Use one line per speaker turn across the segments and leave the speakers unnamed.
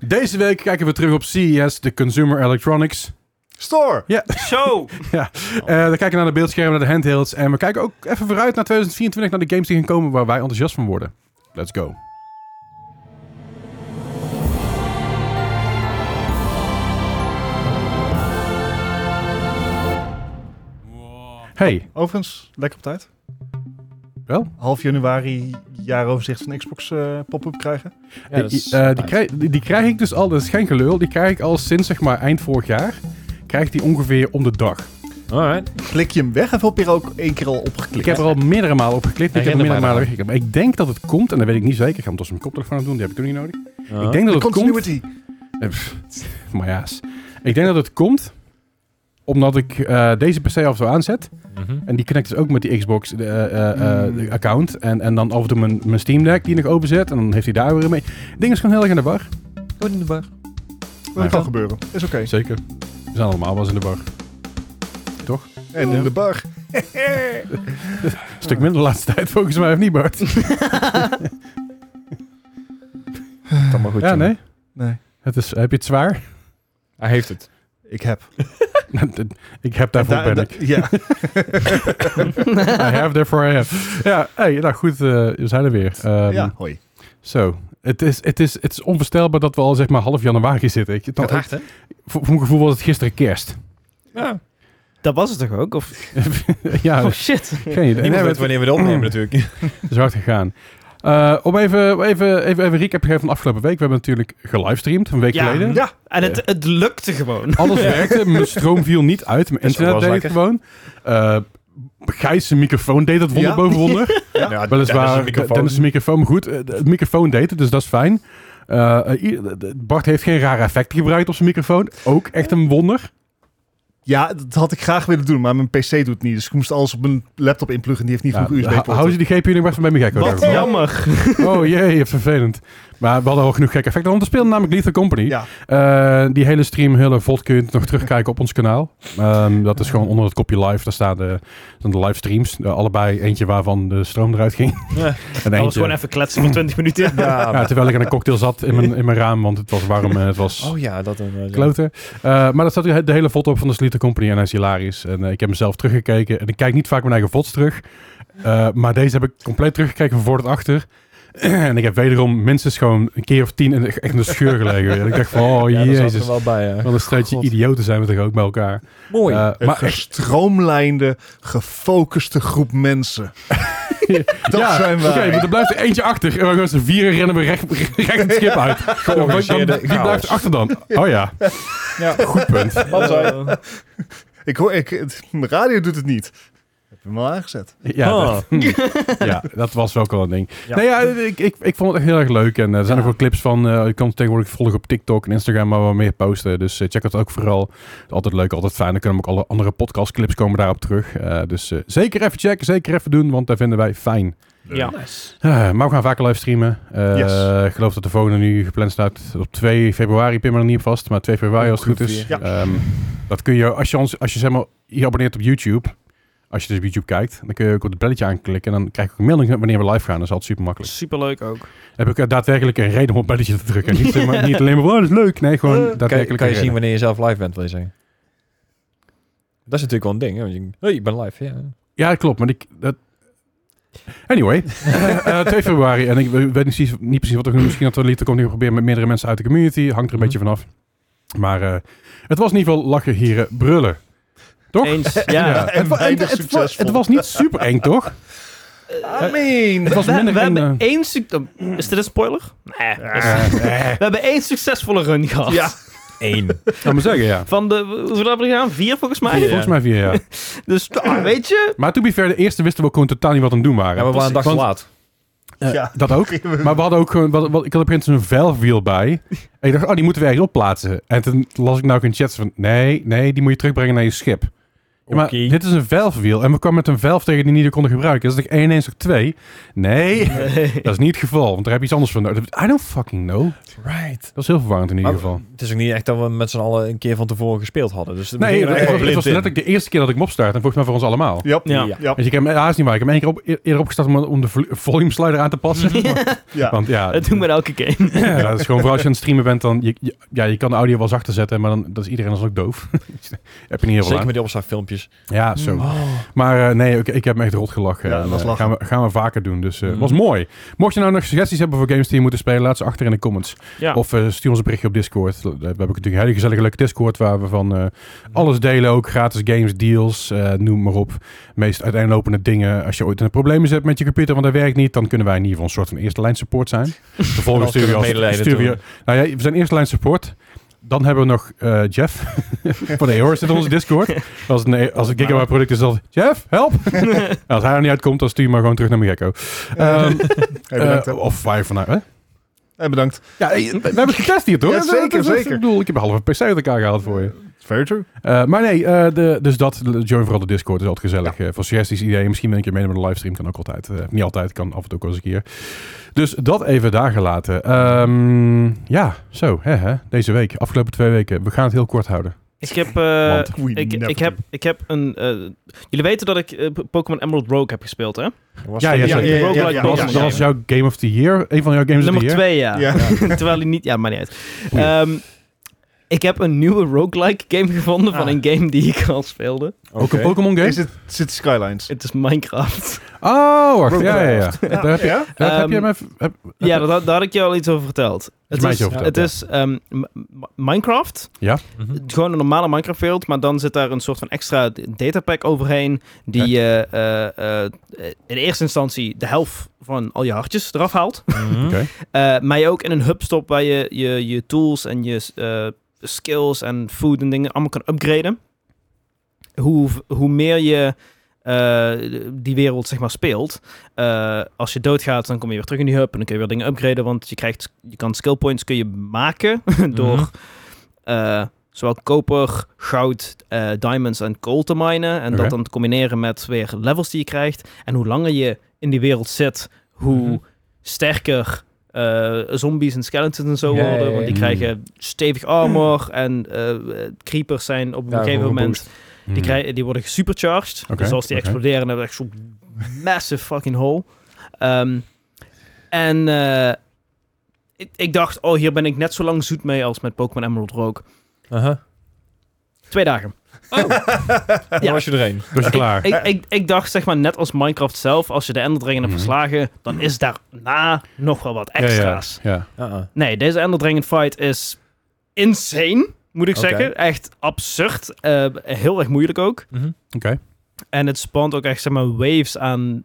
Deze week kijken we terug op CES, de Consumer Electronics.
Store!
Zo!
Eh, we kijken naar de beeldschermen, naar de handhelds. En we kijken ook even vooruit naar 2024, naar de games die gaan komen waar wij enthousiast van worden. Let's go. Hey,
Overigens, lekker op tijd.
wel?
Half januari jaaroverzicht van Xbox eh, pop-up krijgen.
Die- eh, die, krijg, die, die krijg ik dus al, dat is geen gelul, die krijg ik al sinds zeg maar eind vorig jaar. Krijg ik die ongeveer om de dag.
Alright.
Klik je hem weg of heb je er ook één keer al op geklikt?
Ik heb er al meerdere malen op geklikt. Ik heb er
Herinner
meerdere
mij
malen weggeklikt. Maar ik denk dat het komt, en dat weet ik niet zeker. Ik ga hem tussen mijn koptelefoon aan doen, die heb ik toen niet nodig.
Ah.
Ik denk dat
De
het komt.
continuity.
Eh, pff, Maar ja, s- ik denk dat het komt omdat ik eh, deze PC af en toe aanzet.
Mhm.
En die connect dus ook met die Xbox de, eh, eh, eh,
Mm.
de account. En, en dan af en toe mijn, mijn Steam Deck die ik nog openzet. En dan heeft hij daar weer mee. Het ding is gewoon heel erg in de war.
Goed in de bar.
Dat kan gebeuren. Is oké.
Zeker. We zijn allemaal wel eens in de war.
En in de bar.
Een stuk minder de laatste tijd volgens mij, of niet Bart?
Kan maar goed.
ja, nee?
Nee.
Het is, heb je het zwaar?
Hij heeft het.
Ik heb.
ik heb daarvoor
Daar-
ben
daar-
ik.
Ja.
I have, therefore I have. Ja, hey, nou goed, eh, we zijn er weer. Ehm,
ja. Hoi.
Zo, het is, het, is, het is onvoorstelbaar dat we al zeg maar half januari zitten. Ik, dan,
Gaat hard, hè?
voor, voor mijn gevoel was het gisteren kerst.
Ja.
Dat was het toch ook? Of...
ja,
Oh shit.
geen idee.
Niemand
Nee,
weet
het
wanneer we het
Hmm.
opnemen natuurlijk.
is hard gegaan. Eh, om even, even, even, even recap te geven van afgelopen week. We hebben natuurlijk gelivestreamd, een week
Ja.
geleden.
Ja.
En het, het lukte gewoon.
Alles werkte, mijn stroom viel niet uit, mijn
Dat is ook wel
internet deed het
eens
gewoon. Eh Gijs' microfoon deed het wonder
Ja.
boven wonder.
Ja,
Weliswaar,
Eh, microfoon.
Dennis' de microfoon. Maar goed, eh, de- het microfoon deed het, dus dat is fijn. Eh, eh, i- de- de- Bart heeft geen rare effecten gebruikt op zijn microfoon. Ook echt een wonder.
Ja, dat had ik graag willen doen, maar mijn PC doet het niet. Dus ik moest alles op mijn laptop inpluggen. Die heeft niet
Ja,
genoeg
hou-
USB-poorten.
hou ze die GPU nog maar van bij me gek.
Wat
hoor.
jammer.
Oh jee, vervelend. Maar we hadden al genoeg gekke effecten. Want we speelden namelijk Lethal Company.
Ja.
Eh, die hele stream, hele VOD kun je nog terugkijken op ons kanaal. Ehm, dat is gewoon onder het kopje live. Daar staan de, staan de livestreams. Eh, allebei eentje waarvan de stroom eruit ging.
Ja.
En
Dat was
eentje-
gewoon even kletsen voor 20 minuten.
ja, terwijl ik aan een cocktail zat in mijn, in mijn raam, want het was warm en het was
Oh ja, dat een...
kloten. Eh, maar dat staat de hele VOD op van de Sliter Company en hij is hilarisch. En eh, ik heb mezelf teruggekeken en ik kijk niet vaak mijn eigen VOD's terug. Eh, maar deze heb ik compleet teruggekeken van voor tot achter. en ik heb wederom minstens gewoon een keer of tien in, echt in de scheur gelegen. En ik dacht van, oh
ja, daar zat
jezus.
er wel bij, ja.
Wat een strijdje
God.
idioten zijn we toch ook bij elkaar.
Mooi.
Eh,
Een
maar echt,
gestroomlijnde, gefocuste groep mensen. dat
ja,
zijn wij.
Oké, maar er blijft er eentje achter. En we gaan met z'n vieren rennen we recht, recht het schip uit.
Georganiseerde
Dan- dan- Wie
chaos.
blijft er achter dan? Oh ja,
ja.
goed punt.
Wat zei
Eh,
Ik hoor, ik, het- mijn radio doet het niet. Heb je hem al aangezet?
Ja,
Ah.
dat, hm. ja, dat was wel ook wel een ding.
Ja.
Nee, ja, ik, ik, ik vond het echt heel erg leuk. En eh, er zijn ook wel clips van. eh je kan het tegenwoordig volgen op TikTok en Instagram, maar we meer posten. Dus eh, check het ook vooral. Altijd leuk, altijd fijn. Dan kunnen ook alle andere podcastclips komen daarop terug. Eh, dus eh, zeker even checken, zeker even doen, want daar vinden wij fijn.
ja.
Ah, maar we gaan vaker live streamen. Eh,
Yes.
Ik geloof dat de volgende nu gepland staat op 2 februari. Pin me er niet op vast, maar 2
Oh,
februari als het goed is.
Ongeveer.
Ehm, dat kun je, als je, ons, als je zeg maar, je abonneert op YouTube, als je dus op YouTube kijkt, dan kun je ook op het belletje aanklikken en dan krijg ik ook een melding met wanneer we live gaan. Dat is altijd super makkelijk.
Superleuk ook.
Heb ik eh, daadwerkelijk een reden om op het belletje te drukken. Niet, zeg maar, niet alleen maar, oh, dat is leuk. Nee, gewoon
Kan,
daadwerkelijk
Eh, kan je
een
zien
reden.
wanneer je zelf live bent, wil je zeggen? Dat is natuurlijk wel een ding. Hè? want je- Hey, ik ben live. Ja.
Ja, dat klopt. Maar ik, dat... Anyway, eh, eh, 2 februari. En ik weet niet precies, niet precies wat er Misschien dat we later komt nog proberen met meerdere mensen uit de community. Hangt er een beetje vanaf. Maar eh, het was in ieder geval lachen, gieren, brullen. Toch?
Eens. Ja.
Ja.
En
wa-
weinig
het, wa-
succesvol.
het was niet super eng, toch?
I mean.
Het was
We,
minder
we
eng,
hebben
eh,
één succes... Is dit een spoiler? Nee. dat
eh,
is- We hebben één succesvolle run gehad.
Ja.
Eén.
Kan maar zeggen, ja.
Van de... Hoeveel hebben we gedaan? Vier volgens mij?
Vier.
Volgens mij vier jaar.
Dus ah, weet je...
Maar to be fair, de eerste wisten we ook gewoon totaal niet wat aan het doen waren.
Ja, we waren een dag te
Want-
laat.
Eh,
Ja.
Dat ook. Maar we hadden ook gewoon, wat, wat, ik had op een gegeven moment zo'n velgwiel bij. En ik dacht, oh, die moeten we ergens opplaatsen. En toen las ik nou ook in chat van, nee, nee, die moet je terugbrengen naar je schip. Ja, maar
Oké.
dit is een velfwiel en we kwamen met een velf tegen die we niet konden gebruiken. Dus Is het 1 1 2? Nee, dat is niet het geval, want daar heb je iets anders van nodig. I don't fucking know.
Right.
Dat is heel verwarrend in ieder
Maar-
geval.
Het is ook niet echt dat we met z'n allen een keer van tevoren gespeeld hadden. Dus
Nee, het, was- het was
net
letterlijk de eerste keer dat ik hem opstart en volgens mij voor ons allemaal.
Ja,
Ja.
ja, ja.
Dus ik heb hem haast niet waar. Ik heb hem één keer op, e- eerder opgestart om, om de vol- volume slider aan te passen. Want ja,
Dat doen we elke game.
ja, dat is gewoon vooral als je aan het streamen bent, dan je, je- ja, je kan de audio wel zachter zetten, maar dan dat is iedereen dan ook doof. heb je niet heel veel
Zeker
aan.
met die opstartfilmpjes.
Ja, zo.
Oh.
Maar eh, nee, ik, ik heb me echt rot gelachen.
Ja,
En,
dat was
eh,
lachen.
gaan, we, gaan we vaker doen. Dus eh,
Mm.
was mooi. Mocht je nou nog suggesties hebben voor games die je moeten spelen, laat ze achter in de comments.
Ja.
Of eh, stuur ons een berichtje op Discord. We hebben natuurlijk een hele gezellige leuke Discord waar we van eh, alles delen. Ook gratis games, deals, eh, noem maar op. Meest uiteenlopende dingen. Als je ooit een probleem hebt met je computer, want dat werkt niet, dan kunnen wij in ieder geval een soort van eerste lijn support zijn. Vervolgens
Dan
sturen we
kunnen we
als
medelijden
sturen we je-
tonen.
Nou ja, we zijn eerste lijn support. Dan hebben we nog eh, Jeff van de Eor zit in onze Discord. Als het een, E- als het Gigabyte product is, dan Jeff, help! En als hij er niet uitkomt, dan stuur je maar gewoon terug naar mijn gecko. Ehm,
Hey, bedankt,
eh,
hè.
of wij vanuit, hè?
Hey, bedankt.
Ja, eh, we we hebben het getest hier, toch?
Ja,
Dat- dat-
zeker,
dat- dat-
zeker.
Ik bedoel, ik heb een halve PC uit elkaar gehaald voor je.
Very true.
Eh, maar nee, eh, de, dus dat, join vooral de Discord, is altijd gezellig. Eh, voor suggesties, ideeën, misschien ben ik je mee met een livestream, kan ook altijd. Eh, niet altijd, kan af en toe ook wel eens een keer. Dus dat even daar gelaten. Ehm, ja, zo, hè, hè, deze week, afgelopen twee weken. We gaan het heel kort houden.
Ik heb... eh,
Want-
We
ik,
never
ik, heb,
do.
ik heb een... eh, jullie weten dat ik eh, Pokémon Emerald Rogue heb gespeeld, hè?
Was
Ja,
dat-
ja,
Ja,
zeker.
ja, ja, ja,
Roguelike
ja,
Dat was,
ja,
dat was jouw Game of the Year, een van jouw Games
Nummer
of the Year.
twee, ja.
Ja.
Terwijl hij niet... Ja, maar niet uit.
Oei.
Ehm, ik heb een nieuwe roguelike game gevonden van
Ah.
een game die ik al speelde.
Oké.
Ook een Pokémon game?
Is het City Skylines?
Het is Minecraft.
Oh, wacht. Ja, ja, ja.
Ja,
Daar heb je,
ja?
daar heb
Ehm,
je hem even... heb-
ja, daar, daar had ik je al iets over verteld. Het
mij
is,
iets over verteld,
het is ehm, M- M- Minecraft.
Ja.
Mhm.
Gewoon een normale Minecraft wereld, maar dan zit daar een soort van extra d- datapack overheen. Die je eh, eh, in eerste instantie de helft van al je hartjes eraf haalt.
Mhm.
Oké.
Eh, maar je ook in een hub stopt waar je je, je tools en je eh, skills en food en dingen allemaal kan upgraden. Hoe, hoe meer je eh, die wereld zeg maar speelt. eh, als je doodgaat, dan kom je weer terug in die hub en dan kun je weer dingen upgraden. Want je, krijgt, je kan skill points kun je maken door
Mhm.
eh, zowel koper, goud, eh, diamonds en coal te minen. En
Oké.
dat dan te combineren met weer levels die je krijgt. En hoe langer je in die wereld zit, hoe
Mhm.
sterker eh, zombies en skeletons en zo
Ja, ja,
worden.
ja,
Want die
ja. Mm.
krijgen stevig armor en eh, creepers zijn op een
Ja,
gegeven
gewoon
moment...
geboost.
Hmm.
Die, krijgen, die worden supercharged.
Oké,
dus als die
oké.
exploderen, dan hebben we echt zo'n massive fucking hole. Ehm, en eh, ik, ik dacht, oh, hier ben ik net zo lang zoet mee als met Pokémon Emerald Rogue.
Aha.
Twee dagen.
Dan was je er een.
Dus je klaar.
Ik, ik, ik dacht, zeg maar, net als Minecraft zelf, als je de Ender Dragon hebt
Mhm.
verslagen, dan is daarna nog wel wat
Ja, ja,
extra's.
Ja,
Ah, ah.
Nee, deze Ender Dragon fight is insane, moet ik
Oké.
zeggen. Echt absurd. Eh, heel erg moeilijk ook.
Mhm.
Oké.
En het spant ook echt, zeg maar, waves aan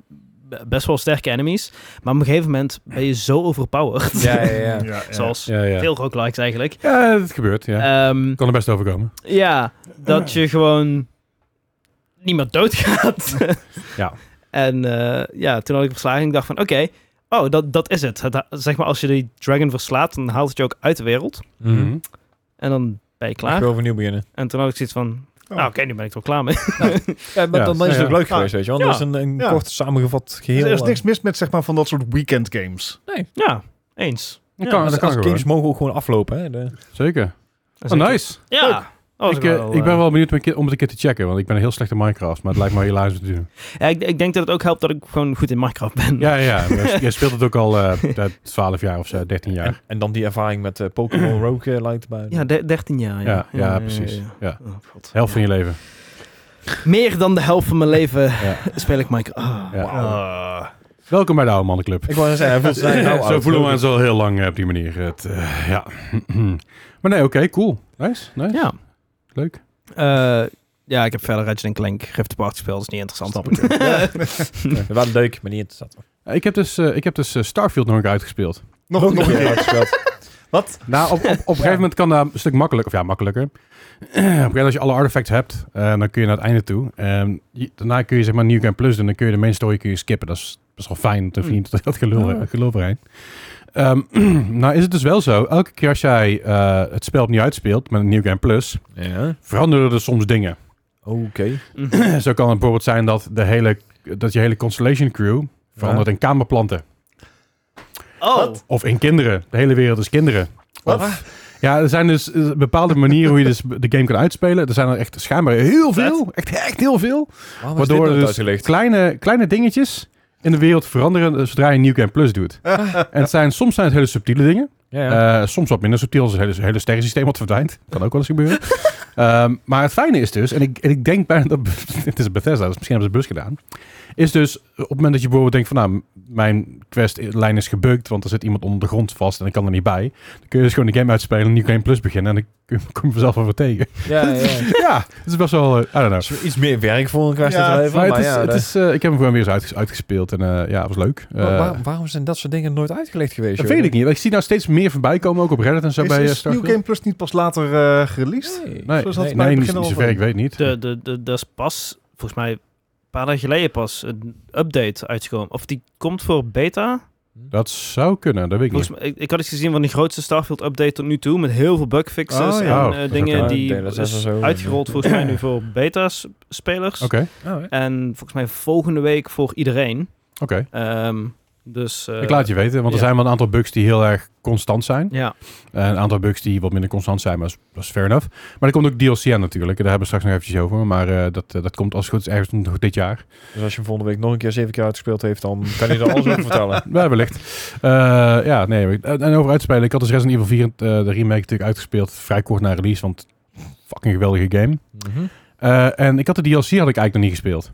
b- best wel sterke enemies. Maar op een gegeven moment ben je zo overpowered.
Ja, ja, ja.
Zoals
Ja, ja.
veel roguelikes eigenlijk.
Ja, het gebeurt, ja.
Ehm,
kan er best overkomen.
ja, dat je gewoon niet meer doodgaat.
Ja.
En eh, ja, toen had ik verslagen en ik dacht van, oké, oh, dat, dat is het. Het ha- Zeg maar, als je die dragon verslaat, dan haalt het je ook uit de wereld.
Mhm.
En dan ben je
Ik
klaar.
wil overnieuw beginnen.
En toen had ik zoiets van,
Oh.
nou oké, nu ben ik er wel klaar mee.
Ja, maar
Ja.
dan, dan is het ook
Ja.
leuk geweest, weet je wel. Dan
Ja.
is een, een
Ja.
kort samengevat geheel.
er is
eh,
niks mis met zeg maar van dat soort weekend games.
ja, eens.
Dat
ja,
kan,
als-
dat kan
als
gewoon.
games mogen ook gewoon aflopen, hè. De-
Zeker.
Dat is
Oh,
een-
nice.
Ja,
Leuk.
dat was
Ik, eh,
wel,
ik ben
eh,
wel benieuwd om een keer- om het een keer te checken, want ik ben heel slecht in Minecraft, maar het lijkt me helaas te doen.
Ja, ik, ik denk dat het ook helpt dat ik gewoon goed in Minecraft ben.
Ja, ja. ja. Je speelt het ook al eh 12 jaar of zo, 13 jaar.
En, en dan die ervaring met eh, Pokémon Rogue eh, lijkt bij.
Ja, de- 13 jaar.
Ja,
Ja,
ja,
ja,
precies.
ja,
Ja,
ja. Oh, God.
Helft van
Ja.
je leven.
Meer dan de helft van mijn leven
Ja.
speel ik Minecraft. Ah,
Ja.
wauw.
Eh. Welkom bij de Oude Mannenclub.
Ik wou net zeggen, hij voelt zijn nou
zo
oud.
voelen we ons al heel lang eh, op die manier. Het, eh, ja. maar nee, oké, cool. Nice, nice.
ja.
Leuk.
Eh, ja, ik heb verder Ratchet Clank Rift Apart gespeeld. Dat is niet interessant.
Snap ik. Ja.
Wel leuk, maar niet interessant.
Eh, Ik heb dus, eh, ik heb dus eh, Starfield nog niet uitgespeeld.
nog, nog een keer.
uitgespeeld.
Nou, op, op, op een gegeven moment kan dat een stuk makkelijker. Of ja, makkelijker. op een gegeven moment als je alle artifacts hebt, eh, dan kun je naar het einde toe. En je- daarna kun je zeg maar New Game Plus doen. Dan kun je de main story kun je skippen. Dat is best wel fijn. Dan hoef je niet tot dat gelul,
Ah.
gelul brein. Ehm, nou is het dus wel zo. Elke keer als jij eh, het spel opnieuw uitspeelt met een New Game Plus,
Ja.
veranderen er soms dingen.
Oké.
Mhm.
Zo kan het bijvoorbeeld zijn dat, de hele, dat je hele Constellation crew verandert in kamerplanten.
Oh,
Wat?
Of in kinderen. De hele wereld is kinderen.
Wat?
Ja, er zijn dus eh, bepaalde manieren hoe je dus de game kan uitspelen. Er zijn er echt schijnbaar heel veel. Echt, echt heel veel.
Waarom is dit
Waardoor
nooit
er dus
uitgelegd?
kleine, kleine dingetjes in de wereld veranderen eh, zodra je een New Game Plus doet.
Ah.
en het zijn, soms zijn het hele subtiele dingen.
Ja, ja.
Eh, soms wat minder subtiel als het hele, hele sterrensysteem wat verdwijnt. Kan ook wel eens gebeuren. Ehm, maar het fijne is dus, en ik, en ik denk bijna dat... Het is Bethesda, dus misschien hebben ze bus gedaan. Is dus, op het moment dat je bijvoorbeeld denkt van... Nou, m- mijn questlijn is gebukt, want er zit iemand onder de grond vast en ik kan er niet bij. Dan kun je dus gewoon de game uitspelen, een nieuw game plus beginnen. En dan kun je- kom je vanzelf wel wat tegen.
ja, ja, ja.
ja, het is best wel... eh, I don't know.
Als je iets meer werk voor elkaar
Ja,
ja, even.
Maar
Maar,
het is,
ja,
het
dat-
is, eh, ik heb hem gewoon weer eens uitges- uitgespeeld en eh, ja, het was leuk. Eh,
Waar- waar- waarom zijn dat soort dingen nooit uitgelegd geweest?
dat
joh?
weet ik niet. Ik zie nou steeds meer voorbij komen, ook op Reddit en zo
Is,
bij eh,
is New
Starfield.
Game Plus niet pas later eh, gereleased?
Nee.
Nee,
Zoals dat
nee,
bij
nee,
het
niet, niet
begin al
zover
van-
ik weet niet.
de, de, de, dat is pas, volgens mij, een paar dagen geleden pas een update uitgekomen. Of die komt voor beta.
Dat zou kunnen, dat weet ik niet.
Volgens mij, ik, ik had iets gezien van de grootste Starfield update tot nu toe. Met heel veel bugfixes
Oh, ja.
Oh,
en eh,
dat is
dingen
ook
wel-
die
Ja, dat is
is
wel zo.
uitgerold volgens mij nu voor beta-spelers.
Oké,
Oh, ja.
En volgens mij volgende week voor iedereen.
oké.
Ehm, dus... eh,
ik laat je weten, want er
ja.
zijn wel een aantal bugs die heel erg constant zijn.
Ja,
En een aantal bugs die wat minder constant zijn, maar dat is- dat is fair enough. Maar er komt ook DLC aan natuurlijk, en daar hebben we straks nog eventjes over. Maar eh, dat, eh, dat komt als het goed is ergens nog dit jaar.
Dus als je hem volgende week nog een keer zeven keer uitgespeeld heeft, dan kan je er alles over vertellen.
Ja, wellicht. Eh, ja, nee. we- En en over uitspelen, ik had dus Resident Evil 4, eh, de remake natuurlijk uitgespeeld, vrij kort na release, want fucking geweldige game.
Mhm.
Eh, en ik had de DLC had ik eigenlijk nog niet gespeeld.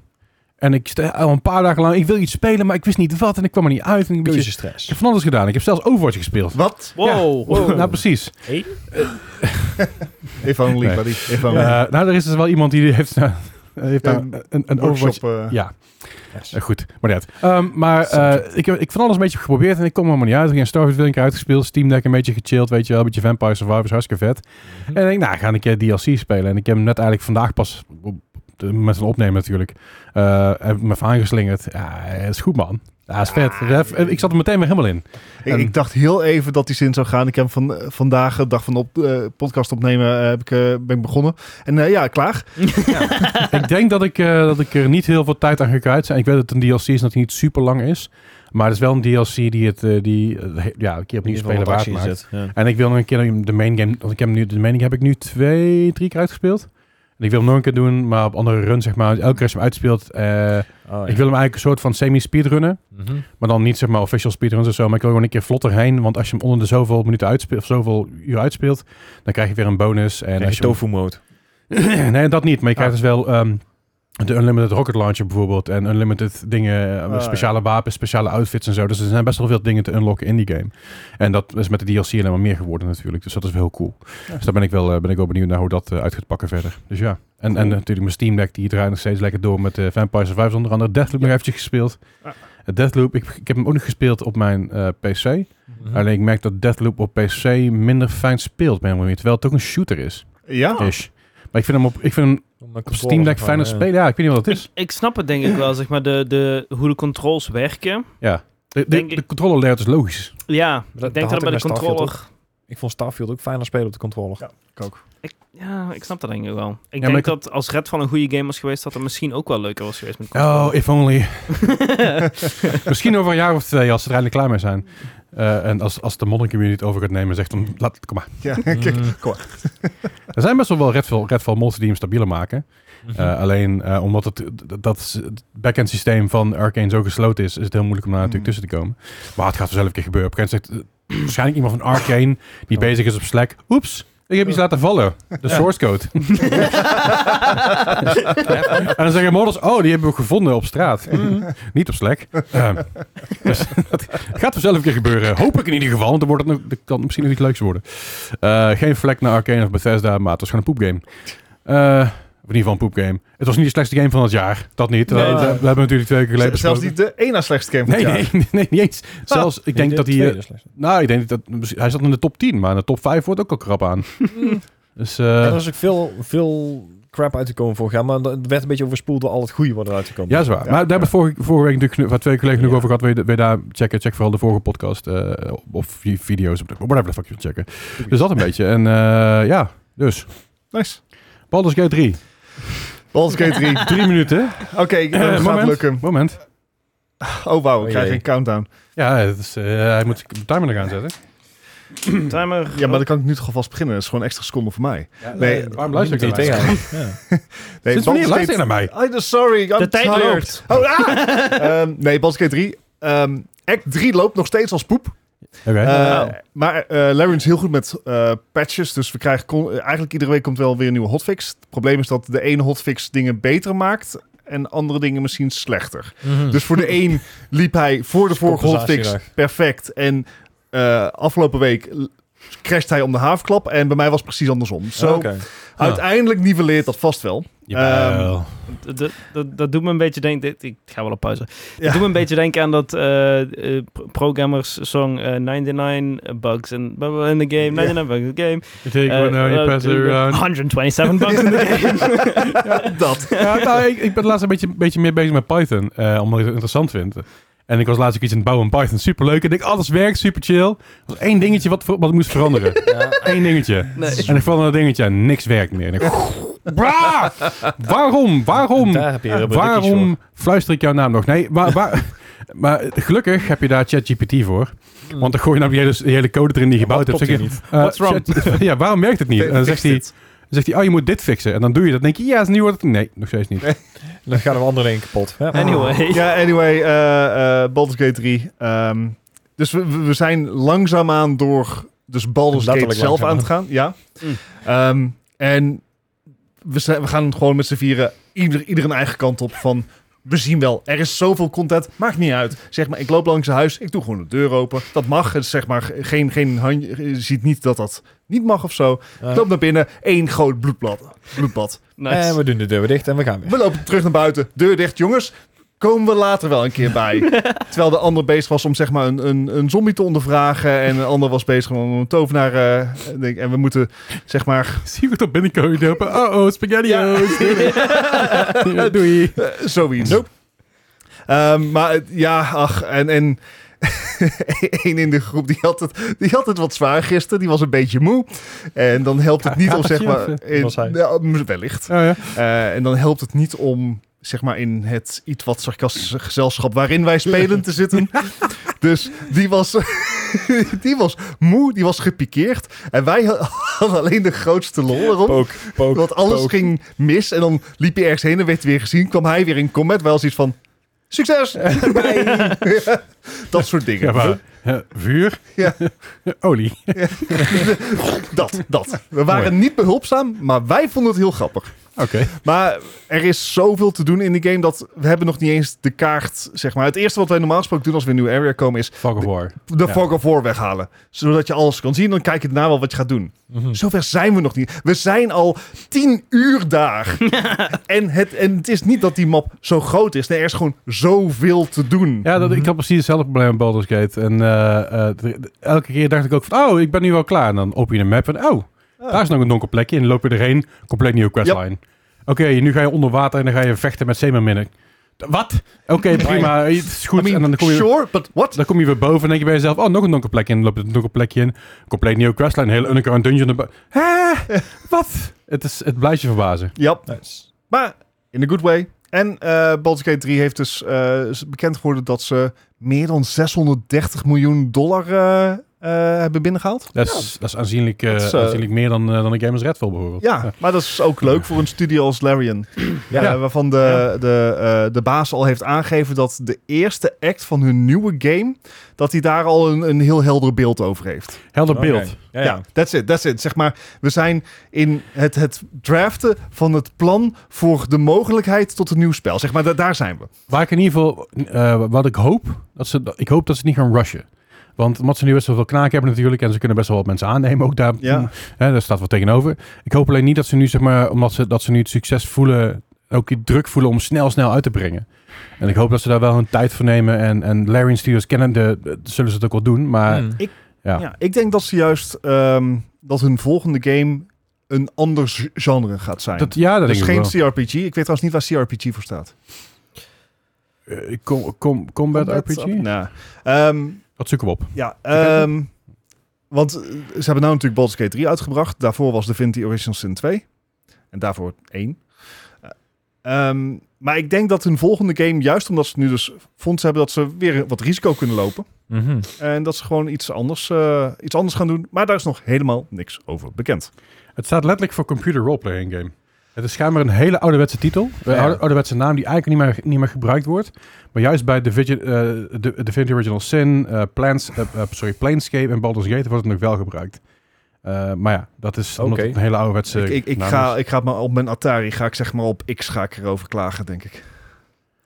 En ik sta- al een paar dagen lang, ik wil iets spelen, maar ik wist niet wat en ik kwam er niet uit. En ik, een beetje, ik
Keuzestress.
heb van alles gedaan. Ik heb zelfs Overwatch gespeeld.
Wat?
wow.
Ja, nou, precies.
If only,
Nee.
buddy. If only.
Eh, nou, er is dus wel iemand die heeft, eh, heeft daar
Een
een, een, Overwatch...
Workshop, eh,
Ja,
Yes.
eh, goed. Maar net. Ehm, maar eh, ik heb ik heb van alles een beetje geprobeerd en ik kom er helemaal niet uit. Ik heb Starfield een keer uitgespeeld, Steam Deck een beetje gechilled, weet je wel. Een beetje Vampire Survivors, hartstikke vet.
Mhm.
En ik denk, nou, ga ik een keer DLC spelen. En ik heb hem net eigenlijk vandaag pas, op- op- met een opnemen natuurlijk, eh, heb ik me even aangeslingerd. Ja, het is goed, man. Ja, is vet. ik zat er meteen weer helemaal in.
Ik,
En-
ik dacht heel even dat die zin zou gaan. Ik heb van, eh, vandaag, de dag van op, eh, podcast opnemen, eh, heb ik, eh, ben ik begonnen. En eh, ja, klaar.
ik denk dat ik, eh, dat ik er niet heel veel tijd aan ga kwijt zijn. Ik weet dat het een DLC is dat hij niet super lang is. Maar het is wel een DLC die het eh, die, eh, he- ja, een keer opnieuw spelen waard maakt. En ik wil nog een keer de main game. Want ik heb hem nu, de main game heb ik nu twee, drie keer uitgespeeld. En ik wil hem nog een keer doen, maar op andere run zeg maar. Elke keer als je hem uitspeelt. eh, Ik wil hem eigenlijk een soort van semi-speedrunnen. Maar dan niet zeg maar official speedruns of zo. Maar ik wil gewoon een keer vlotter heen. Want als je hem onder de zoveel minuten uitspeelt, of zoveel uur uitspeelt, dan krijg je weer een bonus. En
En
als
als
je hem-
tofu mode.
nee, dat niet. Maar je krijgt dus wel ehm, de Unlimited Rocket Launcher bijvoorbeeld. En Unlimited dingen, eh,
Ah,
speciale wapens, speciale outfits en zo. Dus er zijn best wel veel dingen te unlocken in die game. En dat is met de DLC alleen maar meer geworden natuurlijk. Dus dat is wel heel cool. Dus daar ben ik wel, eh, ben ik wel benieuwd naar hoe dat eh, uit gaat pakken verder. Dus ja. En, en natuurlijk mijn Steam Deck, die draait nog steeds lekker door met eh, Vampire Survivors onder andere. Deathloop nog eventjes gespeeld.
Ah.
Eh, Deathloop, ik, ik heb hem ook nog gespeeld op mijn eh, PC. Alleen ik merk dat Deathloop op PC minder fijn speelt, ben ik benieuwd. Terwijl het ook een shooter is.
Ja.
Oh.
Ish. Maar ik vind hem op, ik vind hem op Steam Deck fijner spelen. Ja, ik weet niet wat het is.
Ik snap het denk ik wel, zeg maar, de, de, hoe de controls werken.
Ja. De, de,
Denk ik-
de controller layout is logisch.
Ja,
dat
ik denk
had
dat
ik
bij de
bij Starfield
controller...
Ik vond Starfield ook fijner spelen op de controller.
Ik ook.
Ik, ja, ik snap dat denk ik wel. Ik
maar
denk
ik-
dat als Redfall een goede game was geweest, dat het misschien ook wel leuker was geweest met
Oh,
controller.
if only. Misschien over een jaar of twee, als ze er eindelijk klaar mee zijn. Eh, en als, als de modding community het over gaat nemen, zegt dan, laat, kom maar.
Ja, kijk.
Mhm. Er zijn best wel wel Redfall, Redfall mods die hem stabieler maken.
Mhm.
Eh, alleen eh, omdat het, d- dat is- het backend systeem van Arcane zo gesloten is, is het heel moeilijk om daar natuurlijk
Mm.
Mhm.
tussen te komen. Maar het gaat vanzelf een keer gebeuren. Op een gegeven moment zegt eh, waarschijnlijk iemand van Arcane die bezig is op Slack. Oeps, ik heb iets laten vallen. De source code. en dan zeggen models, oh, die hebben we gevonden op straat. Mm, Niet op Slack. Ehm, dus dat gaat vanzelf een keer gebeuren. Hoop ik in ieder geval, want dan wordt het nog, dat kan misschien nog iets leuks worden. Eh, geen vlek naar Arcane of Bethesda, maar het was gewoon een poepgame. Eh, of in ieder geval een poepgame. Het was niet de slechtste game van het jaar. Dat niet.
Nee,
we, we
nee.
hebben natuurlijk twee keer geleden
Z- Zelfs
besproken.
niet de ena slechtste game van
Nee,
het
nee,
jaar. Ah,
nee, nee, niet eens. Zelfs, ik denk dat hij... eh, Nou, ik denk dat... Hij zat in de top 10, maar in de top 5 wordt ook al krap aan. dus... eh,
er is ook veel, veel crap uit te komen vorig jaar, maar het werd een beetje overspoeld door al het goede wat eruit te komen.
Ja, zwaar. maar daar hebben we vorige, vorige week natuurlijk geno- waar twee collega's nog
Ja.
over gehad. Wil je, wil je daar checken? Check vooral de vorige podcast eh, of vi- video's. op de- Whatever the fuck je wilt checken. Dus dat een beetje. En eh, ja, dus.
Nice.
Baldur's Gate 3.
Baldur's Gate 3.
Drie minuten.
Oké, dat
Eh,
gaat
moment.
lukken.
Moment.
Oh wauw, ik
Oh,
krijg
jee.
een countdown.
Ja, het is, eh, hij moet de timer nog aanzetten.
Timer.
Oh.
Ja, maar dan kan ik nu toch alvast beginnen. Dat is gewoon extra seconden voor mij. Nee,
waarom luister ik
niet
naar mij?
tegen? Ja.
Nee,
Sinds wanneer
Baldur's
luister je
Gate-
naar mij?
I'm sorry, I'm
De tijd
tired.
loopt.
Oh, ah! Ehm, nee, Baldur's Gate 3. Ehm, act 3 loopt nog steeds als poep.
Oké.
Eh,
Wow.
Maar eh Larian is heel goed met eh, patches. Dus we krijgen con- eh, eigenlijk iedere week komt wel weer een nieuwe hotfix. Het probleem is dat de ene hotfix dingen beter maakt. En andere dingen misschien slechter.
Hm. Mhm.
Dus voor de een liep hij voor de vorige hotfix
compensatiedag.
perfect. En eh, afgelopen week l- crasht hij om de haafklap. En bij mij was het precies andersom. Zo,
Oké.
uiteindelijk nivelleert dat vast wel.
Jawel.
eh,
Dat- dat- Dat dat doet me een beetje denken... dit- Ik ga wel op pauze.
Ja.
Dat doet me een beetje denken aan dat eh, eh, pro- programmers song eh, 99 bugs in, in the game, 99 bugs in the game.
Ik nou denk,
Eh,
well, now you
eh,
pass it around.
127 bugs in the game.
dat.
Ja, nou, ik, ik ben laatst een beetje, beetje meer bezig met Python, eh, omdat ik het interessant vind. En ik was laatst ook iets aan het bouwen in Python. Superleuk. En ik, alles werkt, super chill. Er was één dingetje wat, wat ik moest veranderen. Eén dingetje. En ik vandelde dat dingetje en niks werkt meer. En ik, Bra! Waarom? Waarom?
Daar heb je rubberen tikkies
hmm, Waarom fluister ik jouw naam nog? Nee, waar, waar, maar gelukkig heb je daar ChatGPT voor.
voor.
Want dan gooi je namelijk die hele, die hele code erin die je
Ja, wat
gebouwd hebt.
klopt
Zeg
hier
je, eh,
What's wrong?
Chat- ja, waarom werkt het niet? En dan zegt hij, dan zegt hij, oh, je moet dit fixen. En dan doe je dat. Dan denk je, ja, is nu wordt het... Nee, nog steeds niet.
Dan gaan we andere één kapot. Ja.
Anyway.
Oh. Ja, anyway, eh, eh, Baldur's Gate 3. ehm, dus we, we we zijn langzaamaan door dus Baldur's Gate
Letterlijk
zelf aan het gaan. Ja.
Mm.
Ehm, en we, zijn, we gaan gewoon met z'n vieren ieder, ieder een eigen kant op van... We zien wel, er is zoveel content, maakt niet uit. Zeg maar, ik loop langs zijn huis, ik doe gewoon de deur open. Dat mag, het is zeg maar geen, geen hand, je ziet niet dat dat niet mag of zo.
Ja.
Ik loop naar binnen, één groot bloedblad, bloedbad.
Nice.
En eh, we doen de deur weer dicht en we gaan weer.
We lopen terug naar buiten. Deur dicht, jongens. Komen we later wel een keer bij. Terwijl de ander bezig was om zeg maar een, een, een zombie te ondervragen. En de ander was bezig om een tovenaar. eh, ding. en we moeten zeg maar
Zie je het op binnenkomen lopen? Oh-oh, spaghettio's. Doei. Doei.
eh, zoiets. Ehm, maar het- ja, ach. En, en één in de groep die had, het, die had het wat zwaar gisteren. Die was een beetje moe. En dan helpt het niet om zeg maar...
Katertje,
in-
was hij?
nou, wellicht.
Oh, ja.
Eh, en dan helpt het niet om zeg maar in het iets wat sarcastische gezelschap waarin wij spelen te zitten. Dus die was, die was moe, die was gepikeerd. En wij hadden alleen de grootste lol erom.
Pook, pook,
Want alles
pook.
ging mis en dan liep je ergens heen en werd weer gezien. Kwam hij weer in combat, wel zoiets van... Succes! Bye. dat soort dingen.
Ja, maar, eh, vuur.
Ja.
Olie.
Dat, dat. We waren niet behulpzaam, maar wij vonden het heel grappig.
Oké.
Maar er is zoveel te doen in de game dat we hebben nog niet eens de kaart, zeg maar. Het eerste wat wij normaal gesproken doen als we in een nieuwe area komen is
Fog of War.
de
Ja.
Fog of War weghalen. Zodat je alles kan zien, dan kijk je daarna wel wat je gaat doen.
Mhm.
Zover zijn we nog niet. We zijn al tien uur daar. en, het, en het is niet dat die map zo groot is. Nee, er is gewoon zoveel te doen.
Ja, dat, ik had precies hetzelfde probleem met Baldur's Gate. En eh, eh, d- d- elke keer dacht ik ook van, oh, ik ben nu wel klaar. En dan open je een map en, oh,
Ah.
daar is nog een donker plekje. En dan loop je erheen, compleet nieuwe questline. Oké, nu ga je onder water en dan ga je vechten met zeemerminnen. D- Wat? Oké, prima, het is goed.
I mean,
en dan kom, je,
sure, but what?
dan kom je weer boven en denk je bij jezelf, oh, nog een donker plekje. En dan loop je een donker plekje in, compleet nieuwe questline. Hele underground dungeon. erbij. Hè? Wat? Het, is, het blijft je verbazen.
Ja,
Nice.
maar in a good way. En eh Baldur's Gate 3 heeft dus eh, is bekend geworden dat ze meer dan 630 miljoen dollar eh, eh, hebben binnengehaald.
Dat is, dat is, aanzienlijk, eh,
Dat is, eh,
aanzienlijk meer dan, eh, dan een game als Redfall bijvoorbeeld.
Ja, maar dat is ook leuk voor een studio als Larian.
Ja.
Eh, waarvan de, de, eh, de baas al heeft aangegeven dat de eerste act van hun nieuwe game... dat hij daar al een, een heel helder beeld over heeft.
Helder
Oké.
beeld.
Ja,
Ja,
ja.
that's it, that's it. Zeg maar, we zijn in het, het draften van het plan... voor de mogelijkheid tot een nieuw spel. Zeg maar, da- daar zijn we.
Waar ik in ieder geval, eh, wat ik hoop, dat ze, ik hoop dat ze niet gaan rushen. Want omdat ze nu best wel veel knaken hebben natuurlijk, en ze kunnen best wel wat mensen aannemen, ook daar,
Ja.
hè, daar staat wat tegenover. Ik hoop alleen niet dat ze nu, zeg maar, omdat ze, dat ze nu het succes voelen, ook die druk voelen om snel, snel uit te brengen. En ik hoop dat ze daar wel hun tijd voor nemen. En, en Larry en Studios kennen, de, de- zullen ze het ook wel doen. Maar
Mhm.
ja.
Ja, ik denk dat ze juist ehm, dat hun volgende game een ander g- genre gaat zijn.
dat, ja, dat
dus
denk ik
geen
wel.
CRPG. Ik weet trouwens niet waar CRPG voor staat.
Eh, com, com, combat, RPG?
Op- Nou, ehm,
Dat zoeken we op.
ja, ehm, want eh, ze hebben nou natuurlijk Baldur's Gate 3 uitgebracht. Daarvoor was Divinity Original Sin 2. En daarvoor 1. Eh, Ehm, maar ik denk dat hun volgende game, juist omdat ze nu dus fondsen hebben, dat ze weer wat risico kunnen lopen.
Mhm.
En dat ze gewoon iets anders, eh, iets anders gaan doen. Maar daar is nog helemaal niks over bekend.
Het staat letterlijk voor computer roleplaying game. Het is schijnbaar een hele ouderwetse titel. Een
Ja.
oude- ouderwetse naam die eigenlijk niet meer, niet meer gebruikt wordt. Maar juist bij Division, eh, Di- Divinity Original Sin, eh, Plants, eh, eh, sorry, Planescape en Baldur's Gate wordt het nog wel gebruikt. Eh, maar ja, dat is omdat
Oké.
het een hele ouderwetse
ik, ik, ik,
naam
ga,
is.
ik ga het maar op mijn Atari, ga ik zeg maar op X ga ik erover klagen, denk ik.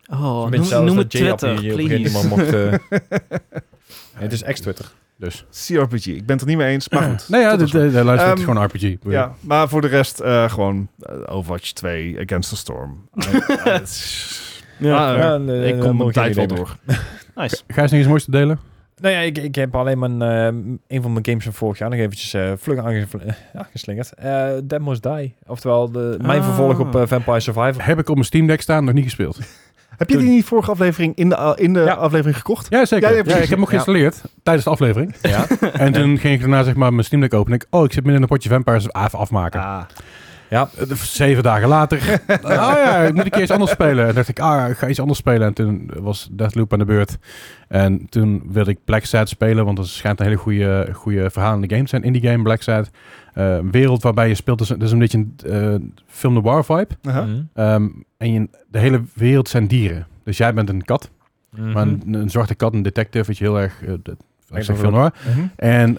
Oh,
Met
noem,
zelfs
noem
dat
het
JRPG
Twitter,
op een gegeven
please.
moment mocht, eh, nee, het is ex-Twitter.
Dus.
CRPG, ik ben het er niet mee eens, maar goed.
Nee, ja,
tot
dit,
er zo.
eh, luister, het is
Ehm,
gewoon RPG.
ja, maar voor de rest eh, gewoon eh, Overwatch 2, Against the Storm. Eh, eh, het is-
Ja,
Ah,
ja, en, eh,
ik
dan
kom mijn
mocht
tijd wel
iedereen
door.
Nice.
Ga je nog iets moois te delen?
Nou ja, ik, ik heb alleen mijn, eh, een van mijn games van vorig jaar nog eventjes eh, vlug aange- eh, aangeslingerd. Eh Dead Must Die. Oftewel, de, mijn
Ah.
vervolg op eh, Vampire Survivor.
Heb ik op mijn Steam Deck staan, nog niet gespeeld.
Heb je die niet vorige aflevering in de, in de
Ja.
aflevering gekocht?
Ja, zeker.
Ja, ja,
Ja,
precies.
ik heb hem ook
Ja.
geïnstalleerd tijdens de aflevering.
Ja.
En toen ging ik daarna zeg maar mijn Steam Deck openen. Ik, oh, ik zit midden in een potje Vampires af afmaken.
Ah.
Eh, de- Zeven dagen later. Ah ja, ik moet een keer iets anders spelen. En dacht ik, ah, ik ga iets anders spelen. En toen was Deathloop aan de beurt. En toen wilde ik Black Sad spelen, want dat schijnt een hele goede, goede verhalende game te zijn. In die game, Black Sad. Eh, een wereld waarbij je speelt, dus is, een beetje een eh, film noir vibe.
Uh-huh.
Aha.
Mhm.
Ehm, en je, de hele wereld zijn dieren. Dus jij bent een kat,
Mhm.
maar een, een zwarte kat, een detective, weet je heel erg... eh, dat- ik zeg
dat
film
wel.
noir.
Mhm.
En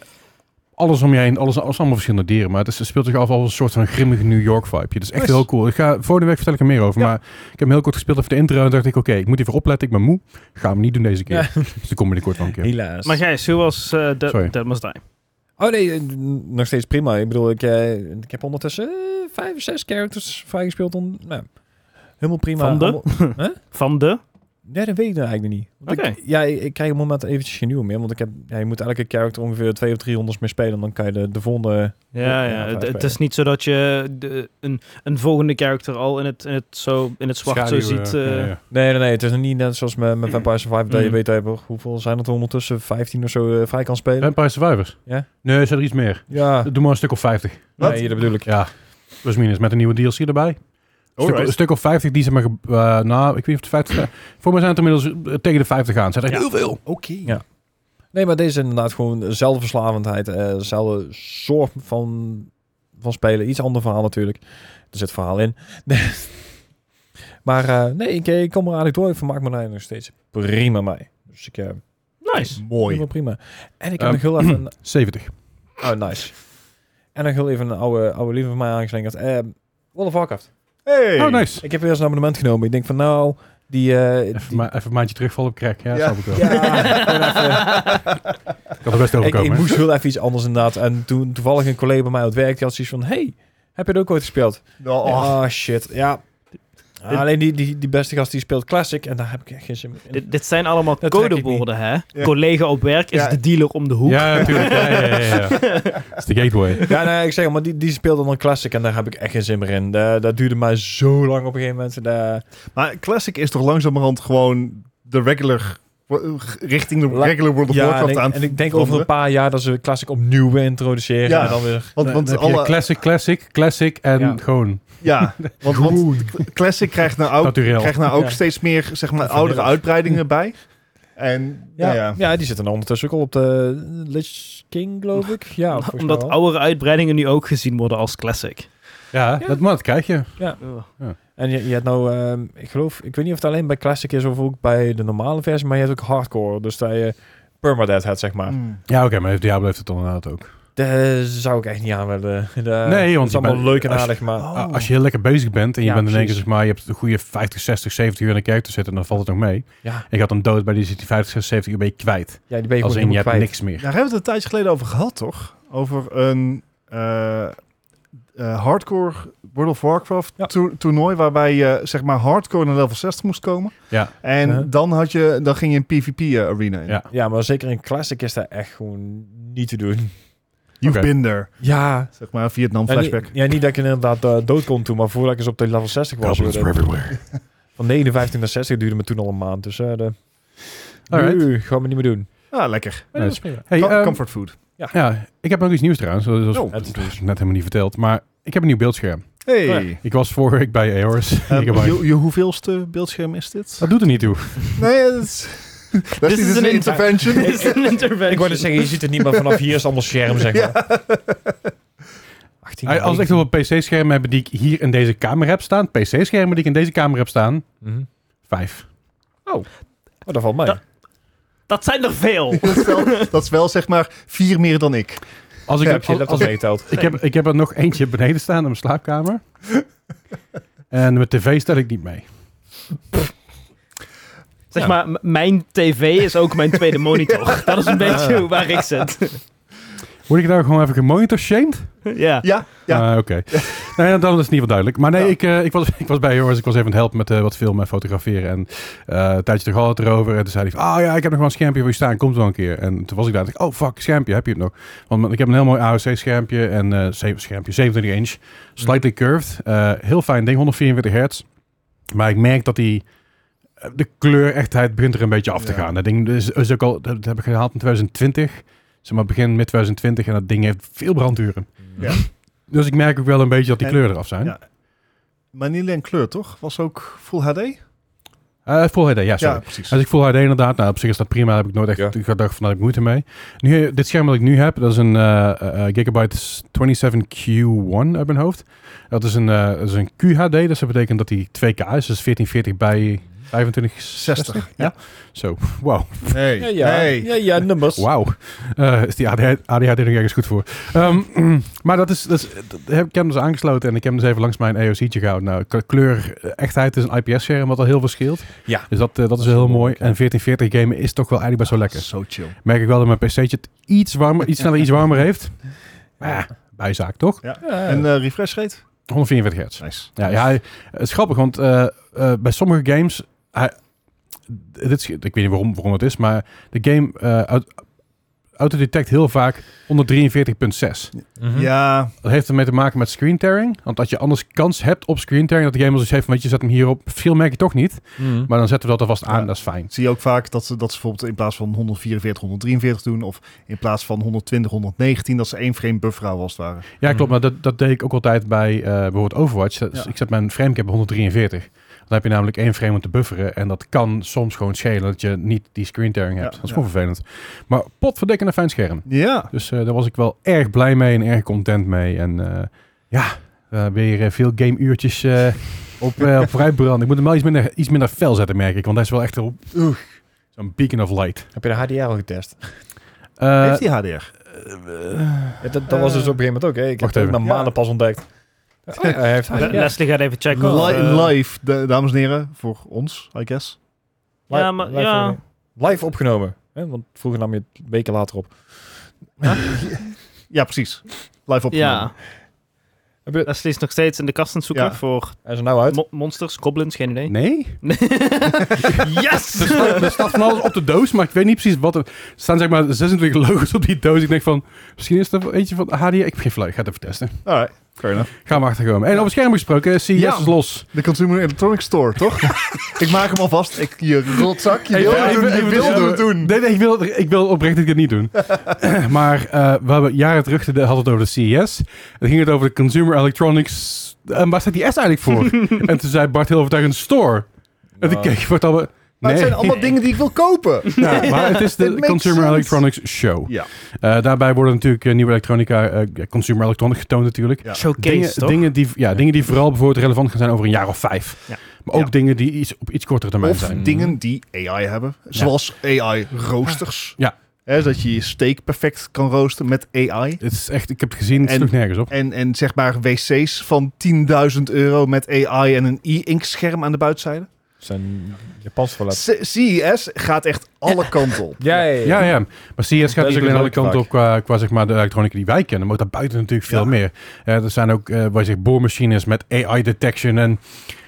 alles om je heen, alles, alles allemaal verschillende dieren. Maar het, is, het speelt zich af als een soort van grimmige New York vibe. Het is echt
Nice.
heel cool. Ik ga, volgende week vertel ik er meer over. Maar ik heb hem heel kort gespeeld over de intro. En dacht ik, oké, ik moet even opletten. Ik ben moe. Ik ga hem niet doen deze keer.
Ja.
Dus dan kom binnenkort wel een keer.
Helaas.
Maar Gijs, hoe was eh
Sorry.
Dead, Dead Must Die?
Oh nee, eh, n- nog steeds prima. Ik bedoel, ik, eh, ik heb ondertussen eh, vijf, zes characters vrijgespeeld. Om, nou, helemaal prima.
Van de?
Allemaal-
Van de?
Nee, dat weet ik nou eigenlijk niet. Want
Oké.
ik, ja, ik, ik krijg op het moment eventjes geen nieuwe meer. Want ik heb, ja, je moet elke character ongeveer twee of drie rondes mee spelen. En dan kan je de, de volgende...
Ja,
Ja,
ja,
vijf
het, het
bij.
is niet zo dat je de, een, een volgende character al in het, in het, zo, in het zwart zo
Schaduw, eh,
ziet.
ja,
eh,
ja.
Nee, nee, nee. Het is nog niet net zoals met, met Vampire Survivor. Dat je
Mm.
weet even, hoeveel zijn het er ondertussen? 15 of zo eh, vrij kan spelen.
Vampire Survivors?
Ja.
Nee, zijn er iets meer.
Ja,
Ah.
Doe maar een stuk of 50.
Wat?
nee, dat bedoel ik.
Ja. Plus minus, met een nieuwe DLC erbij. Een stuk,
Alright.
een stuk of 50 die ze maar... ge- eh, nou, ik weet niet of het 50... zijn. Voor mij zijn het inmiddels eh, tegen de 50 aan. Het zijn echt
Ja.
heel veel.
Oké.
Ja. Nee, maar deze is inderdaad gewoon dezelfde verslavendheid. eh, Dezelfde soort van, van spelen. Iets ander verhaal natuurlijk. Er zit verhaal in. Nee. maar eh, nee, ik, ik kom er aardig door. Ik vermaak me daar nog steeds prima mee. Dus ik... eh,
Nice.
Mooi.
Helemaal prima. En ik heb
Ehm,
nog heel even... Een,
70.
oh, nice. En nog heel even een oude, oude lieve van mij aangeslingerd. Ehm World of Warcraft.
Hey.
Oh, nice.
Ik heb weer eens een abonnement genomen. Ik denk van nou, die... eh
Even,
die-
maar, even een maandje terugvallen op crack. Ja,
Ja.
snap ik wel.
Ja, gewoon even-
Kan er best
ik,
overkomen.
ik
hè?
moest heel even iets anders inderdaad. En toen toevallig een collega bij mij aan het werk, die had zoiets van... Hey, heb je het ook ooit gespeeld?
Oh,
Ah, shit. Ja. Alleen die, die, die beste gast die speelt Classic. En daar heb ik echt geen zin meer in.
Dit, dit zijn allemaal
Dat trek ik
codewoorden, hè?
Ja.
Collega op werk is
Ja.
de dealer om de hoek.
Ja, natuurlijk. Ja, ja, ja, ja. Dat is de gateway.
Ja, nee, ik zeg maar, die, die speelde dan Classic. En daar heb ik echt geen zin meer in. Da- dat duurde mij zo lang op een gegeven moment. Daar-
Maar Classic is toch langzamerhand gewoon de regular... richting de
La-
regular World of Warcraft
en ik,
aan
en ik denk
veranderen.
over een paar jaar dat ze Classic opnieuw weer introduceren.
Ja.
En dan weer...
Want, want
Dan heb je
alle,
classic, classic, classic en
Ja.
gewoon
ja, want, want Classic krijgt nou ook,
naturel.
krijgt nou ook
Ja.
steeds meer zeg maar,
Van
oudere
heel-
uitbreidingen bij. En ja,
Ja, ja.
ja.
die zitten dan ondertussen ook al op de Lich King, geloof ik. Ja, volgens mij
Omdat
wel.
oudere uitbreidingen nu ook gezien worden als classic.
Ja,
Ja.
Dat, maar dat krijg je.
En je, je hebt nou, ehm, ik geloof, ik weet niet of het alleen bij Classic is of ook bij de normale versie, maar je hebt ook Hardcore. Dus dat je permadeath hebt, zeg maar.
Hmm.
Ja, oké, maar Diablo heeft het inderdaad ook.
Daar zou ik echt niet aan willen. Da-
Nee, want
het is
je
allemaal
bent-
leuk en
als je-
aardig, maar...
Oh.
Ah, Als je heel lekker bezig bent en je
Ja,
bent in één keer,
precies.
zeg maar, je hebt de goede 50, 60, 70 uur in de kerk te zitten, dan valt het nog mee.
Ja,
Ik had dan dood bij die 50, 60, 70 uur ben je kwijt.
ja, die ben je
Als
gewoon
in, je
helemaal
hebt
kwijt.
niks meer.
Daar hebben we het een tijdje geleden over gehad, toch? Over een eh, eh, hardcore World of Warcraft
Ja.
toer- toernooi... waarbij je zeg maar hardcore naar level 60 moest komen.
Ja.
En
Uh-huh.
dan, had je, dan ging je een PvP-arena eh, in.
Ja.
Ja, maar zeker in Classic is dat echt gewoon niet te doen.
You've
Oké.
been there.
Ja.
Zeg maar, Vietnam
Ja,
flashback.
niet, ja, niet dat ik inderdaad eh, dood kon toen, maar voordat ik eens op de level 60 was.
Goblins
eh,
were everywhere.
Van 59 naar 60 duurde me toen al een maand. Dus eh de...
Alright.
nu gaan we niet meer doen.
Ah, lekker.
Maar dat is prima.
Hey,
Com-
ehm,
comfort food.
ja, ik heb nog iets nieuws trouwens. Dat was
Oh.
net helemaal niet verteld. Maar ik heb een nieuw beeldscherm.
Hey.
Ik was vorige week bij Eors.
Ehm,
Ik heb een-
je, je hoeveelste beeldscherm is dit?
dat doet er niet toe.
Nee, dat is... Dat
Dit
is
is
een
een
intervention.
Dit is een intervention.
Ik wou net zeggen, je ziet het niet, maar vanaf hier is allemaal scherm, zeg maar. 18,
Hij- Als ik echt wel PC-schermen hebben die ik hier in deze kamer heb staan, PC-schermen die ik in deze kamer heb staan,
Mhm.
vijf.
Oh, dat valt mij.
Dat- Dat zijn er veel.
dat, is wel, dat is wel zeg maar vier meer dan ik.
Als ik,
heb je
als-
laptop
als-
meegeteld.
ik, heb, ik heb er nog eentje beneden staan in mijn slaapkamer. En mijn tv stel ik niet mee.
Zeg
Ja.
maar, m- mijn tv is ook mijn tweede monitor. Dat is een beetje hoe- waar ik zit.
Word ik daar gewoon even gemonitor shamed?
ja.
Ja, ja.
Ah, Oké. Nee, dan is het niet wel duidelijk. Maar nee,
Ja.
ik, eh, ik, was, ik was bij Joris. Ik was even aan het helpen met eh, wat filmen en fotograferen. En eh, een tijdje terug had het erover. En toen zei hij van, ah ja, ik heb nog wel een schermpje voor je staan. Komt wel een keer. En toen was ik daar en dacht ik, oh fuck, schermpje, heb je het nog? Want ik heb een heel mooi AOC-schermpje. En eh, zeven schermpje, 27 inch.
Mm.
Slightly curved. Eh, heel fijn ding, 144 hertz. Maar ik merk dat die... eh, De kleurechtheid begint er een beetje af te
Ja.
gaan. Dat ding is, is ook al, dat heb ik gehaald in 2020. Zeg maar begin mid 2020. En dat ding heeft veel branduren.
Ja.
Dus ik merk ook wel een beetje dat die
En-
kleuren eraf zijn.
ja. Maar niet alleen kleur, toch? Was ook Full HD?
Eh, Full HD, ja, sorry.
precies.
Als ik Full HD inderdaad, nou op zich is dat prima, daar heb ik nooit echt
Ja.
ik gedacht van, daar heb ik moeite mee. Nu, dit scherm dat ik nu heb, dat is een eh, eh, eh, Gigabyte 27Q1 uit mijn hoofd. Dat is een, eh, dat is een QHD, dus dat betekent dat die 2K is, dus 1440 bij 2560.
60.
Ja. Zo, wauw.
Nee.
Ja, ja.
nee.
ja, ja, nummers.
Wauw. Eh, is die ADHD, ADHD nog ergens goed voor? Ehm, mm, maar dat is, dat is- dat heb, ik heb hem dus aangesloten en ik heb hem dus even langs mijn EOC'tje gehouden. Nou, k- kleur, eh, echtheid is een IPS-scherm, wat al heel veel scheelt.
Ja.
Dus dat, eh, dat is wel heel mooi. En 1440 gamen is toch wel eigenlijk best wel lekker.
Zo chill.
Merk ik wel dat mijn PC'tje het iets, warmer, iets sneller iets warmer heeft. Maar ja, bijzaak toch?
Ja.
En eh, refresh rate?
144 hertz.
Nice.
Ja, ja hij- het is grappig, want eh, eh, bij sommige games... hij- dit is, ik weet niet waarom, waarom het is, maar de game eh aut- autodetect heel vaak 143.6.
Mhm.
Ja,
Dat heeft ermee te maken met screen tearing. Want als je anders kans hebt op screen tearing, dat de game al zoiets heeft van, weet je, zet hem hierop. Veel merk je toch niet,
Mhm.
maar dan zetten we dat alvast aan,
Ja.
dat is fijn.
zie je ook vaak dat ze, dat ze bijvoorbeeld in plaats van 144, 143 doen. Of in plaats van 120, 119. Dat ze één frame buffer houden als het ware.
Ja,
Mhm.
klopt. Maar dat, dat deed ik ook altijd bij eh, bijvoorbeeld Overwatch. Dat is-
Ja.
Ik zet mijn framecap op 143. Dan heb je namelijk één frame om te bufferen. En dat kan soms gewoon schelen dat je niet die screen tearing hebt.
Ja,
dat is gewoon vervelend. Maar potverdikke een fijn scherm.
Ja.
Dus eh, daar was ik wel erg blij mee en erg content mee. En eh, ja, eh, weer eh, veel gameuurtjes eh op, eh, op vrijbranden. Ik moet hem wel iets minder, iets minder fel zetten, merk ik. Want hij is wel echt heel- oeh, zo'n beacon of light.
Heb je de HDR al getest?
Eh,
Heeft die HDR?
Ja, dat, dat was dus op een gegeven moment ook. Hè. Ik heb
Wacht
het ook
even.
na maanden pas ontdekt. Oh, ja, hij heeft
Le-
Ja.
Leslie gaat even checken. of,
Li-
eh,
live, de- dames en heren. Voor ons, I guess.
Ja, maar-
live,
ja.
opgenomen. Live opgenomen. Hè? Want vroeger nam je het weken later op.
Ja, precies. Live opgenomen.
Ja,
Heb je,
Leslie is nog steeds in de kast aan het zoeken
Ja.
voor
hij is er nou uit.
mo- monsters, goblins, geen idee.
nee?
yes!
Er staat van alles op de doos, maar ik weet niet precies wat er... Er staan zeg maar 26 logo's op die doos. Ik denk van, misschien is er eentje van HDR. Ik heb geen flauw, ik ga het even testen.
Alright, fair enough.
Gaan we achterkomen. En over scherm gesproken, CES
Ja.
is los.
De Consumer Electronics Store, toch? ik maak hem alvast. Ik, je rotzak, je wilde
Eh, Even-
het doen, je
even-
wilde
even-
het doen.
Nee, nee, ik wil, ik wil oprecht dat ik het niet doen. maar eh, we hebben jaren terug de- hadden het over de CES. Dan ging het over de Consumer Electronics... Eh, waar staat die S eigenlijk voor? en toen zei Bart heel overtuigend store. En toen
Nou,
keek ik voor het alweer...
Maar
Nee.
het zijn allemaal dingen die ik wil kopen.
Ja, maar het is
It
de
makes
Consumer
sense.
Electronics Show.
Ja.
Eh, daarbij worden natuurlijk eh, nieuwe elektronica, eh, ja, consumer electronics getoond natuurlijk.
Ja.
Showcase,
Dingen,
toch?
dingen, die, ja, dingen die vooral bijvoorbeeld relevant gaan zijn over een jaar of vijf.
Ja.
Maar ook
Ja.
dingen die iets, op iets kortere termijn
Of
zijn.
dingen die AI hebben. Zoals AI roosters.
Ja.
Hè, dat je je steak perfect kan roosten met AI.
Het is echt, ik heb het gezien, het
En-
sloeg nergens op.
En, en zeg maar wc's van 10.000 euro met AI en een e-ink scherm aan de buitzijde.
Zijn Japans toilet.
C- CES gaat echt alle kanten op.
Ja,
Ja, ja. Maar CES gaat
is
niet
ook
alleen
een
alle
leuke
kanten
vraag.
op qua, qua zeg maar, de elektronica die wij kennen, maar ook daarbuiten natuurlijk veel
Ja.
meer. Eh, er zijn ook, eh waar je zegt, boormachines met AI detection en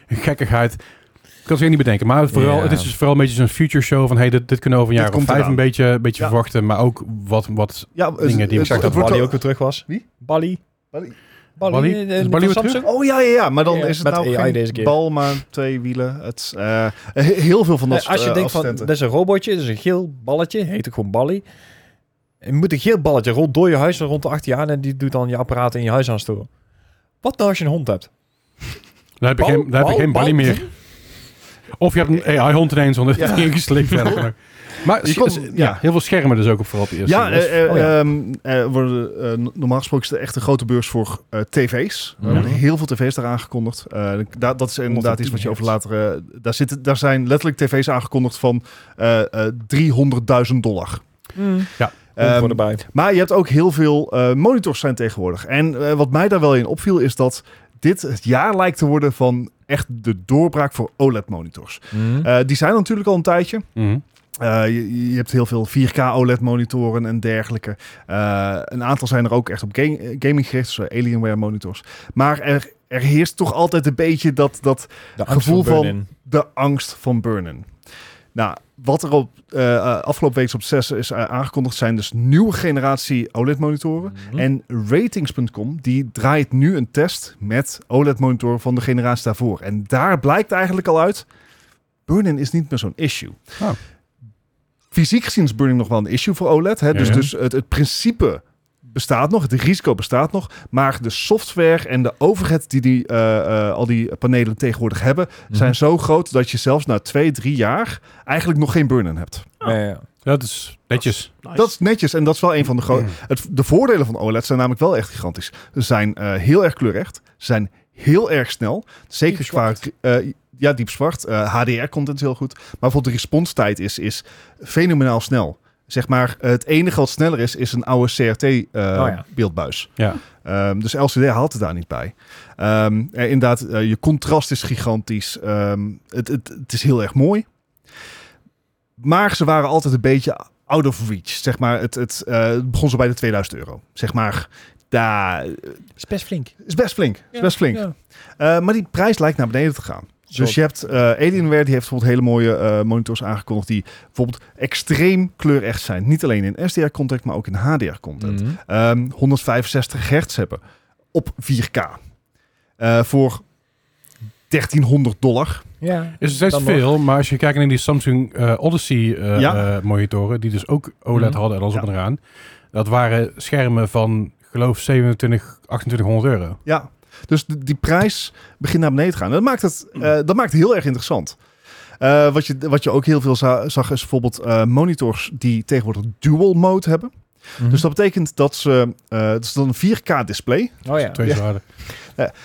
gekkigheid. Ik kan het niet bedenken, maar vooral,
Ja.
het is dus vooral een beetje zo'n future show van hey, dit, dit kunnen we over een
Dit
jaar of
komt
vijf
eraan.
een beetje, een beetje
Ja.
verwachten, maar ook wat, wat
Ja, het-
Dingen die ik
het-
zag
Ik
het
dacht dat
wordt
Bali
wel-
ook weer terug was.
Wie?
Bali.
Bali?
Bali?
eh,
Is
van
Bali weer
Samsung?
terug?
Oh ja, ja, ja. Maar dan
Ja,
is het
met
nou
AI
geen
deze keer.
bal, maar twee wielen. Het, eh, he- heel veel van dat
Nee,
soort
als je
eh,
denkt van,
assistenten.
dat is een robotje, dat is een geel balletje, heet ook gewoon Bali. En je moet een geel balletje rond door je huis rond de 18 jaar en die doet dan je apparaten in je huis aanstoren. Wat nou als je een hond hebt?
Dan heb ik geen, dan heb ik geen
Bal-
bunny
bal-
meer. Of je hebt een AI-hond ineens onder het
Ja.
ding geslikt. verder. Maar
Je
s-
kon-
s- ja.
ja.
heel veel schermen dus ook op vooral op de eerste.
Ja,
les.
eh, eh,
Oh, ja.
ehm, eh, worden, eh, no- normaal gesproken is het echt een grote beurs voor eh, tv's. Er
Ja.
worden heel veel tv's daar aangekondigd. Eh, da- dat is inderdaad iets wat je over later... eh, daar, zitten, daar zijn letterlijk tv's aangekondigd van eh, eh, 300.000 dollar. Ehm,
voor erbij.
maar je hebt ook heel veel eh, monitors zijn tegenwoordig. En eh, wat mij daar wel in opviel is dat dit het jaar lijkt te worden van echt de doorbraak voor OLED-monitors.
Mm. Hm.
Eh, die zijn er natuurlijk al een tijdje.
Mhm.
Eh, je, je hebt heel veel 4K OLED-monitoren E en dergelijke. Eh, een aantal zijn er ook echt op ga- eh, gaming gericht, dus eh, Alienware-monitors. Maar er, er heerst toch altijd een beetje dat, dat
De
gevoel van-
burn-in.
de angst van burn-in. Nou, wat er op, eh, eh, afgelopen week op 6 is eh, aangekondigd zijn dus nieuwe generatie E OLED-monitoren.
Hm?
Mhm.
En ratings.com die draait nu een test met OLED-monitoren van de generatie daarvoor. En daar blijkt eigenlijk al uit, burn-in is niet meer zo'n issue.
Oh.
Fysiek gezien is burn-in nog wel een issue voor OLED. Hè?
Ja,
dus
ja.
dus het, het principe bestaat nog, het risico bestaat nog. Maar de software en de overhead die, die eh, eh, al die panelen tegenwoordig hebben,
Mhm.
zijn zo groot dat je zelfs na twee, drie jaar eigenlijk nog geen burn-in hebt.
Ja, ja, ja.
Dat is netjes. Mm.
Nice.
Dat is netjes en dat is wel een van de grote. het- De voordelen van OLED zijn namelijk wel echt gigantisch. Ze zijn eh, heel erg kleurrecht, ze zijn heel erg snel. Zeker
Diep
qua. eh, ja, Eh, diep zwart. HDR-content heel goed. Maar bijvoorbeeld de responstijd is, is fenomenaal snel. Zeg maar, eh, het enige wat sneller is, is een oude
Oh ja.
CRT-beeldbuis.
Ja.
eh, dus LCD haalt het daar niet bij. Ehm, eh, inderdaad, eh, je contrast is gigantisch. Ehm, het, het, het is heel erg mooi. Maar ze waren altijd een beetje out of reach. Zeg maar, het, het eh, het begon zo bij de 2000 euro. Zeg maar, daar
is best flink.
is best flink. Is best flink.
Ja.
Eh, maar die prijs lijkt naar beneden te gaan.
Zo.
Dus je hebt eh Alienware, die heeft bijvoorbeeld hele mooie eh, monitors aangekondigd die bijvoorbeeld extreem kleurecht zijn. Niet alleen in SDR-content, maar ook in HDR-content.
Mhm.
Ehm, 165 hertz hebben op 4K. Eh, voor 1300 dollar.
Ja.
Is er steeds
Dan nog.
veel, maar als je kijkt naar die Samsung eh, Odyssey eh,
Ja.
eh, monitoren, die dus ook OLED
Mhm.
hadden en alles op
Ja.
en eraan. Dat waren schermen van, geloof 27, 2800 euro.
Ja, dus d- die prijs begint naar beneden te gaan. En dat maakt het, eh, dat maakt het heel erg interessant. Eh, wat, je, wat je ook heel veel za- zag is bijvoorbeeld eh, monitors die tegenwoordig dual mode hebben. Dus dat betekent dat ze, eh dat is dan een 4K display.
Oh ja.
Twee
Ja.
zwaarden.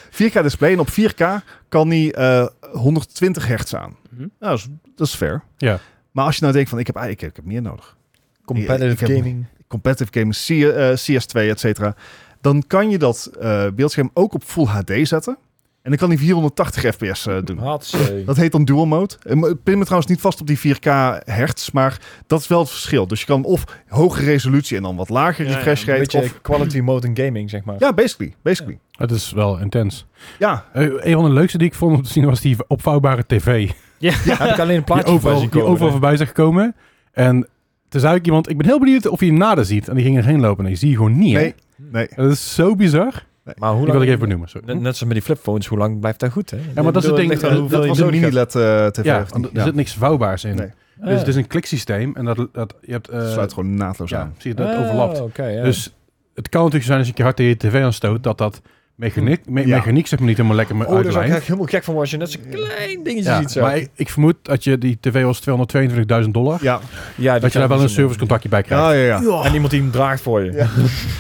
4K display en op 4K kan die eh, 120 hertz aan.
Mhm.
Nou, dat is, dat is fair.
Ja.
Maar als je nou denkt van ik heb, ah, ik heb, ik heb meer nodig. Ik
Competitive
heb-
gaming.
Competitive games, C- eh, CS2, et cetera. Dan kan je dat eh, beeldscherm ook op Full HD zetten. En dan kan die 480 fps eh,
Ah.
doen.
Hatsé.
Dat heet dan dual mode. Eh, maar Pin me trouwens niet vast op die 4K hertz, maar dat is wel het verschil. Dus je kan of hoge resolutie en dan wat lager
Ja, ja,
refresh
een
Een
rate.
beetje
Of,
quality mode in gaming, zeg maar.
ja, basically. basically.
Het is wel intens.
Ja.
Eh, een van de leukste die ik vond om te zien was die opvouwbare tv.
Ja. Heb ik alleen een
Die
plaatje voorbij
overal,
zien
die
komen,
overal
hè?
voorbij zag komen. En toen zei ik iemand, ik ben heel benieuwd of je hem nader ziet. En die ging erheen lopen en die zie je gewoon niet. hè?
Nee, nee.
En Dat is zo bizar.
Maar hoe
Die wil ik
lang...
even benoemen. Sorry.
Net, net zoals met die flipphones, hoe lang blijft dat goed, hè?
Ja, maar dat is het ding.
ligt aan
eh,
hoeveel
Dat
je
was een
nodig hebt.
mini-LED eh, tv.
Ja,
of niet?
er zit niks vouwbaars in.
Nee.
Dus het is
Ah.
een kliksysteem en dat, dat je hebt. eh,
Het sluit gewoon naadloos
ja,
aan.
zie je dat
Ah,
overlapt.
oké, ja.
Dus het kan natuurlijk zijn als je een keer hard tegen je tv aanstoot dat dat mechaniek, me-
Ja.
mechaniek zeg maar niet helemaal lekker me
Oh, daar zou ik
uitlijnt.
eigenlijk helemaal gek van worden als je net zo'n klein dingetje
Ja,
ziet zo.
maar ik, ik vermoed dat je die tv was 222.000 dollar.
Ja,
ja, die
dat je
kan
daar wel
niet
een
zo-
servicecontactje bij krijgt.
ja, ja. ja.
En iemand die hem draagt voor je.
Ja.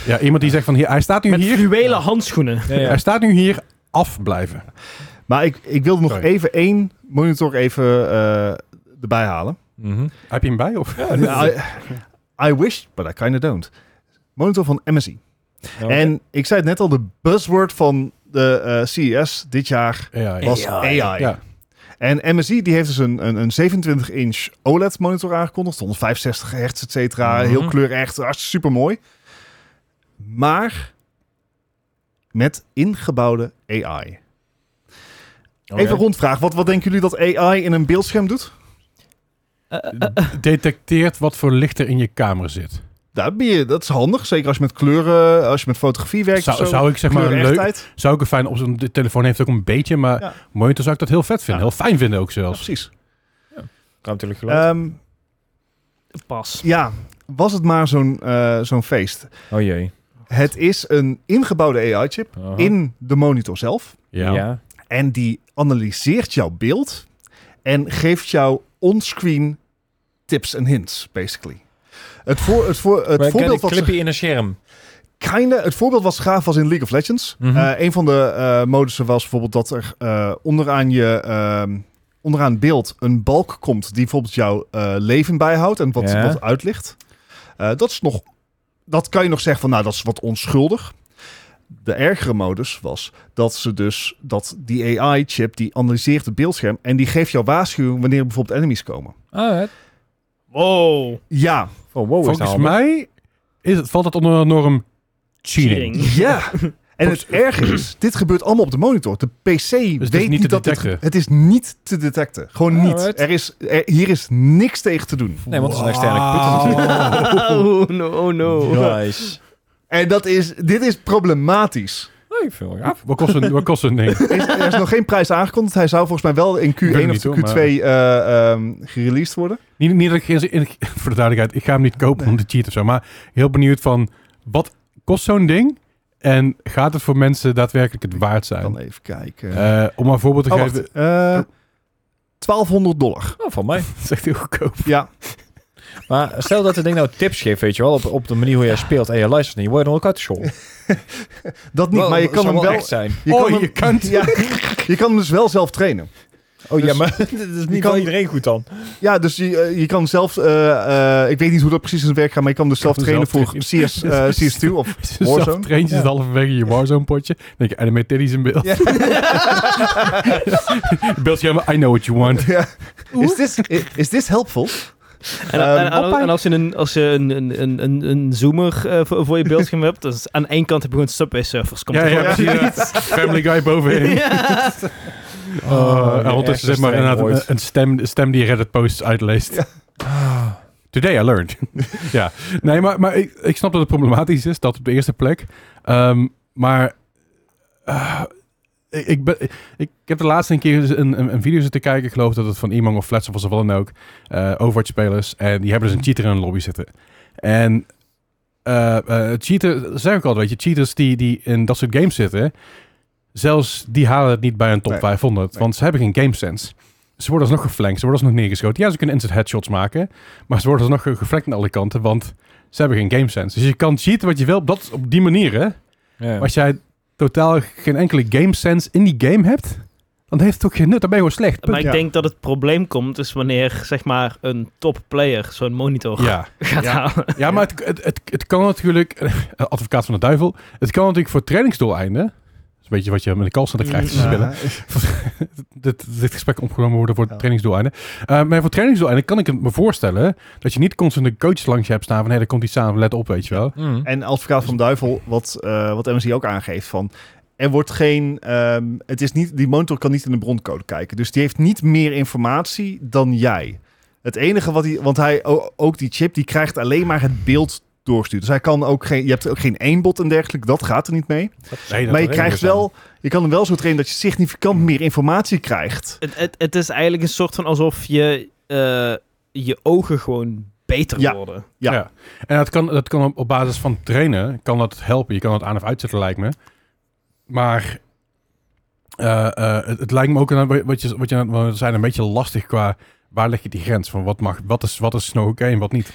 Ja, iemand die zegt van hier, hij staat nu
Met
hier,
fluwelen handschoenen.
Ja, ja.
hij staat nu hier, afblijven.
Maar ik, ik wilde nog
Sorry.
even één monitor even eh, erbij halen.
Mhm.
Heb je hem bij of?
I, I wish, but I kinda don't. Monitor van MSI.
Nou,
En ik zei het net al, de buzzword van de eh, CES dit jaar
Ja, ja.
was AI.
Ja.
En MSI die heeft dus een, een, een 27-inch OLED-monitor E aangekondigd. 165 hertz, et cetera.
Mhm.
Heel kleurecht, super mooi. Maar met ingebouwde AI.
Oh,
oké.
Even rondvraag. Wat, wat denken jullie dat AI in een beeldscherm doet?
Detecteert wat voor licht er in je kamer zit.
Daar ben je, dat is handig. Zeker als je met kleuren, als je met fotografie werkt.
Zou,
of zo.
zou ik zeg maar een leuk,
Kleurechtheid.
Zou ik een fijn op zo'n de telefoon heeft ook een beetje, maar
Ja.
monitor zou ik dat heel vet vinden.
Ja.
Heel fijn vinden ook
Ja,
zelfs.
precies.
Kan natuurlijk
Eh,
geluid.
Ehm,
Pas.
ja, was het maar zo'n eh, zo'n feest.
oh jee.
Het is een ingebouwde AI-chip
Aha.
in de monitor zelf.
Ja.
Ja.
En die analyseert jouw beeld en geeft jou onscreen tips en hints, basically. Het, voor, het, voor, het
Het
voorbeeld
voorbeeld
wat ze-
clipje in een scherm.
Kinda, het voorbeeld was gaaf was in League of Legends.
Mhm.
Eh, een van de eh modussen was bijvoorbeeld dat er eh, onderaan je ehm, onderaan beeld een balk komt die bijvoorbeeld jouw eh, leven bijhoudt en wat,
Ja.
wat uitlicht. Eh, dat is nog, dat kan je nog zeggen van, nou dat is wat onschuldig. De ergere modus was dat ze dus dat die AI-chip die analyseert het beeldscherm en die geeft jou waarschuwing wanneer bijvoorbeeld enemies komen.
Alright.
Wow.
Ja,
Oh, wow, is
Ah, Volgens
dat
mij is het, valt het onder de norm cheating.
Cheating.
Ja. En het erge is, dit gebeurt allemaal op de monitor. De PC
is
weet
niet
niet,
te
dat dit...
detecten.
Het is niet te detecten. Gewoon niet.
Alright.
Er is, er- hier is niks tegen te doen.
Nee, want het is een externe computer
oh no, oh no.
Nice.
En dat is, dit is problematisch.
Ah.
Nee, ik vind het wel gaaf.
Wat kost een, wat kost een ding?
Er is, er is nog geen prijs aangekondigd. Hij zou volgens mij wel in
weet het
Q1
niet,
of
hoor,
Q2 eh, ehm, gereleased worden.
niet, niet dat ik, geen zin- in- voor de duidelijkheid, ik ga hem niet kopen om te cheaten of zo. Maar heel benieuwd van, wat kost zo'n ding? En gaat het voor mensen daadwerkelijk het waard
Ik
zijn?
kan even kijken.
Eh, om maar een voorbeeld te
oh, wacht.
geven,
Eh, 1200 dollar.
Oh, van mij.
dat is echt heel goedkoop.
Ja.
Maar stel dat het ding nou tips geeft, weet je wel, op, op de manier hoe jij speelt en je luistert niet, word je dan ook uitgescholden.
Dat niet,
Wel,
maar je
dat
kan
zou
hem wel...
echt zijn.
Je
oh,
kan hem-
je kunt.
ja, je kan hem dus wel zelf trainen.
Oh ja,
Dus-
maar dat is niet
kan-
van iedereen goed dan.
Ja, dus je, eh, je kan zelf, eh, eh, ik weet niet hoe dat precies in zijn werk gaat, maar je kan hem dus zelf
kan
trainen
zelf
voor CS, eh, CS2 of
Zelf
Warzone.
traint je
Ja.
het halverwege je Warzone potje. Dan denk je, anime titties in beeld.
Ja.
Beeldscherm, I know what you want.
Ja. Is this, i- is this helpful?
En,
Ehm,
en- en-
Popeye?
en als je een, als je een, een, een, een, een zoomer eh, voor, voor je beeldscherm hebt, dan is aan één kant heb je gewoon Subway Surfers. Komt
Ja,
er
ja,
gewoon-
precies, ja. Family Guy bovenin.
Ja.
Oh, en ondertussen zeg maar inderdaad een, een stem, stem die Reddit posts uitleest. Ah. Today I learned. ja, nee, maar, maar ik, ik snap dat het problematisch is, dat op de eerste plek. Ehm, maar eh, ik, ik, ben, ik, ik heb de laatste een keer een, een, een video zitten kijken. Ik geloof dat het van iemand of Flats of wat dan ook. eh Overwatch-spelers. En die hebben dus een cheater in een lobby zitten. En eh eh, cheater, dat zeg ik altijd, weet je, cheaters die, die in dat soort games zitten, zelfs die halen het niet bij een top
Nee.
500,
Nee.
want ze hebben geen game sense. Ze worden alsnog geflankt, ze worden alsnog neergeschoten. Ja, ze kunnen instant headshots maken, maar ze worden alsnog ge- geflankt aan alle kanten, want ze hebben geen game sense. Dus je kan cheaten wat je wil op, dat, op die manier, hè. Maar als jij totaal geen enkele game sense in die game hebt, dan heeft het ook geen nut. Dan ben je gewoon slecht.
Maar
Punt.
ik
Ja.
denk dat het probleem komt is wanneer zeg maar een topplayer zo'n monitor
Ja.
gaat
Ja.
halen.
Ja, maar het, het, het, het kan natuurlijk, advocaat van de duivel, het kan natuurlijk voor trainingsdoeleinden, dat is een beetje wat je met de kalcenter krijgt. als je
Ja.
willen. dit, dit gesprek opgenomen worden voor
Ja.
trainingsdoeleinden. Eh, maar voor trainingsdoeleinden kan ik het me voorstellen dat je niet constant een coach langs je hebt staan van, hé, daar komt die samen, let op, weet je wel.
Mm.
En advocaat van duivel, wat, eh wat MSI ook aangeeft van... Er wordt geen, ehm, het is niet, die monitor kan niet in de broncode kijken. Dus die heeft niet meer informatie dan jij. Het enige wat hij, want hij o- ook die chip, die krijgt alleen maar het beeld doorgestuurd. Dus hij kan ook geen, je hebt ook geen aimbot en dergelijke, dat gaat er niet mee.
Nee, dat
maar je
er
krijgt
zijn. Hmm.
wel, je kan hem wel zo trainen dat je significant meer informatie krijgt.
Het, het, het is eigenlijk een soort van alsof je eh, je ogen gewoon beter
Ja.
worden.
Ja.
En dat kan, dat kan op, op basis van trainen, kan dat helpen. Je kan het aan of uitzetten, lijkt me. Maar eh, eh, het, het lijkt me ook, inderdaad wat je, wat je net wel zei, een beetje lastig qua waar leg je die grens van wat mag, wat is, wat is nou oké en wat niet.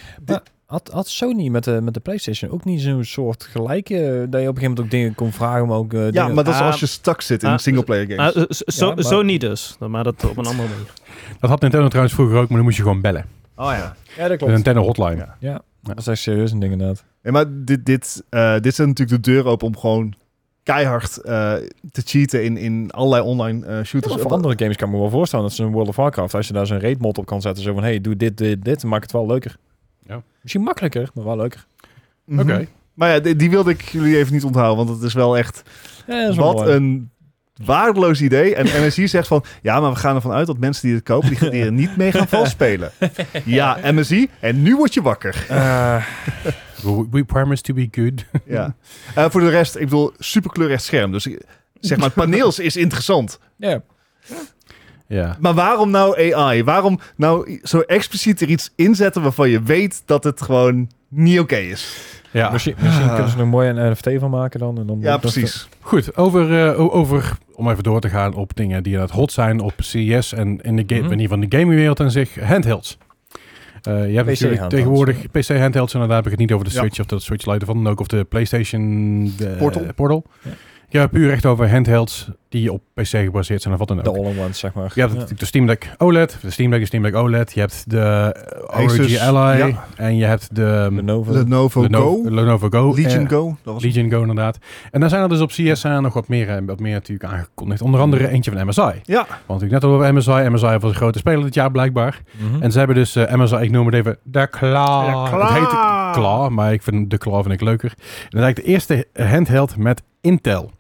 Had, had Sony met de, met de PlayStation ook niet zo'n soort gelijke, eh, dat je op een gegeven moment ook dingen kon vragen, maar ook eh,
Ja,
dingen...
maar dat is
Ah,
als je stak zit in
ah,
singleplayer games.
Ah, eh, zo, zo,
Ja, maar-
zo niet dus, maar dat op een andere manier.
Dat had Nintendo trouwens vroeger ook, maar dan moest je gewoon bellen.
Oh ja.
Ja, dat
De Nintendo hotline.
Ja.
Dat is echt serieus een ding inderdaad.
Nee, maar dit, dit, eh, dit zet natuurlijk de deur open om gewoon keihard eh, te cheaten in, in allerlei online eh,
Ja,
shooters.
maar voor andere games kan ik me wel voorstellen dat ze een World of Warcraft, als je daar zo'n raid mod op kan zetten, zo van, hey, doe dit, dit, dit, dan maakt het wel leuker.
Ja.
Misschien makkelijker, maar wel leuker.
Mhm.
Oké.
Maar ja, die, die wilde ik jullie even niet onthouden, want het is wel echt
Ja, dat is wel
wat
mooi.
een waardeloos idee. En MSI zegt van, ja, maar we gaan ervan uit dat mensen die het kopen, die, gaan- die er niet mee gaan valspelen. ja, MSI, en nu word je wakker.
Eh,
We, we promise to be good.
Ja. Eh, voor de rest, ik bedoel, superkleurig scherm. Dus ik- zeg maar, paneels is interessant.
ja.
ja.
Maar waarom nou AI? Waarom nou zo expliciet er iets inzetten waarvan je weet dat het gewoon niet oké is?
ja.
Misschien, misschien kunnen ze er een mooie NFT van maken dan. En dan
Ah. Ja,
dat-
precies.
Goed, over, eh, o- over om even door te gaan op dingen die inderdaad hot zijn op CES en in de game,
Mhm.
in ieder geval in de gamingwereld en zich, handhelds. Eh, je hebt natuurlijk
PC-handhelds,
tegenwoordig PC-handhelds, en daar heb ik het niet over de
Ja.
Switch of de Switch Lite van, dan ook of de PlayStation eh,
Portal.
Portal.
Ja.
Ik heb het puur echt over handhelds die op PC gebaseerd zijn of wat dan ook.
De all-in-one, zeg maar.
Je hebt natuurlijk de Steam Deck OLED, de Steam Deck is Steam Deck OLED. Je hebt de eh,
Asus,
ROG Ally
ja.
en je hebt de
De Nova.
Lenovo
Lenovo,
Go.
Lenovo Go.
Legion
eh,
Go. Dat was
Legion Go inderdaad. En daar zijn er dus op CS zijn er nog wat meer, eh, wat meer natuurlijk aangekondigd. Onder andere eentje van MSI.
Ja.
Want ik net al over MSI. MSI was een grote speler dit jaar blijkbaar.
Mhm.
En ze hebben dus eh, MSI, ik noem het even de Claw.
De Claw.
Het heet Claw, maar ik vind de Claw vind ik leuker. En dat is eigenlijk de eerste handheld met Intel.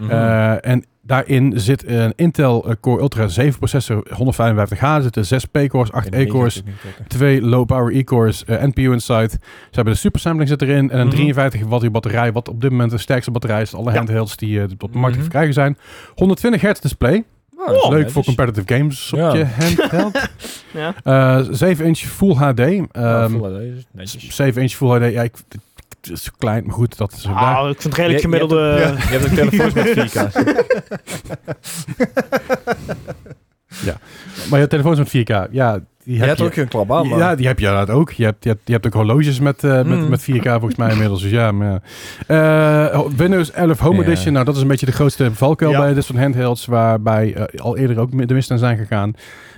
Mhm.
Eh, en daarin zit een Intel eh, Core Ultra 7 processor, 155H. Er zitten 6 P-cores, 8
In de
E-cores,
media natuurlijk niet,
twee low power e-cores, eh, NPU inside. Ze hebben de supersampling zit erin en een
Mhm.
53 watt uur batterij, wat op dit moment de sterkste batterij is. Alle
Ja.
handhelds die eh, op de markt
Mhm.
te verkrijgen zijn. 120 hertz display,
oké. Oh,
leuk
netjes.
voor competitive games op
Ja.
je handheld.
Ja.
Eh 7 inch Full HD.
Ja,
Ehm,
Ah, full HD is netjes.
7 inch Full HD, ja, ik, het is klein, maar goed, dat is ook daar.
Ah, ik vind het redelijk
Je- je hebt
gemiddelde...
het-
Je hebt ook telefoons met 4K.
Maar je telefoons met 4K, ja, die
Je
heb
hebt
je.
ook een klabaan, maar...
Ja, ehm, die heb je inderdaad ook. Je hebt, je hebt, je hebt ook horloges met, eh,
Mm.
met, met 4K volgens mij inmiddels. Dus ja, maar, ja. Eh, Windows 11 Home
Ja.
Edition. Nou, dat is een beetje de grootste valkuil
Ja.
bij dit soort handhelds. Waarbij eh, al eerder ook mi- de mist aan zijn gegaan.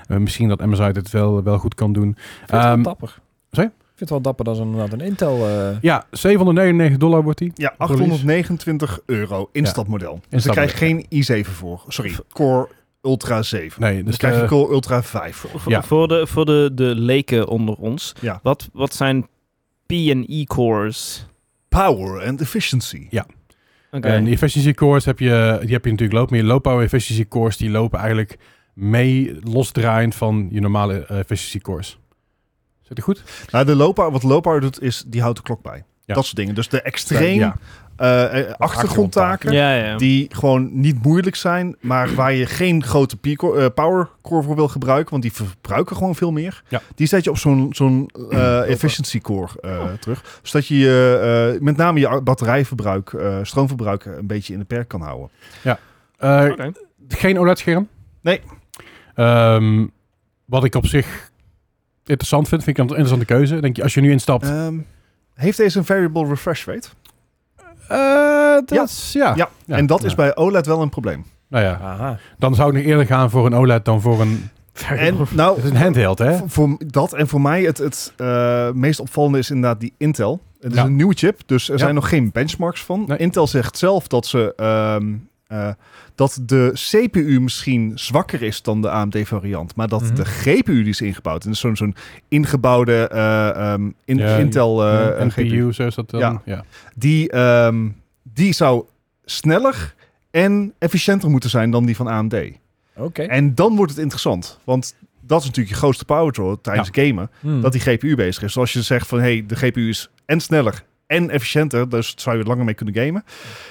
Eh, misschien dat MSI dit wel, wel goed kan doen.
Ik vind het
Ehm,
wel dapper.
sorry?
Ik vind het wel dapper dat ze inderdaad een Intel... eh
Ja, 799 dollar wordt die.
Ja, 829 euro instapmodel. Dus daar krijg je geen i7 voor. Sorry, Core Ultra 7.
Nee, dus
Dus krijg je
eh,
Core Ultra 5 voor.
Voor,
Ja.
voor de, voor de, de leken onder ons.
Ja.
Wat, wat zijn P en E cores?
Power and efficiency.
Oké.
En die efficiency cores heb je, die heb je natuurlijk lopen. Maar je low power efficiency cores die lopen eigenlijk mee losdraaiend van je normale eh, efficiency cores. Zit het goed?
Nou, de loopbaar, wat loopbaar doet, is die houdt de klok bij.
Ja.
Dat soort dingen. Dus de extreem
Ja.
eh, eh, achtergrondtaken.
ja, ja.
Die gewoon niet moeilijk zijn, maar waar je geen grote pico- eh, powercore voor wil gebruiken, want die verbruiken gewoon veel meer.
Ja.
Die zet je op zo'n zo'n eh, efficiency core eh, terug. Zodat je je, eh, met name je batterijverbruik, eh, stroomverbruik eh, een beetje in de perk kan houden.
Eh,
Oké.
Geen OLED-scherm?
Nee.
Ehm, wat ik op zich interessant vind, vind ik een interessante keuze. Denk je, als je nu instapt...
Ehm, heeft deze een variable refresh rate?
eh, dat is- ja.
Ja,
Ja.
en dat
Ja.
is bij OLED wel een probleem.
Nou ja,
Aha.
dan zou ik nog eerder gaan voor een OLED dan voor een...
En nou,
Het is een handheld, hè?
Voor, voor dat en voor mij het, het eh, meest opvallende is inderdaad die Intel. Het is
Ja.
een nieuwe chip, dus er
Ja.
zijn nog geen benchmarks van.
Nee.
Intel zegt zelf dat ze ehm, eh, dat de CPU misschien zwakker is dan de AMD-variant, maar dat
Mhm.
de GPU die is ingebouwd, en dat is zo'n zo'n ingebouwde eh, ehm, in-
Ja,
Intel eh, eh,
en
GPU,
NPU, zo is dat dan.
Ja.
Ja.
die, ehm, die zou sneller en efficiënter moeten zijn dan die van AMD.
Oké.
En dan wordt het interessant, want dat is natuurlijk je grootste power draw tijdens gamen
Hmm.
Mm.
dat die GPU bezig is. Zoals je zegt van, hey, de GPU is en sneller en efficiënter, dus zou je langer mee kunnen gamen.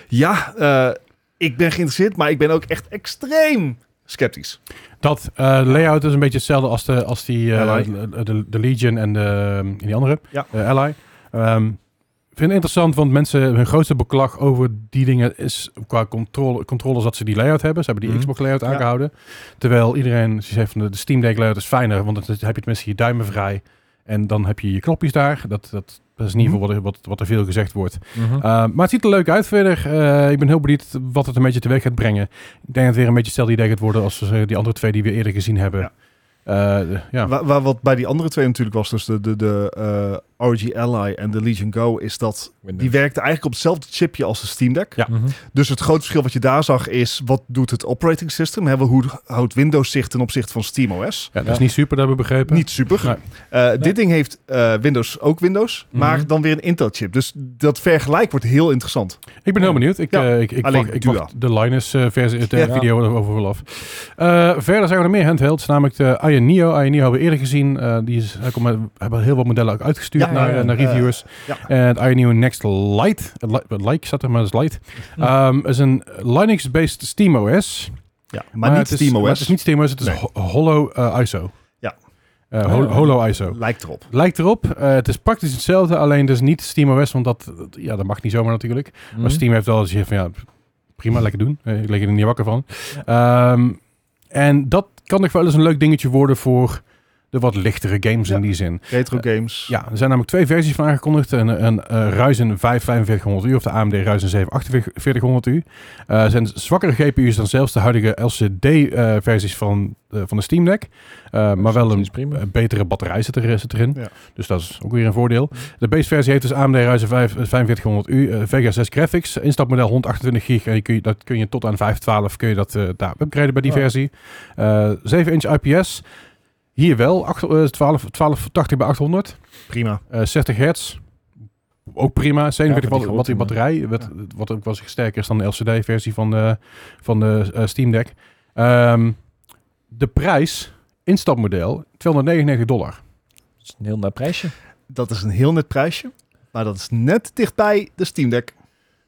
Ja, eh, ik ben geïnteresseerd, maar ik ben ook echt extreem sceptisch.
Dat eh, layout is een beetje hetzelfde als de, als die, eh,
Ally.
de, de- de Legion en de, en die andere,
Ja.
eh, Ally. Ehm, ik vind het interessant, want mensen, hun grootste beklag over die dingen is qua controle, controle is dat ze die layout hebben. Ze hebben die
Mhm.
Xbox layout
Ja.
aangehouden. Terwijl iedereen zegt van de de Steam Deck layout is fijner, want dan heb je tenminste je duimen vrij. En dan heb je je knopjes daar. Dat, dat, dat is in
Mhm.
ieder geval wat, er- wat, wat er veel gezegd wordt.
Mhm.
Uh, maar het ziet er leuk uit verder. Eh, ik ben heel benieuwd wat het een beetje teweeg gaat brengen. Ik denk dat het weer een beetje hetzelfde idee gaat worden als eh, die andere twee die we eerder gezien hebben. Ja. ja.
Waar, waar wat bij die andere twee natuurlijk was, dus de, de, de eh, ROG Ally en de Legion Go, is dat die
Windows.
werkte eigenlijk op hetzelfde chipje als de Steam Deck.
Ja.
Mhm.
Dus het grote verschil wat je daar zag is, wat doet het operating system? Hè, hoe houdt Windows zich ten opzichte van SteamOS?
Ja, dat is niet super, dat hebben we begrepen.
Niet super.
Nee.
Eh, Dit ding heeft eh, Windows ook Windows,
Mhm.
maar dan weer een Intel-chip. Dus dat vergelijk wordt heel interessant.
Ik ben heel benieuwd. Ik,
Ja.
eh, ik, ik,
Alleen
wacht, ik
Dua.
wacht de eh, Linus-versie, de
Ja.
video over wel af. Eh, verder zijn er meer handhelds, namelijk de Ion Neo. Ion Neo hebben we eerder gezien. Eh, die is, hij komt met- we hebben heel wat modellen ook uitgestuurd
Ja,
naar, eh,
ja, ja.
naar reviewers.
ja.
En het Ion Neo Next Lite, eh, Li- eh, Like zat er maar, dat is Lite, Ehm, is een Linux-based SteamOS.
Ja, maar, niet
het is-
SteamOS.
maar het is niet SteamOS, het is
Nee.
ho- Holo eh, ISO.
Ja.
Eh, hol-
Ah.
holo ISO.
Lijkt erop.
Lijkt erop. eh, het is praktisch hetzelfde, alleen dus niet SteamOS, want dat, ja, dat mag niet zomaar natuurlijk.
Mhm.
Maar Steam heeft wel eens gezegd van ja, prima, lekker doen. Eh, Ik lig er niet wakker van. Ehm, en dat kan nog wel eens een leuk dingetje worden voor de wat lichtere games in
Ja.
die zin.
Retro games.
Eh, Ja, er zijn namelijk twee versies van aangekondigd. Een, een eh, Ryzen 5 4500U of de AMD Ryzen 7 4800U. Eh zijn zwakkere GPU's dan zelfs de huidige LCD-versies van, eh, van de Steam Deck. Eh, maar wel een
is prima.
een betere batterij zit, er, zit erin.
Ja.
Dus dat is ook weer een voordeel. De base versie heeft dus AMD Ryzen 5 eh, 4500U, eh, Vega 6 graphics, instapmodel 128 gig. En je kun je, dat kun je tot aan 512 kun je dat eh, daar upgraden bij die
Ja.
versie. Eh 7 inch IPS. Hier wel, acht- eh, 12, 1280 bij 800.
Prima.
Eh, 60 hertz. Ook prima. 47 watt
Ja, die
watt die
grote,
batterij. Wat, wat ook wel eens sterker is dan de LCD-versie van de, van de eh, Steam Deck. Ehm, de prijs, instapmodel, 299 dollar.
Dat is een heel naar prijsje.
Dat is een heel net prijsje. Maar dat is net dichtbij de Steam Deck.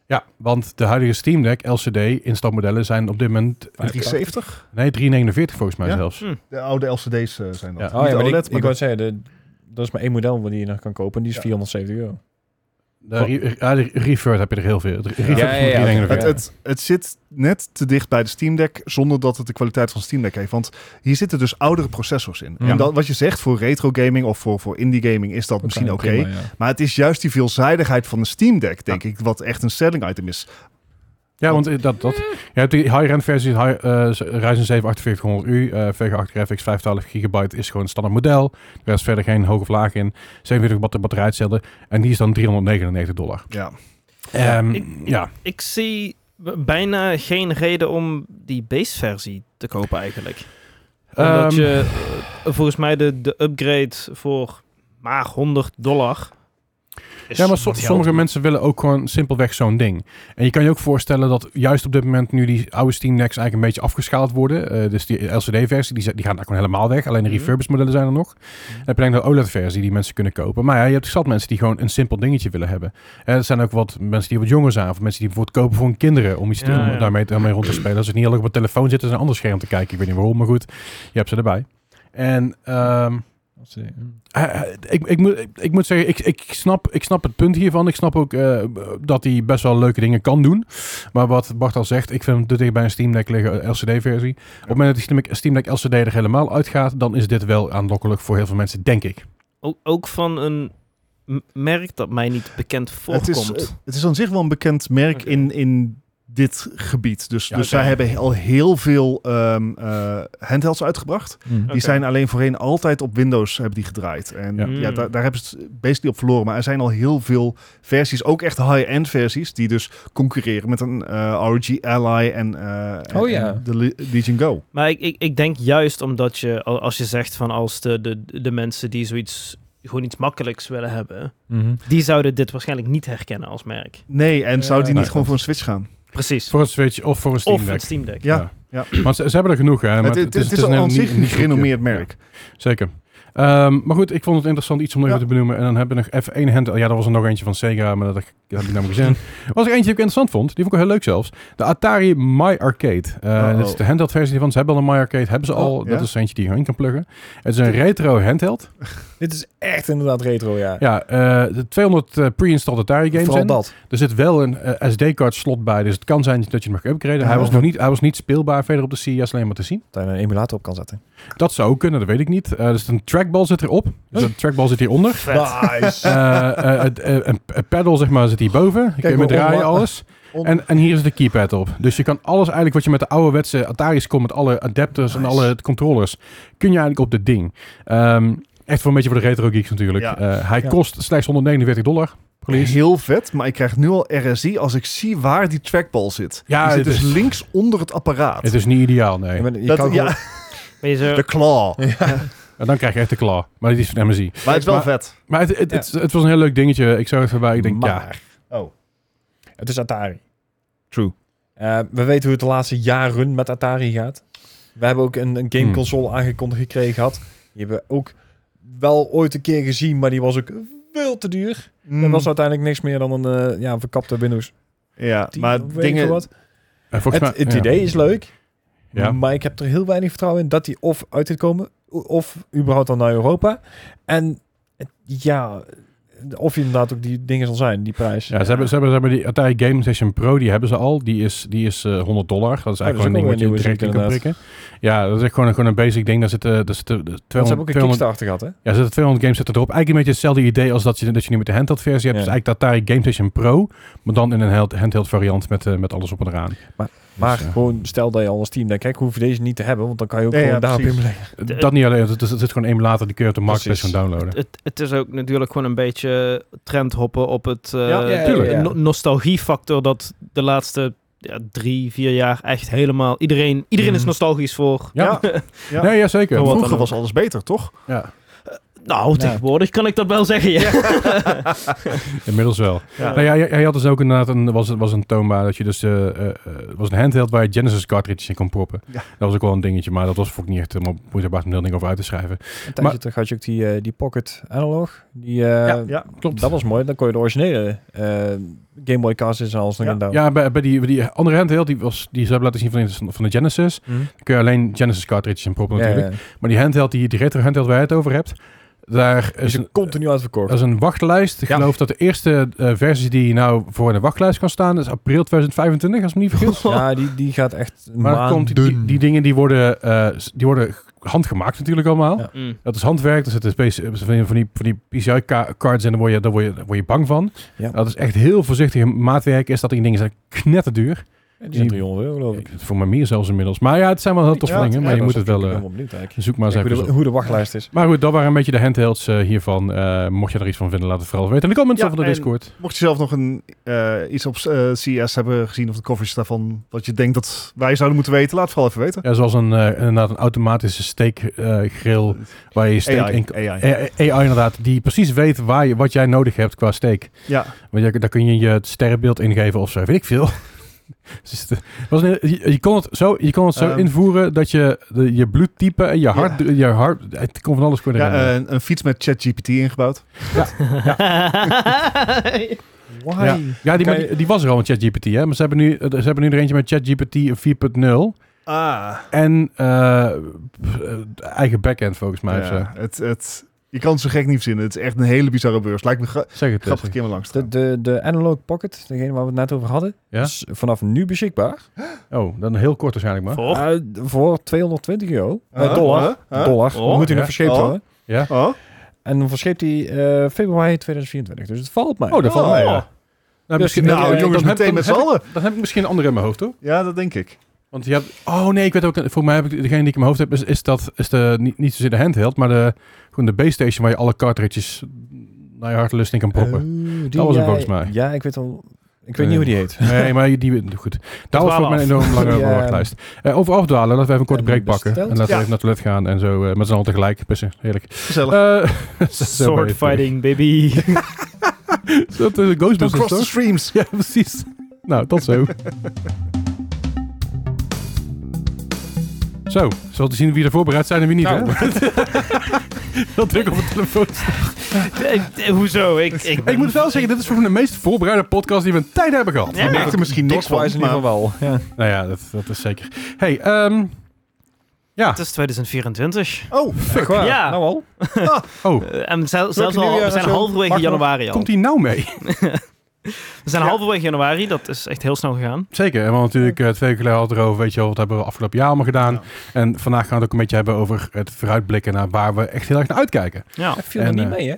Ja, want de huidige Steam Deck LCD-instapmodellen zijn op dit moment...
370.
Nee, 349 volgens mij
Ja?
zelfs.
Hm.
De oude LCD's eh, zijn dat.
Ja.
Niet
Oh ja, maar
OLED,
ik,
maar
ik
de-
wou zeggen, de, dat is maar één model die je nog kan kopen. En die is
Ja.
470 euro.
De, re- ah, de refurb heb je er heel veel. De refurb
Ja, ja, ja.
van 349.
Het, het, het zit net te dicht bij de Steam Deck zonder dat het de kwaliteit van Steam Deck heeft. Want hier zitten dus oudere processors in.
Ja.
En dat, wat je zegt voor retro gaming of voor, voor indie gaming is dat misschien oké.
Prima, ja.
Maar het is juist die veelzijdigheid van de Steam Deck, denk ik, wat echt een selling item is.
Ja, want eh, dat, dat, je hebt die high-end versie, high, eh, Ryzen 7 4800U, eh, Vega 8 graphics, 512 gigabyte is gewoon een standaard model. Er is verder geen hoge vlaag in, 47 watt de batterijcellen en die is dan 399 dollar.
Ja.
Ja,
Ik-
ja.
Ik zie b- bijna geen reden om die base versie te kopen eigenlijk. Omdat
Ehm,
je eh, volgens mij de, de upgrade voor maar 100 dollar... is
ja maar so-
wat geld.
sommige mensen willen ook gewoon simpelweg zo'n ding. En je kan je ook voorstellen dat juist op dit moment nu die oude Steam Decks eigenlijk een beetje afgeschaald worden. Eh, dus die LCD-versie, die, zijn- die gaan daar gewoon helemaal weg. Alleen de
Mhm.
refurbished modellen zijn er nog. Dan heb je denk ik de OLED-versie die mensen kunnen kopen. Maar ja, je hebt zat mensen die gewoon een simpel dingetje willen hebben. En er zijn ook wat mensen die wat jonger zijn. Of mensen die bijvoorbeeld kopen voor hun kinderen. Om iets te,
Ja,
om
ja.
daarmee, daarmee rond te spelen. Als ze niet heel erg op een telefoon zitten, zijn een ander scherm te kijken. Ik weet niet waarom, maar goed. Je hebt ze erbij. En ehm,
Dat is, eh,
eh, ik, ik, moet, ik moet zeggen, ik, ik, snap, ik snap het punt hiervan. Ik snap ook eh, dat hij best wel leuke dingen kan doen. Maar wat Bart al zegt, ik vind hem te dicht bij een Steam Deck liggen, LCD-versie. Op het moment dat die Steam Deck- Steam Deck LCD er helemaal uitgaat, dan is dit wel aanlokkelijk voor heel veel mensen, denk ik.
Ook, ook van een m- merk dat mij niet bekend
Het
voorkomt.
is, eh, het is aan zich wel een bekend merk
Oké.
in, in dit gebied. Dus,
Ja,
dus
oké.
zij hebben al heel veel ehm, eh, handhelds uitgebracht.
mm.
Die
Oké.
zijn alleen voorheen altijd op Windows hebben die gedraaid. En
Ja.
ja,
Mm.
daar, daar hebben ze het basically op verloren. Maar er zijn al heel veel versies, ook echt high-end versies, die dus concurreren met een eh, ROG Ally en, eh, en-
Oh ja.
en de Le- Legion Go.
Maar ik, ik, ik denk juist omdat je, al- als je zegt van als de, de, de mensen die zoiets gewoon iets makkelijks willen hebben,
Mhm.
die zouden dit waarschijnlijk niet herkennen als merk.
Nee, en
Ja,
zou die
nee,
niet
klopt.
gewoon voor een Switch gaan?
Precies.
Voor een Switch of voor een Steam
of een
Deck.
Steam Deck.
Ja,
Want ze, ze hebben er genoeg, hè? maar
het, het, het is al
een
aan zich
niet-
een
niet groepje.
gerenommeerd merk.
Zeker. Ehm, maar goed, ik vond het interessant iets om nog
Ja.
even te benoemen. En dan hebben we nog even één handheld. Ja, er was er nog eentje van Sega, maar dat, dat heb ik namelijk gezien. Er was er eentje die ik interessant vond. Die vond ik wel heel leuk zelfs. De Atari My Arcade. Eh
Uh-oh.
Dit is de handheld versie van. Ze hebben al een My Arcade. Hebben ze
Oh,
al. Dat
ja?
is eentje die je in kan pluggen. Het is een retro handheld.
Dit is echt inderdaad retro, ja.
Ja, eh, de 200 eh, pre-installed Atari games
Vooral
in.
dat.
Er zit wel een SD-card slot bij. Dus het kan zijn dat je hem mag upgraden. Hij,
Ja.
was nog niet, hij was niet speelbaar verder op de CES alleen maar te zien.
Daar je een emulator op kan zetten.
Dat zou kunnen, dat weet ik niet. Eh, dus een trackball zit erop. Dus een trackball zit hieronder.
Nice.
Eh, eh, het, eh, een een paddle zeg maar zit hierboven. Je kunt
maar
met draaien
onla-
alles.
on-
En, en hier is de keypad op. Dus je kan alles eigenlijk wat je met de ouderwetse Atari's kon... met alle adapters en
Nice.
alle controllers... kun je eigenlijk op dit ding. Ehm, echt voor een beetje voor de retro geeks natuurlijk.
Ja.
Eh, hij
Ja.
kost slechts 149 dollar. Release.
Heel vet, maar ik krijg nu al RSI als ik zie waar die trackball zit.
Ja,
die zit
het
dus
is-
links onder het apparaat.
Het is niet ideaal, nee.
Je bent- je
Dat-
kan
ja,
gewoon-
Ben je zo-
de claw.
En dan krijg je echt de klaar. Maar dit is van MSI.
Maar het is wel
Maar-
vet.
Maar het, het, het, het was een heel leuk dingetje. Ik zag het voorbij. Ik denk, ja,
maar,
Oh,
het is Atari.
true.
Eh, we weten hoe het de laatste jaren met Atari gaat. We hebben ook een, een gameconsole aangekondigd gekregen gehad. Die hebben we ook wel ooit een keer gezien, maar die was ook veel te duur.
Oh. Hmm.
En was uiteindelijk niks meer dan een eh, ja, een verkapte Windows
Mm. Ja,
10.
maar
of weet ik
dingen,
veel wat.
eh, volgens
Het,
mij...
het
ja.
idee is leuk,
Ja.
maar ik heb er heel weinig vertrouwen in dat die of uit gaat komen, o- of überhaupt dan naar Europa. En het- ja, of je inderdaad ook die dingen zal zijn, die prijs.
Ja, ze hebben, ze hebben, ze hebben die Atari Game Session Pro, die hebben ze al. Die is, die is eh, 100 dollar. Dat is
Oh, dat is
eigenlijk gewoon een ding
ook
wat je
wel weer
direct in
nieuw,
kan
inderdaad.
prikken. Ja, dat is echt gewoon, een- gewoon een basic ding. Daar zitten, daar zitten eh, 200,
Want ze hebben ook een
200
Kickstarter gehad, hè?
ja, er zitten 200 games zitten erop. Eigenlijk een beetje hetzelfde idee als dat je, dat je nu met de handheld versie hebt.
Ja.
Dus eigenlijk de Atari Game Session Pro, maar dan in een hand- handheld variant met, eh, met alles op en eraan.
Maar
Dus, eh,
gewoon stel dat je al als team denkt, kijk, hoef je deze niet te hebben, want dan kan je ook
Nee,
gewoon
ja,
daarop
precies.
inleggen.
De-
dat niet alleen, er zit er zit gewoon een emulator die kun je op de marketplace gaan
Precies.
downloaden.
Het, het is ook natuurlijk gewoon een beetje trendhoppen op het eh,
Ja, ja,
ja, ja.
eh, no- nostalgiefactor dat de laatste ja, drie, vier jaar echt helemaal... Iedereen, iedereen is
Mhm.
nostalgisch voor.
Ja,
Ja.
nee, ja zeker.
Wat
Vroeger
dan
was alles beter, toch?
Ja,
Nou, tegenwoordig kan ik dat wel zeggen, ja.
inmiddels wel.
Ja.
Nou ja, jij- jij had dus ook inderdaad een, was, was een toonbaar dat je dus, eh, eh, eh, was een handheld waar je Genesis cartridges in kon proppen.
Ja.
Dat was ook wel een dingetje, maar dat was vond ik niet echt helemaal moeite waard om daar ding over uit te schrijven.
Een tijdje terug had je ook die, eh, die Pocket Analog. Die, eh,
Ja,
Klopt.
Dat was mooi, dan kon je de originele eh, Game Boy Cartridge en alles nog
Ja.
in doen.
ja, bij, bij die, bij die andere handheld, die, was, die ze hebben laten zien van de, van de Genesis,
Mhm.
daar kun je alleen Genesis cartridges in proppen natuurlijk.
Ja,
Maar die handheld, die, die retro handheld waar je het over hebt, daar
ja. Dus Is
is een,
er continu uitverkocht.
er is een wachtlijst. Ik
Ja.
geloof dat de eerste eh, versie die nou voor de wachtlijst kan staan is april 2025, als ik me niet vergis.
Ja, die, die gaat echt
Maar dat komt, die,
maanden.
die dingen die worden, eh, s- die worden handgemaakt natuurlijk allemaal.
Ja.
Mm.
Dat is handwerk, er zitten space- van die, van die, van die PCI-cards en daar word, je, daar, word je, daar word je bang van.
Ja.
Dat is echt heel voorzichtig maatwerk. Is dat die dingen zijn knetterduur.
Ja, die zijn 300 euro, geloof ik.
Ik- Voor mij meer zelfs inmiddels. Maar ja, het zijn wel heel toffe
Ja,
dingen.
ja,
Maar je moet het wel...
Ik ben
eh,
wel benieuwd eigenlijk.
zoek maar eens
Kijk
even
hoe,
eens
de,
op.
hoe de wachtlijst is.
Maar goed, dat waren een beetje de handhelds eh, hiervan. Eh, mocht je er iets van vinden, laat het vooral weten. In de comments
Ja,
of van de
en-
Discord.
Mocht je zelf nog een, eh, iets op eh, CES hebben gezien of de covers daarvan, wat je denkt dat wij zouden moeten weten, laat het vooral even weten.
Ja, zoals een, eh, inderdaad een automatische steekgrill grill waar je je steek in...
AI. AI.
Eh, eh, AI inderdaad, die precies weet waar je, wat jij nodig hebt qua steek.
Ja,
Want jij- daar kun je je sterrenbeeld ingeven of zo, weet ik veel. Dus het was een, heel- je, je kon het zo, je kon het zo
Ehm.
invoeren dat je de- je bloedtype en je hart, je hart, het kon van alles gewoon
ja
erin.
eh, een, een fiets met ChatGPT ingebouwd.
Why?
ja, die,
kan
maar
je-
die, die was er al met ChatGPT, hè? Maar ze hebben nu, ze hebben nu er eentje met ChatGPT 4.0
Ah,
en eh, pff, eh, eigen backend volgens mij. of zo.
ja, het, het, je kan het zo gek niet verzinnen. Het is echt een hele bizarre beurs. Lijkt me gra-
Zeg het.
grappig
eens.
een keer maar langs te
De,
gaan.
de, de Analog Pocket, degene waar we het net over hadden,
Ja?
is vanaf nu beschikbaar.
Oh, dan heel kort waarschijnlijk maar.
Voor?
Eh, voor 220 euro. Eh,
Huh?
dollar.
Huh? Huh?
dollar.
Oh,
Dan moet hij
ja.
nog verscheept
Oh.
worden.
Oh,
En dan verscheept hij eh, februari 2024. Dus het valt mij.
Oh, dat valt
Oh.
mij. Ja. Nou, misschien-
eh,
nou
dan
jongens,
heb-
meteen
dan
met z'n
heb ik-
allen.
Dan heb ik misschien een andere in mijn hoofd, hoor.
Ja, dat denk ik.
Want je hebt... Oh nee, ik weet ook... Voor mij heb ik... Degene die ik in mijn hoofd heb, is, is dat... Is de, niet, niet zozeer de handheld, maar de... Gewoon de base station waar je alle cartridges naar je hartelust in kan proppen.
Oh, die-
Dat was hem
ja,
volgens mij.
Ja, ik weet al. Ik weet
Nee.
niet hoe die heet.
Nee, maar die... Goed. Daar was voor mij een enorm lange
Ja.
wachtlijst. Eh, over afdwalen, laten we even een korte break
En
pakken. En
besteld.
laten we
Ja.
even naar het toilet gaan en zo eh, met z'n allen tegelijk pissen. Heerlijk.
Gezellig.
Eh zo ben
Sword
je
fighting, baby.
terug. Dat is
Don't
Ghostbusters,
cross the
toch?
streams.
dus Ja, precies. Nou, tot zo. Zo, zal te zien wie er voorbereid zijn en wie niet.
Nou.
Hè? Heel druk op de telefoon.
Eh, eh, Hoezo? Ik, ik,
Ik moet wel zeggen, dit is voor de meest voorbereide podcast die we een tijd hebben gehad.
Je
Ja.
merkt er misschien niks van,
Dixwise in ieder geval
maar
wel. Ja.
Nou ja, dat, dat is zeker. Hey, ehm ja.
Het is 2024.
Oh,
Fuck, waar?
Ja.
Nou al.
Oh,
Eh, en zel- zelfs
Welke
al, we
nieuwjaar
zijn
en zo?
halverwege
Mag nog?
januari al.
komt hij nou mee?
We zijn
Ja.
halverwege januari, dat is echt heel snel gegaan.
Zeker, want natuurlijk eh, twee weken geleden hadden we erover, weet je wel, wat hebben we afgelopen jaar allemaal gedaan. En vandaag gaan we het ook een beetje hebben over het vooruitblikken naar waar we echt heel erg naar uitkijken.
Ja.
Dat viel
En,
me
eh,
niet mee, hè?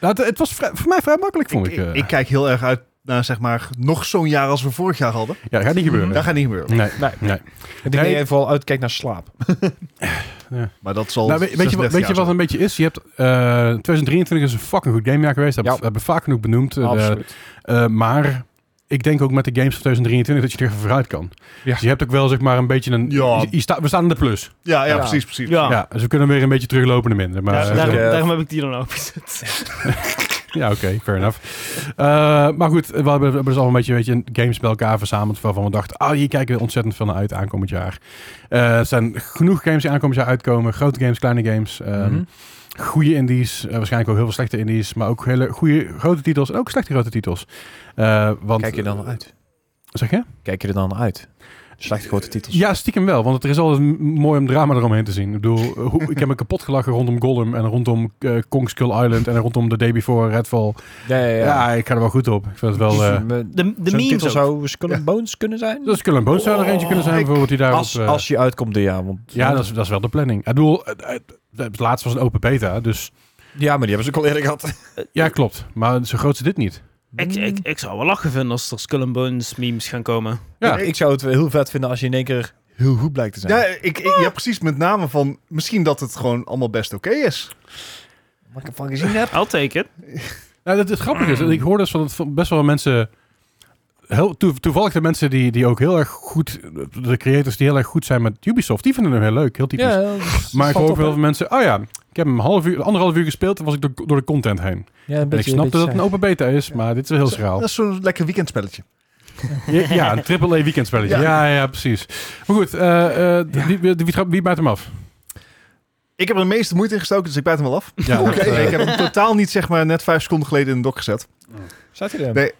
Nou, het, het was vrij- voor mij vrij makkelijk, vond ik.
ik, ik,
eh.
ik kijk heel erg uit naar zeg maar nog zo'n jaar als we vorig jaar hadden.
Ja, gaat niet gebeuren.
Dat gaat niet gebeuren.
Nee.
Nee.
Nee.
Ik denk dat
Nee.
je vooral uitkijkt naar slaap.
Maar dat zal.
Nou, weet, weet je, wat- weet
36
je
jaar
wat
zijn.
een beetje is? Je hebt, eh, 2023 is een fucking goed gamejaar geweest. Dat
Ja.
hebben we- hebben we vaak genoeg benoemd. Eh, de-
Absoluut.
eh, maar ik denk ook met de games van 2023 dat je er even vooruit kan.
Ja.
Dus je hebt ook wel zeg maar een beetje een...
Ja.
je- je staat- we staan in de plus.
Ja, ja,
Ja.
precies, precies.
Ja.
Ja, dus we kunnen weer een beetje teruglopen in de minder. Maar,
Ja,
eh,
daarom,
ja.
daarom heb ik die dan opgezet.
Ja, oké, fair enough. Eh, maar goed, we hebben, we hebben dus al een beetje, weet je, games bij elkaar verzameld waarvan we dachten, ah, hier kijken we ontzettend veel naar uit aankomend jaar. Eh, er zijn genoeg games die aankomend jaar uitkomen. Grote games, kleine games. ehm,
Mhm.
Goede indies, eh, waarschijnlijk ook heel veel slechte indies, maar ook hele goede grote titels en ook slechte grote titels. Eh, want,
Kijk je dan uit?
Zeg je?
Kijk je er dan uit? Slecht grote titels.
Ja, stiekem wel. Want het is altijd m- mooi om drama eromheen te zien. Ik bedoel, eh, hoe, ik heb me kapot gelachen rondom Gollum en rondom eh, Kong Skull Island en rondom The Day Before Redfall.
Ja, ja,
Ja, ik ga er wel goed op. Ik vind het wel... eh
De, de
Zo'n
memes
titel
ook.
zou Skull and Bones kunnen zijn?
dat Skull and Bones zou er eentje kunnen zijn,
Oh, ik-
bijvoorbeeld, die daarop...
Als,
eh,
als je uitkomt dit jaar. Want,
ja, dat is, dat is wel de planning. Ik bedoel, eh, eh, het laatste was een open beta, dus...
ja, maar die hebben ze ook al eerder gehad.
Ja, klopt. Maar zo groot is dit niet.
Ik, ik, ik zou wel lachen vinden als er Skull and Bones memes gaan komen.
Ja.
Ik, ik zou het wel heel vet vinden als je in één keer heel goed blijkt te zijn.
Ja, ik, ik, ja, precies. Met name van misschien dat het gewoon allemaal best oké is.
Wat ik ervan gezien heb.
I'll take it.
Nou, dat, het grappige is, dat ik hoor dus van, het- van best wel wat mensen... Heel, toe- toevallig de mensen die, die ook heel erg goed... De creators die heel erg goed zijn met Ubisoft, die vinden hem heel leuk. Heel typisch. Maar ik hoor ook wel van mensen... Oh ja, ik heb hem een half uur, anderhalf uur gespeeld... en was ik door, door de content heen.
Ja, een
en ik
beetje,
snapte dat het nou-
beetje
een open beta is... maar dit is wel heel schraal.
Dat is zo'n lekker weekendspelletje.
Ja, ja, een triple-A weekendspelletje. Ja.
Ja.
ja, ja, precies. Maar goed, eh, eh, wie, wie, wie, trapt- wie bijt hem af?
Ik heb er de meeste moeite in gestoken, dus ik bijt hem wel af.
Ja,
Oké,
dat, eh,
ik heb hem totaal niet zeg maar net vijf seconden geleden in de dock gezet.
saai. Zat hij er?
Nee.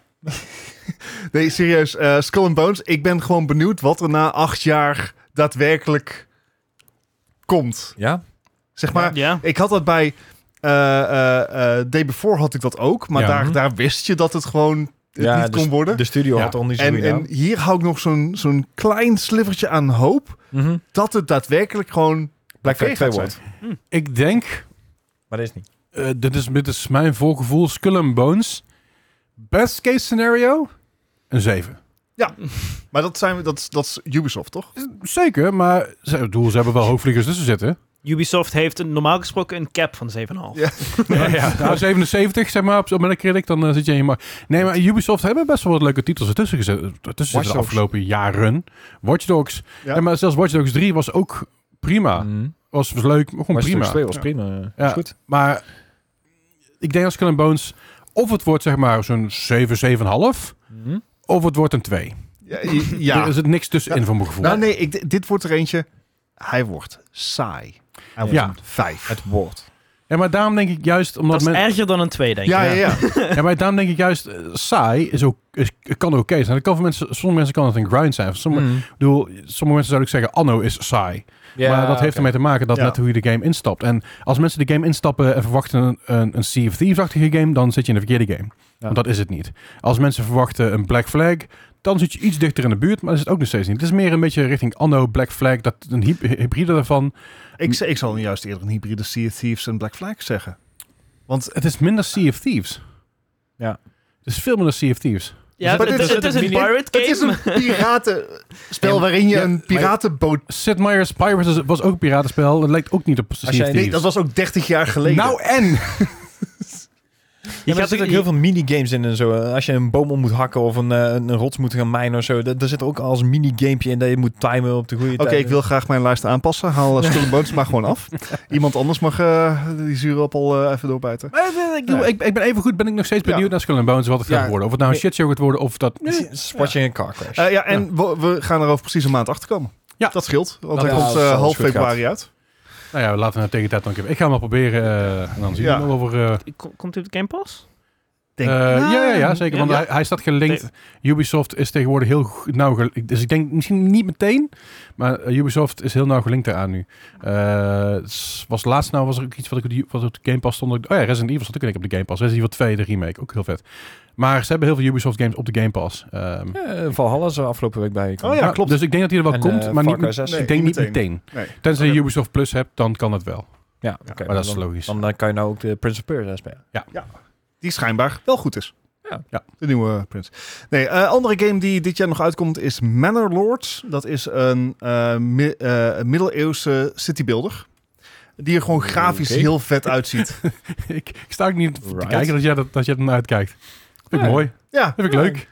Nee, serieus. eh, Skull and Bones. Ik ben gewoon benieuwd wat er na acht jaar daadwerkelijk komt.
Ja?
Zeg maar,
Ja.
ik had dat bij eh, eh, eh, Day Before had ik dat ook. Maar
Ja.
daar, daar wist je dat het gewoon het
Ja, dus
niet kon worden.
De studio
Ja.
had er al niet zo
en, en hier hou ik nog zo'n zo'n klein slivertje aan hoop
Mhm.
dat het daadwerkelijk gewoon
Black Flag
Flag
2
2
wordt.
ik denk...
Maar dat is niet.
eh, dit, is, dit is mijn voorgevoel. Skull and Bones. Best case scenario? Een 7.
Maar dat, zijn we, dat, is- dat is Ubisoft, toch?
Zeker, maar ze, ik bedoel, ze hebben wel hoogvliegers tussen zitten.
Ubisoft heeft een, normaal gesproken een cap van 7,5.
Ja.
Ja, Nou, 77, zeg maar, op, op Metacritic, dan eh, zit je helemaal... Nee, maar Ubisoft hebben best wel wat leuke titels ertussen gezet, ertussen zitten
Watch
de
Dogs.
afgelopen jaren. Watch Dogs.
Ja.
Ja. maar zelfs Watch Dogs 3 was ook
Mhm.
prima. Was, was leuk, maar gewoon
Mm. Watch Dogs
prima.
2 was prima.
Ja.
Is goed.
Maar ik denk als Skull and Bones, of het wordt zeg maar zo'n 7, 7,5, of het wordt een 2.
Ja.
Ja. Er zit niks tussenin
Ja.
van mijn gevoel.
Nou nee, ik, dit wordt er eentje. Hij wordt saai. Hij wordt
Ja.
een vijf.
Het woord.
Ja, maar daarom denk ik juist,
Dat
omdat
is
men,
erger dan een 2, denk ik.
Ja, ja, ja.
Ja, maar daarom denk ik juist, eh, saai is ook, is, kan oké zijn. Dat kan voor mensen, sommige mensen kan het een grind zijn. Sommige,
Mm.
ik bedoel, sommige mensen zouden ook zeggen, anno is saai. maar dat heeft ermee te maken dat
Ja.
net hoe je de game instapt. En als mensen de game instappen en verwachten een, een, een Sea of Thieves-achtige game, dan zit je in de verkeerde game. Want dat is het niet. Als mensen verwachten een Black Flag, dan zit je iets dichter in de buurt, maar dat is het ook nog steeds niet. Het is meer een beetje richting anno, Black Flag, dat, een hy- hybride daarvan.
ik, z- ik zal juist eerder een hybride Sea of Thieves en Black Flag zeggen. Want
Het is minder Sea of Thieves.
Ja.
Het is veel minder Sea of Thieves.
Ja,
Maar
het,
dit
is,
is
het is
een
een
mini-
pirate game.
het is een piratenspel waarin je
Ja,
een piratenboot...
Sid Meier's Pirates is- was ook een piratenspel. Dat lijkt ook niet op Sea of
jij-
Thieves.
Nee, dat was ook 30 jaar geleden.
Nou en?
Je
Je
ja, maar er
gaat
zitten
ook
ook heel veel minigames in en zo. Als je een boom om moet hakken of een, eh, een een rots moet gaan mijnen of zo. dat- Daar zit ook als een minigamepje in dat je moet timen op de goede
Oké,
tijd.
ik wil graag mijn lijst aanpassen. Haal uh, Skull and Bones maar gewoon af. Iemand anders mag eh, die zure appel eh, even doorbijten.
Ik, bedoel, ik, ik ben even goed, ben ik nog steeds
Ja.
benieuwd naar Skull and Bones wat het
Ja.
gaat worden. Of het nou een
Nee.
shitshow gaat worden of dat...
Spot je in een car crash.
Eh, ja, en we, we gaan er over precies een maand achter komen.
Ja.
Dat scheelt, want
Dat
hij
is-
komt
dat
eh,
is
half
goed
februari uit.
Nou ja, laten we het tegen de tijd dan een keer... Ik ga hem wel proberen eh, en dan zien we
Ja.
wel over... eh,
Kom- Komt hij op de Game Pass?
Denk- "Ah."
eh, ja, ja, ja, zeker. Want
Ja.
Hij, hij staat gelinkt. Ubisoft is tegenwoordig heel goed- nauw gelinkt. Dus ik denk misschien niet meteen, maar eh, Ubisoft is heel nauw gelinkt daaraan nu. Eh, s- was laatst nou was er ook iets wat ik op die- wat op de Game Pass stond. dat ik- Oh ja, Resident Evil stond ook in op de Game Pass. Resident Evil 2, de remake, ook heel vet. Maar ze hebben heel veel Ubisoft games op de Game Pass. Ehm,
Ja, Valhalla is er afgelopen week bij. gekomen.
Oh ja, klopt.
Dus ik denk dat hij er wel
En,
komt,
eh,
maar
Far
niet,
Cry
met-
6?
ik
Nee,
denk niet
niet
meteen.
Nee.
Tenzij
Oké.
je Ubisoft Plus hebt, dan kan het wel.
Ja, oké.
maar dat is
dan,
logisch.
dan, eh, kan je nou ook de Prince of Persia spelen.
Die schijnbaar wel goed is.
Ja.
Ja.
De nieuwe eh, Prins. Nee, eh, andere game die dit jaar nog uitkomt is Manor Lords. Dat is een eh, mi- eh, een middeleeuwse citybuilder. Die er gewoon grafisch
Oké.
heel vet uitziet.
ik, ik sta ook niet te
Right.
kijken dat jij, dat, dat jij ernaar uitkijkt. Vind ik
Ja.
mooi.
ja,
Vind ik
Ja.
leuk.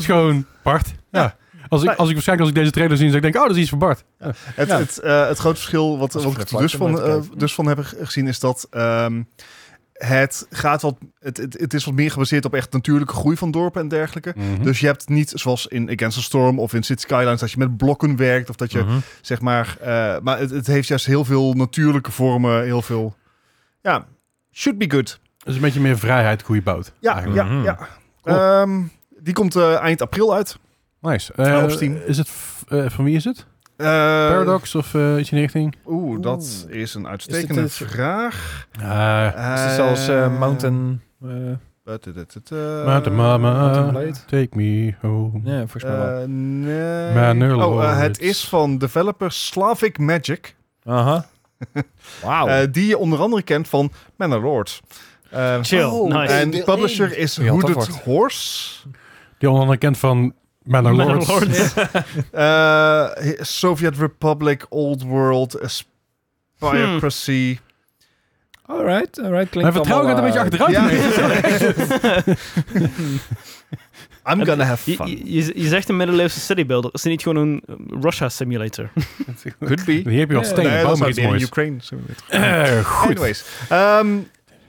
Schoon. Bart. Ja.
Ja.
Als, ik,
Nee.
als ik waarschijnlijk als ik deze trailer zie, zeg ik denk, oh, dat is iets voor Bart.
Het,
Ja.
het, eh, het grote verschil wat,
Dat is
wat
een
ik
red
er dus
flag om
van,
naar te
eh,
kijken.
dus van heb ge- gezien is dat ehm, het, gaat wat, het, het, het is wat meer gebaseerd op echt natuurlijke groei van dorpen en dergelijke.
Mhm.
Dus je hebt niet zoals in Against the Storm of in City Skylines dat je met blokken werkt of dat je
Mhm.
zeg maar, eh, maar het, het heeft juist heel veel natuurlijke vormen, heel veel, ja, should be good.
Dus een beetje meer vrijheid hoe je bouwt.
Ja,
eigenlijk.
ja,
Mhm.
ja.
Cool.
Ehm, die komt eh, eind april uit.
Nice. Eh,
op Steam.
Is het f- eh, van wie is het?
Eh,
Paradox of eh, iets in die richting?
Oeh, dat is eh, een uitstekende
Is dit-
vraag.
Ah,
Is het zelfs eh, Mountain... eh,
maar de mama,
Mountain Blade?
take me home.
Eh, ja, volgens mij wel.
Eh, nee.
Maar nul
oh, eh, het
hoort.
is van developer Slavic Magic.
Aha. Wauw.
eh, die je onder andere kent van Manor Lords. Eh,
Chill, nice.
En publisher is
Ja, dat
Hooded
wordt.
Horse.
Die onder andere kent van Manor
Manor
Lords.
Lords.
Eh, Soviet Republic, Old World, Spirocracy.
Alright, alright.
Mijn
Klinkt
vertrouwen gaat een beetje
allemaal, eh,
achteruit.
Ja.
ineens.
I'm gonna have
Je,
fun.
je- je, je zegt een middeleeuwse citybuilder. Is dit niet gewoon een eh, Russia simulator?
Could be.
Hier heb je wat
Ja,
stenen,
Nee,
bouw
dat
maar
zou
iets
meer in
moois.
Ukraine simulator.
Eh, goed.
Anyways. ehm,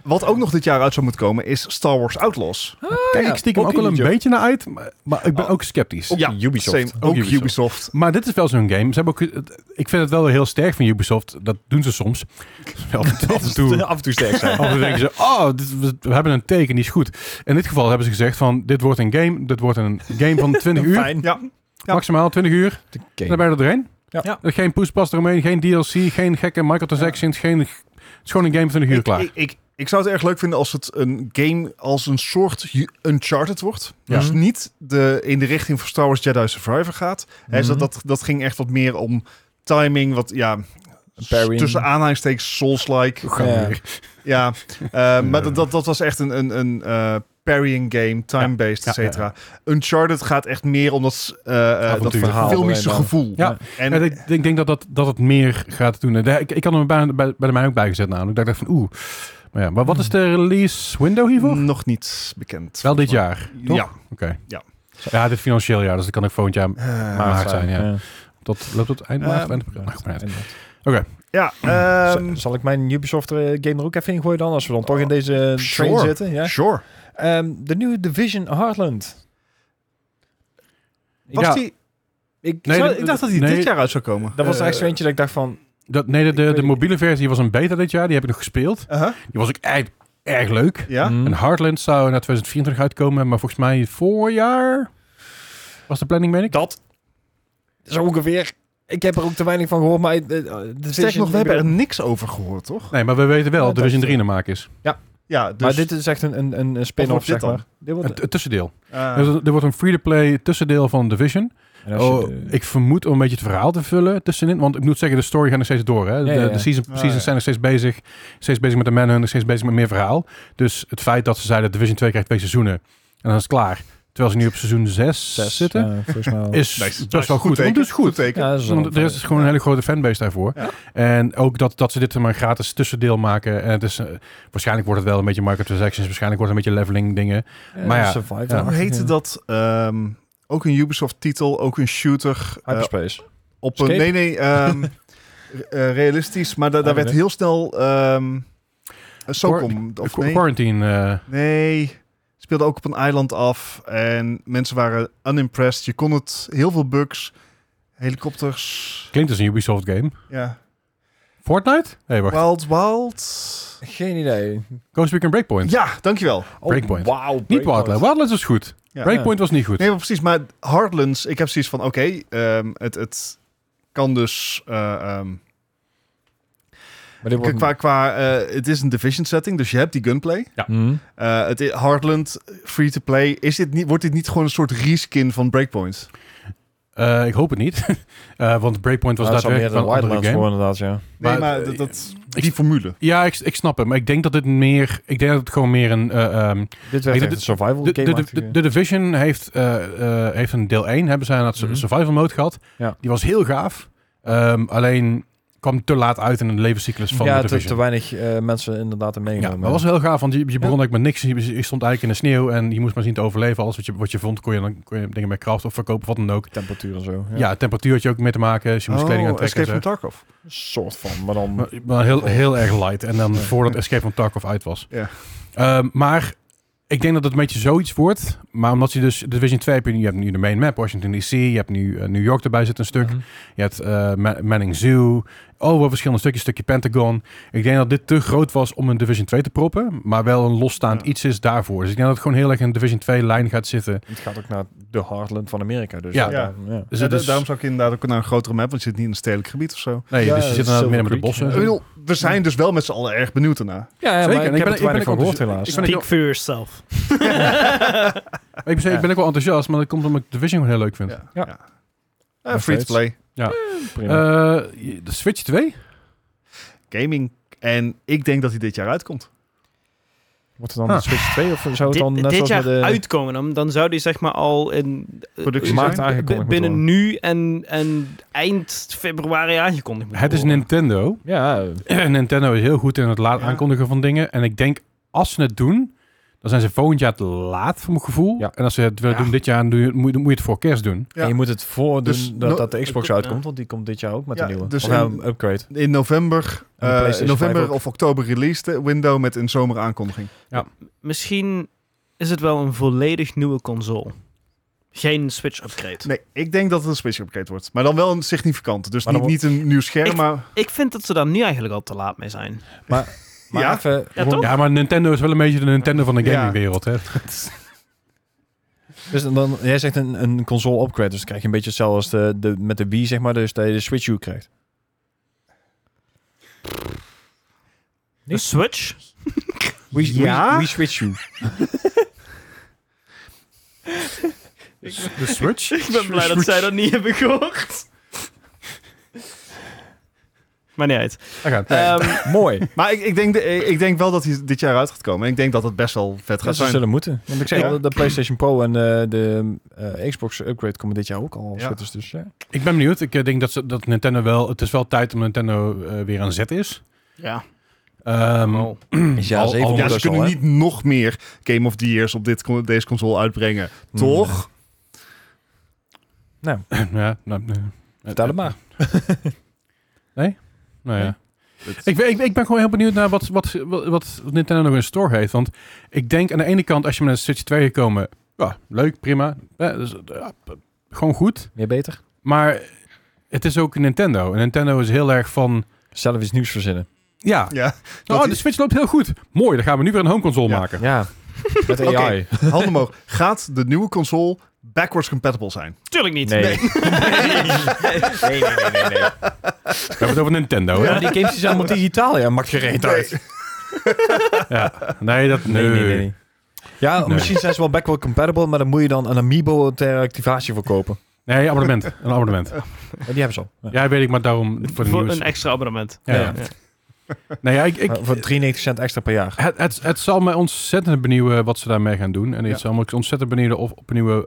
wat ook nog dit jaar uit zou moeten komen is Star Wars Outlaws.
Kijk, ik stiekem ook wel een
Okie,
beetje naar uit, maar, maar ik ben
Oh.
ook sceptisch.
Ook Ubisoft.
same.
Ook
Ook
Ubisoft.
Ubisoft.
Maar dit is wel zo'n game. Ze hebben ook, het- ik vind het wel heel sterk van Ubisoft. Dat doen ze soms. Wel af en toe.
Af en eh, toe sterk zijn.
Af en toe denken ze, oh, dit- we- we hebben een teken, die is goed. In dit geval hebben ze gezegd van, dit wordt een game. Dit wordt een game van 20 uur.
Fijn.
Ja. ja.
Maximaal 20 uur. Dan ben je er doorheen.
Ja.
Ja. Geen poespas eromheen, geen DLC, geen gekke microtransactions, geen... Het is gewoon een game van 20 uur
Ik,
klaar.
ik, ik, ik zou het erg leuk vinden als het een game als een soort Ju- Uncharted wordt.
Ja.
Dus niet de, in de richting van Star Wars Jedi Survivor gaat. Hè,
Mhm.
zodat dat, dat ging echt wat meer om timing, wat ja... s-
Parrying.
Tussen aanhalingstekens Souls-like.
Gaan we
Ja.
weer.
Ja, eh, maar dat, dat, dat was echt een, een, een eh, parrying game, time-based,
Ja,
et
ja, ja.
cetera. Uncharted gaat echt meer om dat, eh, eh, dat
Avontuur.
Verhaal
filmische
alleen maar.
gevoel.
Ja.
En,
Ja, ik, ik denk dat, dat, dat het meer gaat doen. Daar- Ik, ik had hem bij, bij, bij de mij ook bijgezet namelijk. Dat Ik dacht van oeh. Maar, ja, maar wat is de release window hiervoor?
Nog niet bekend.
Wel dit jaar. toch?
Ja.
Oké.
Ja.
ja, dit financieel jaar. Dus dat kan ik volgend jaar
maar,
maart zijn. Ja. Tot, loopt het eind maart? of
Ehm,
eind april? Maakt me
eh,
niet uit.
ja, ehm,
Z- Zal ik mijn Ubisoft eh, game er ook even in gooien dan? Als we dan toch in deze eh,
Sure.
train zitten. Ja?
sure.
Ehm, de nieuwe Division Heartland.
Was
Ja.
die,
Ik,
Nee,
zou-
de-
ik dacht dat die
nee.
dit jaar uit zou komen.
dat was
Eh,
echt zo eentje dat ik dacht van...
Dat, nee, de,
Ik
de,
weet
de
het
mobiele versie was een beta dit jaar. Die heb ik nog gespeeld.
uh-huh,
Die was ook echt erg leuk.
Ja?
hmm,
En Heartland zou naar 2024 uitkomen. Maar volgens mij voorjaar was de planning, meen ik.
dat is ongeveer... Ik heb er ook te weinig van gehoord, maar... eh, eh, Division-
Sterk nog, we
ik
hebben er
bedoel-
niks over gehoord, toch?
Nee, maar we weten wel
Ja,
dat
dat
Division
is-
3 in de maak is.
Ja, dus...
Maar dit is echt een, een, een- een
Wat wordt dit
spin-off, zeg
dan?
maar. Dit wordt-
Een, t- een tussendeel.
eh,
Er, er wordt een free-to-play tussendeel van Division.
en als je
Oh,
de-
ik vermoed om een beetje het verhaal te vullen tussenin. Want ik moet zeggen, de story gaat nog steeds door. Hè? De,
Ja, ja, ja.
de season,
Ah,
seasons
ja.
zijn nog steeds bezig. Steeds bezig met de Manhunter, steeds bezig met meer verhaal. Dus het feit dat ze zeiden Division 2 krijgt twee seizoenen. En dan is het klaar. Terwijl ze nu op seizoen 6,
zes,
zitten.
ja, volgens mij wel.
Is
nice.
best wel
Nice.
goed. Want
teken,
het is goed.
teken.
Ja, dat is wel
Want er is gewoon een hele grote fanbase daarvoor.
Ja.
En ook dat, dat ze dit maar een gratis tussendeel maken. En het is, eh, waarschijnlijk wordt het wel een beetje microtransactions. Waarschijnlijk wordt het een beetje leveling dingen.
Ja,
maar ja,
survival.
ja.
Hoe heette dat? Ehm, ook een Ubisoft-titel, ook een shooter. eh,
Hyperspace.
op een, nee,
Escape?
nee, ehm, re- eh, realistisch. Maar da- daar
Ah,
werd
nee.
heel snel... ehm een Socom,
Quar-
of
Qu-
nee?
Quarantine. eh,
Nee, speelde ook op een eiland af. En mensen waren unimpressed. Je kon het, heel veel bugs, helikopters.
klinkt als een Ubisoft game.
Ja.
Fortnite? Nee, wacht.
Wild Wild.
Geen idee.
Ghost Recon Breakpoint.
Ja, dankjewel.
Oh,
Breakpoint.
Wauw.
Niet Wildlands. Wildlands was goed.
Ja.
Breakpoint was niet goed.
Nee, maar precies. Maar Heartlands, ik heb zoiets van, oké, ehm, het, het kan dus... eh, ehm,
Maar dit wordt...
qua, qua, eh, het is een division setting, dus je hebt die gunplay.
Hmm.
Eh, het is Heartland, free to play. Is dit niet, wordt dit niet gewoon een soort reskin van Breakpoint?
Eh, ik hoop het niet. Eh, want Breakpoint was
Nou, dat zou meer
daadwerkelijk
de
wel een andere
Wildlands
game.
voor inderdaad, ja.
Nee,
Maar,
maar,
eh,
dat, dat,
ik-
die formule.
Ja, ik, ik snap het. Maar ik denk dat dit meer... Ik denk dat het gewoon meer een... eh, ehm,
Dit
Hey,
werd
de-
echt een survival
de, de,
game.
de, de- de Division heeft, eh, eh, heeft een deel 1. Hebben zij een
Mhm.
survival mode gehad.
Ja.
Die was heel gaaf. Ehm, alleen kwam te laat uit in de levenscyclus van
ja,
de
te, te
Division.
weinig eh, mensen inderdaad er
ja,
meegenomen.
maar was heel gaaf, want je, je begon
Ja.
eigenlijk met niks. Je, je stond eigenlijk in de sneeuw en je moest maar zien te overleven. Alles wat je, wat je vond, kon je, dan, kon je dingen mee craften of verkopen, wat dan ook.
temperatuur en zo.
Ja, temperatuur had je ook mee te maken. Dus je moest kleding aantrekken. en
Oh, Escape
zo.
from Tarkov.
Een soort van, maar dan...
Maar, maar heel, heel erg light. En dan
Ja.
voordat Escape from Tarkov uit was.
Ja.
Ehm, maar Ik denk dat het een beetje zoiets wordt. Maar omdat je dus Division 2 hebt, je hebt nu de main map, Washington DC. Je hebt nu eh, New York erbij zit een stuk.
Mhm.
Je hebt eh, Ma- Manning Zoo. Overal verschillende stukjes, stukje Pentagon. Ik denk dat dit te groot was om een Division 2 te proppen. Maar wel een losstaand
Ja.
iets is daarvoor. Dus ik denk dat het gewoon heel erg in een Division 2 lijn gaat zitten.
Het gaat ook naar de Heartland van Amerika. Dus
Ja.
ja. ja.
Dus
Ja,
het
da-
is-
daarom zou ik inderdaad ook naar een grotere map, want je zit niet in een stedelijk gebied of zo.
nee,
Ja,
dus je zit
Silver
inderdaad midden met de
Creek,
bossen.
ja.
en
Ik
zo.
bedoel, we zijn dus wel met z'n allen erg benieuwd ernaar.
Ja,
Zeker,
maar ik,
en ik
heb
ben-
er
ik ben
weinig
ook
van gehoord
enthousi-
helaas.
ik ben
Speak for yourself.
Ik, ben, ik ben ook wel enthousiast, maar dat komt omdat ik Division gewoon heel leuk vind.
Ja.
Ja.
Ja. Eh,
Nog
free to
steeds.
play.
Prima.
Eh, je- de Switch 2?
Gaming. En ik denk dat hij dit jaar uitkomt.
Wordt het dan
ah.
de Switch 2 of zou het dan
Dit,
net
dit
zoals
jaar
met de...
uitkomen, dan, dan zou die zeg maar al in... eh,
Productie
eh,
zijn.
Maart aangekondigd
b-
moeten
Binnen
worden.
nu en, en eind februari aangekondigd moeten
Het is
worden.
Nintendo.
Ja, eh,
Nintendo is heel goed in het laat
Ja.
aankondigen van dingen. En ik denk, als ze het doen, dan zijn ze volgend jaar te laat, voor mijn gevoel.
Ja.
En als ze het willen
Ja.
doen dit jaar, dan doe je, moet, je- moet je het voor kerst doen.
Ja.
en je moet het voor
Dus
dus
no-
dat, dat de Xbox
Ja.
uitkomt, want die komt dit jaar ook met
Ja,
een nieuwe.
dus
Dus of ja,
in-
een upgrade.
In november,
de
eh,
PlayStation
november
5 ook.
of oktober release de window met een zomeraankondiging.
Misschien is het wel een volledig nieuwe console. Geen Switch-upgrade.
Nee, ik denk dat het een Switch upgrade wordt. Maar dan wel een significante. Dus
Maar
niet,
dan
niet een nieuw scherm,
Ik-
maar...
Ik vind dat ze daar nu eigenlijk al te laat mee zijn.
Maar
Ja?
even,
Ja,
gewoon-
toch?
Ja, maar Nintendo is wel een beetje de Nintendo van de
Ja.
gamingwereld. hè.
Dus dan- dan, jij zegt een, een console upgrade, dus dan krijg je een beetje hetzelfde als de, de, met de Wii, zeg maar, dus dat je de Switch U krijgt.
De Switch?
Wii,
Ja?
Wii, Wii Switch U.
De Switch?
Ik ben blij dat zij dat niet hebben gehoord. Maar niet uit.
Daar gaat het.
Ehm,
Mooi.
Maar ik, ik, denk, de- eh, ik denk wel dat hij dit jaar uit gaat komen. En ik denk dat het best wel vet
Dat
gaat
ze
zijn.
zullen moeten. Want ik zeg
Ja.
al, de PlayStation Pro en eh, de eh, Xbox upgrade komen dit jaar ook al als
Ja.
het is, dus ja.
Ik ben benieuwd. Ik eh, denk dat, ze, dat Nintendo wel... Het is wel tijd om Nintendo eh, weer aan zet is.
ja.
Ehm,
Oh.
Is ja,
Al-
zeven
al-
Ja,
honderd
ze
is al,
kunnen
hè?
niet nog meer Game of the Years op dit, con- deze console uitbrengen.
Hmm.
Toch?
Nou,
ja, nou, nee.
vertel het maar.
Nou ja.
Het-
Ik, ben- ik, ben- ik ben gewoon heel benieuwd naar wat, wat, wat, wat Nintendo nog in store heeft. Want ik denk aan de ene kant, als je met een Switch 2 gekomen, ja, leuk, prima. Ja, dus, ja, p- gewoon goed.
Meer beter?
Maar het is ook Nintendo. En Nintendo is heel erg van,
Zelf iets nieuws verzinnen.
ja,
ja, dat
oh,
is-
de Switch loopt heel goed. Mooi, dan gaan we nu weer een home console
Ja.
maken.
Ja, met AI.
Oké. handen omhoog. Gaat de nieuwe console backwards compatible zijn?
Tuurlijk niet.
Nee. Nee. nee, nee, nee, nee, nee.
We hebben het over Nintendo, hè?
Oh Ja, die games die zijn allemaal digitaal, ja. Maakt geen reet uit.
Ja. Nee, dat... Nee,
Ja,
Nee.
misschien zijn ze wel backward compatible, maar dan moet je dan een Amiibo ter activatie voor kopen.
Nee, abonnement. Een abonnement.
En die hebben ze al. Ja.
Ja, weet ik, maar daarom voor de
Voor
nieuws.
een extra abonnement.
Ja, ja.
Ja.
Nee, ja, ik, ik,
Maar Eh, voor 93 cent extra per jaar.
Het, het, het zal mij ontzettend benieuwen wat ze daarmee gaan doen. En
Ja.
het zal me ook ontzettend benieuwen of, benieuwen,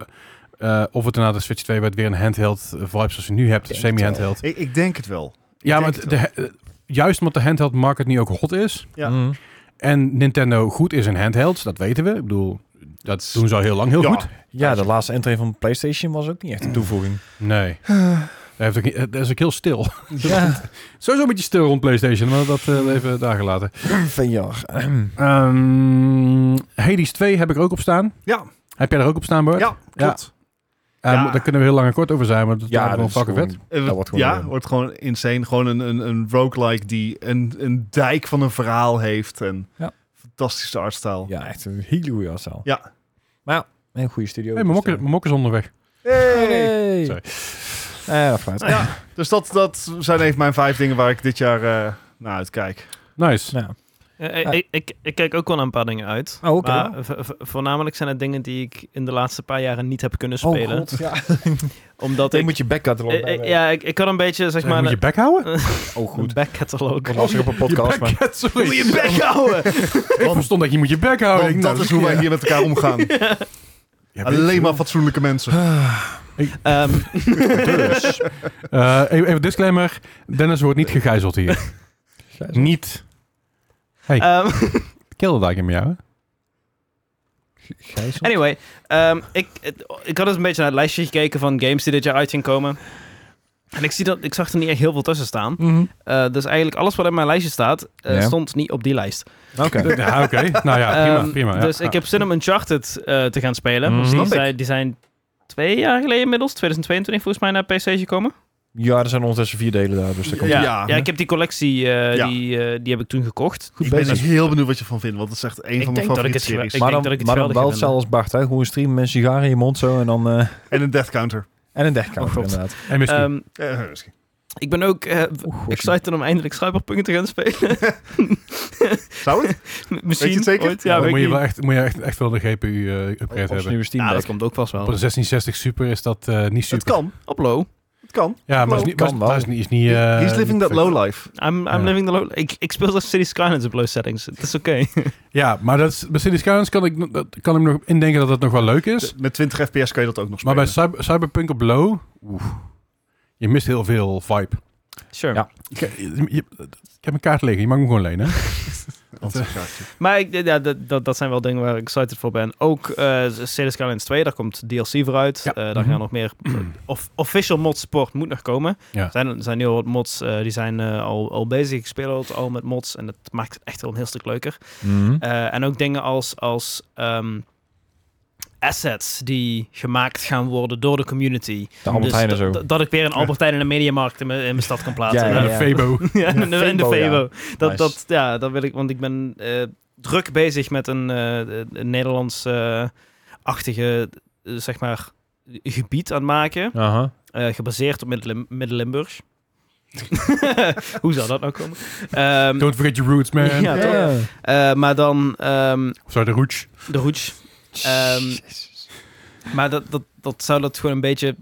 eh, of het inderdaad de Switch 2 werd weer een handheld eh, vibe zoals je nu hebt,
denk
semi-handheld.
Ik, ik denk het wel.
Ja, maar
denk
het- de, eh, juist omdat de handheld market nu ook hot is
Ja.
Mhm.
en Nintendo goed is in handhelds, dat weten we. Ik bedoel, dat doen ze al heel lang heel
Ja.
goed.
Ja, de laatste entry van PlayStation was ook niet
Mm.
echt een toevoeging.
Nee. Hij heeft ook niet- Dat is ook heel stil.
Ja,
Sowieso een beetje stil rond PlayStation, maar dat eh, even daar gelaten.
VR.
Ehm Hades 2 heb ik er ook op staan.
Ja,
Heb jij er ook op staan, Bart?
ja klopt.
Eh,
Ja.
Daar kunnen we heel lang en kort over zijn, maar dat ja,
Ja,
is wel fucking vet.
Eh,
Dat wordt gewoon
ja,
een-
wordt gewoon insane. Gewoon een, een, een roguelike die een, een dijk van een verhaal heeft. En
Ja.
fantastische artstyle.
Ja, echt een hele goede artstijl.
Ja.
Maar ja, een goede studio. Dus, eh,
Hey, mijn mok, is- mijn mok is onderweg.
Oh,
Hey!
Hey.
Sorry.
Eh, fluit.
Ja, dus dat, dat zijn even mijn vijf dingen waar ik dit jaar eh, naar uitkijk.
Nice.
Nou,
Eh, eh, ik, ik, ik kijk ook wel naar een paar dingen uit.
Oh, oké.
Maar vo- vo- voornamelijk zijn het dingen die ik in de laatste paar jaren niet heb kunnen
oh
spelen.
god, ja.
omdat
Dan
ik...
moet je backcatalog
eh, eh,
bijwerken.
ja, ik, ik had een beetje, zeg
Zeg,
maar...
moet je bek houden?
Oh
Goed.
goed.
backcatalog.
Oh,
Wat lastig op een podcast, maar...
Sorry.
Wil je bek houden?
Ik verstond dat je moet je bek houden. Ik
Want
dacht,
dat is hoe wij
ja.
hier met elkaar omgaan.
Ja, weet je
Alleen maar
wel.
fatsoenlijke mensen.
Ehm,
Eh, even, even disclaimer. Dennis wordt niet gegijzeld hier.
Gijzeld.
niet.
ehm,
Kilderdagen met jou, hè?
Gijzel?
anyway, ehm, ik, het- ik had dus een beetje naar het lijstje gekeken van games die dit jaar uit gaan komen. En ik, zie dat, ik zag er niet echt heel veel tussen staan. Eh, dus eigenlijk alles wat in mijn lijstje staat, eh,
Ja.
stond niet op die lijst.
Oké.
Ja, oké. Nou ja, prima.
Ehm,
prima ja.
Dus ik
Ja.
heb zin om Uncharted eh, te gaan spelen.
Mhm.
Want
Snap
die,
ik.
zijn, die zijn twee jaar geleden inmiddels, 2022 volgens mij, naar PC gekomen.
Ja, er zijn ondertussen vier delen daar, dus dat komt
Ja.
ja. ik heb die collectie, eh,
Ja.
die, eh, die heb ik toen gekocht.
Ik
bezig.
ben dus heel benieuwd wat je van vindt, want het is echt een
Ik
van
denk
mijn
dat
favoriete
ik het
series.
Ik
maar
denk
dan,
dat ik het
maar dan
geweldig
wel
vind.
hetzelfde als Bart, hè? Gewoon een stream met een sigaar in je mond zo en dan... eh,
En een death counter.
en een dechkamer
Oh, God.
inderdaad.
En misschien.
Ehm,
Eh, misschien.
ik ben ook eh
Oeh,
excited om eindelijk Cyberpunk te gaan spelen.
Zou het?
Misschien
het zeker?
ooit. Ja,
dan Oh, moet je
weet ik
wel
niet.
echt, moet je echt, echt wel de GPU-upgrade
Op
eh, hebben.
nieuwe Steam
Ja,
Deck.
dat komt ook vast wel.
Op een 1660 Super is dat eh, niet
Het
super.
kan.
Op low.
Het kan.
Ja, maar is niet,
Kan
maar is-
wel.
maar is niet... Is niet eh,
He's living that
niet-
low life.
I'm, I'm
Ja.
living the low. Ik, ik speel zelfs City Skylines op low settings. Het is oké.
Ja, maar dat is, bij Cities Skylines kan ik, nog- dat, kan ik me nog indenken dat dat nog wel leuk is.
Met 20 fps kan je dat ook nog
maar
spelen.
bij cyber, Cyberpunk op low... Oeh, je mist heel veel vibe.
Sure.
Ja.
Ik, je- je- ik heb een kaart liggen, je mag hem gewoon lenen.
Want-
Maar ik, ja, dat, dat, dat zijn wel dingen waar ik excited voor ben. Ook eh City Skylines 2, daar komt DLC voor uit.
Ja.
Eh, daar
Mhm.
gaan nog meer... Of, official mod support moet nog komen.
Ja.
Er zijn, er zijn heel wat mods, eh, die zijn eh, al, al bezig. Ik speel het al met mods en dat maakt het echt wel een heel stuk leuker.
Mhm.
Eh, en ook dingen als, als ehm, assets die gemaakt gaan worden door de community.
De Albert
Dus
Heijn en
dat-
zo.
dat- Dat ik weer een Albert Heijn in de mediamarkt in mijn, in mijn stad kan plaatsen.
Ja,
Oh. Ja,
ja,
de
ja.
Febo.
Ja, in de, in de
Febo, ja.
Febo. Dat,
Nice.
dat, ja, dat wil ik, want ik ben eh, druk bezig met een, Nederlands-achtige, eh, zeg maar, gebied aan het maken.
Aha.
eh, gebaseerd op Midden- Midden-Limburg. Hoe zou dat nou komen? Ehm,
Don't forget your roots, man.
Ja, toch?
Ja.
eh, maar dan ehm,
Of sorry, de roots.
de roots. Ehm, maar dat, dat, dat zou dat gewoon een beetje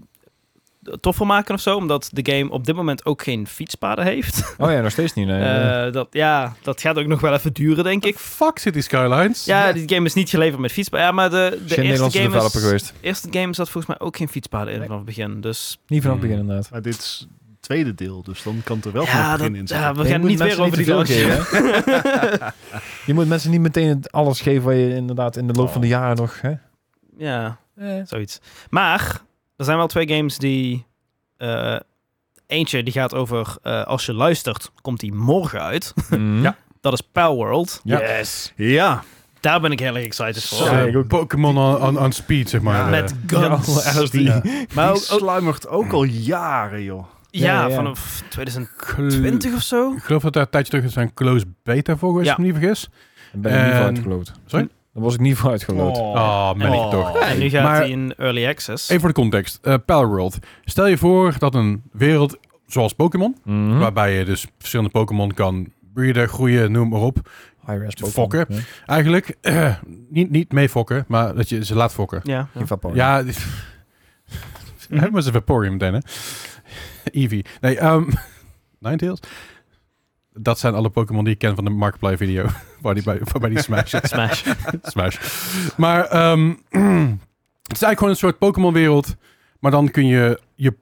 toffer maken of zo. Omdat de game op dit moment ook geen fietspaden heeft.
Oh ja, nog steeds niet. Nee.
Eh, dat, ja, dat gaat ook nog wel even duren, denk ik.
Fuck City Skylines.
Ja, die game is niet geleverd met fietspaden. Ja, maar de, de
Geen Nederlandse
eerste, game
developer
is,
geweest.
eerste game zat volgens mij ook geen fietspaden in
Nee.
vanaf het begin. Dus
Niet vanaf het
Hmm.
begin inderdaad.
Maar dit is het tweede deel, dus dan kan het er wel vanaf
ja,
het
dat,
begin in
ja,
zitten.
we gaan
Je moet
niet
mensen
weer over die
te veel
launch.
keren, hè? je moet mensen niet meteen het alles geven wat je inderdaad in de loop van
Oh.
de jaren nog... Hè?
Ja, zoiets. Maar er zijn wel twee games die... eh, eentje die gaat over... eh, als je luistert, komt die morgen uit.
Ja.
Dat is Power World.
Ja.
Yes. Ja.
Daar ben ik heel erg excited voor.
Zo,
Ja, ik ook.
Pokémon on, on, on speed, zeg maar.
Ja,
Eh,
Met guns.
Ja, LSD.
Ja.
Maar
die
ook- ook-
sluimert ook Hmm. al jaren, joh.
ja,
Ja, ja.
vanaf 2020
gel-
of zo.
Ik geloof dat daar een tijdje terug is zijn close beta voor, als
Ja.
ik me niet vergis.
Dan ben ik niet voor
Ehm,
uitgeloot.
sorry?
Dan was ik niet voor uitgeloot.
Oh, man, ik toch.
Ja, en nu gaat
Maar-
hij in Early Access.
Even voor de context. Eh Power World. Stel je voor dat een wereld zoals Pokémon,
Mhm.
waarbij je dus verschillende Pokémon kan breeden, groeien, noem maar op.
High-res Pokémon,
fokken.
ja.
Eigenlijk eh, niet, niet mee fokken, maar dat je ze laat fokken.
Ja, ja.
Geen Vaporeon.
Ja, dit- hij was een Vaporeon meteen, hè? Eevee. Nee, ehm Ninetales. Dat zijn alle Pokémon die ik ken van de Markiplier video. Waar die bij, waarbij die Smash is.
Smash.
Smash. Maar ehm, het is eigenlijk gewoon een soort Pokémon-wereld. Maar dan kun je je,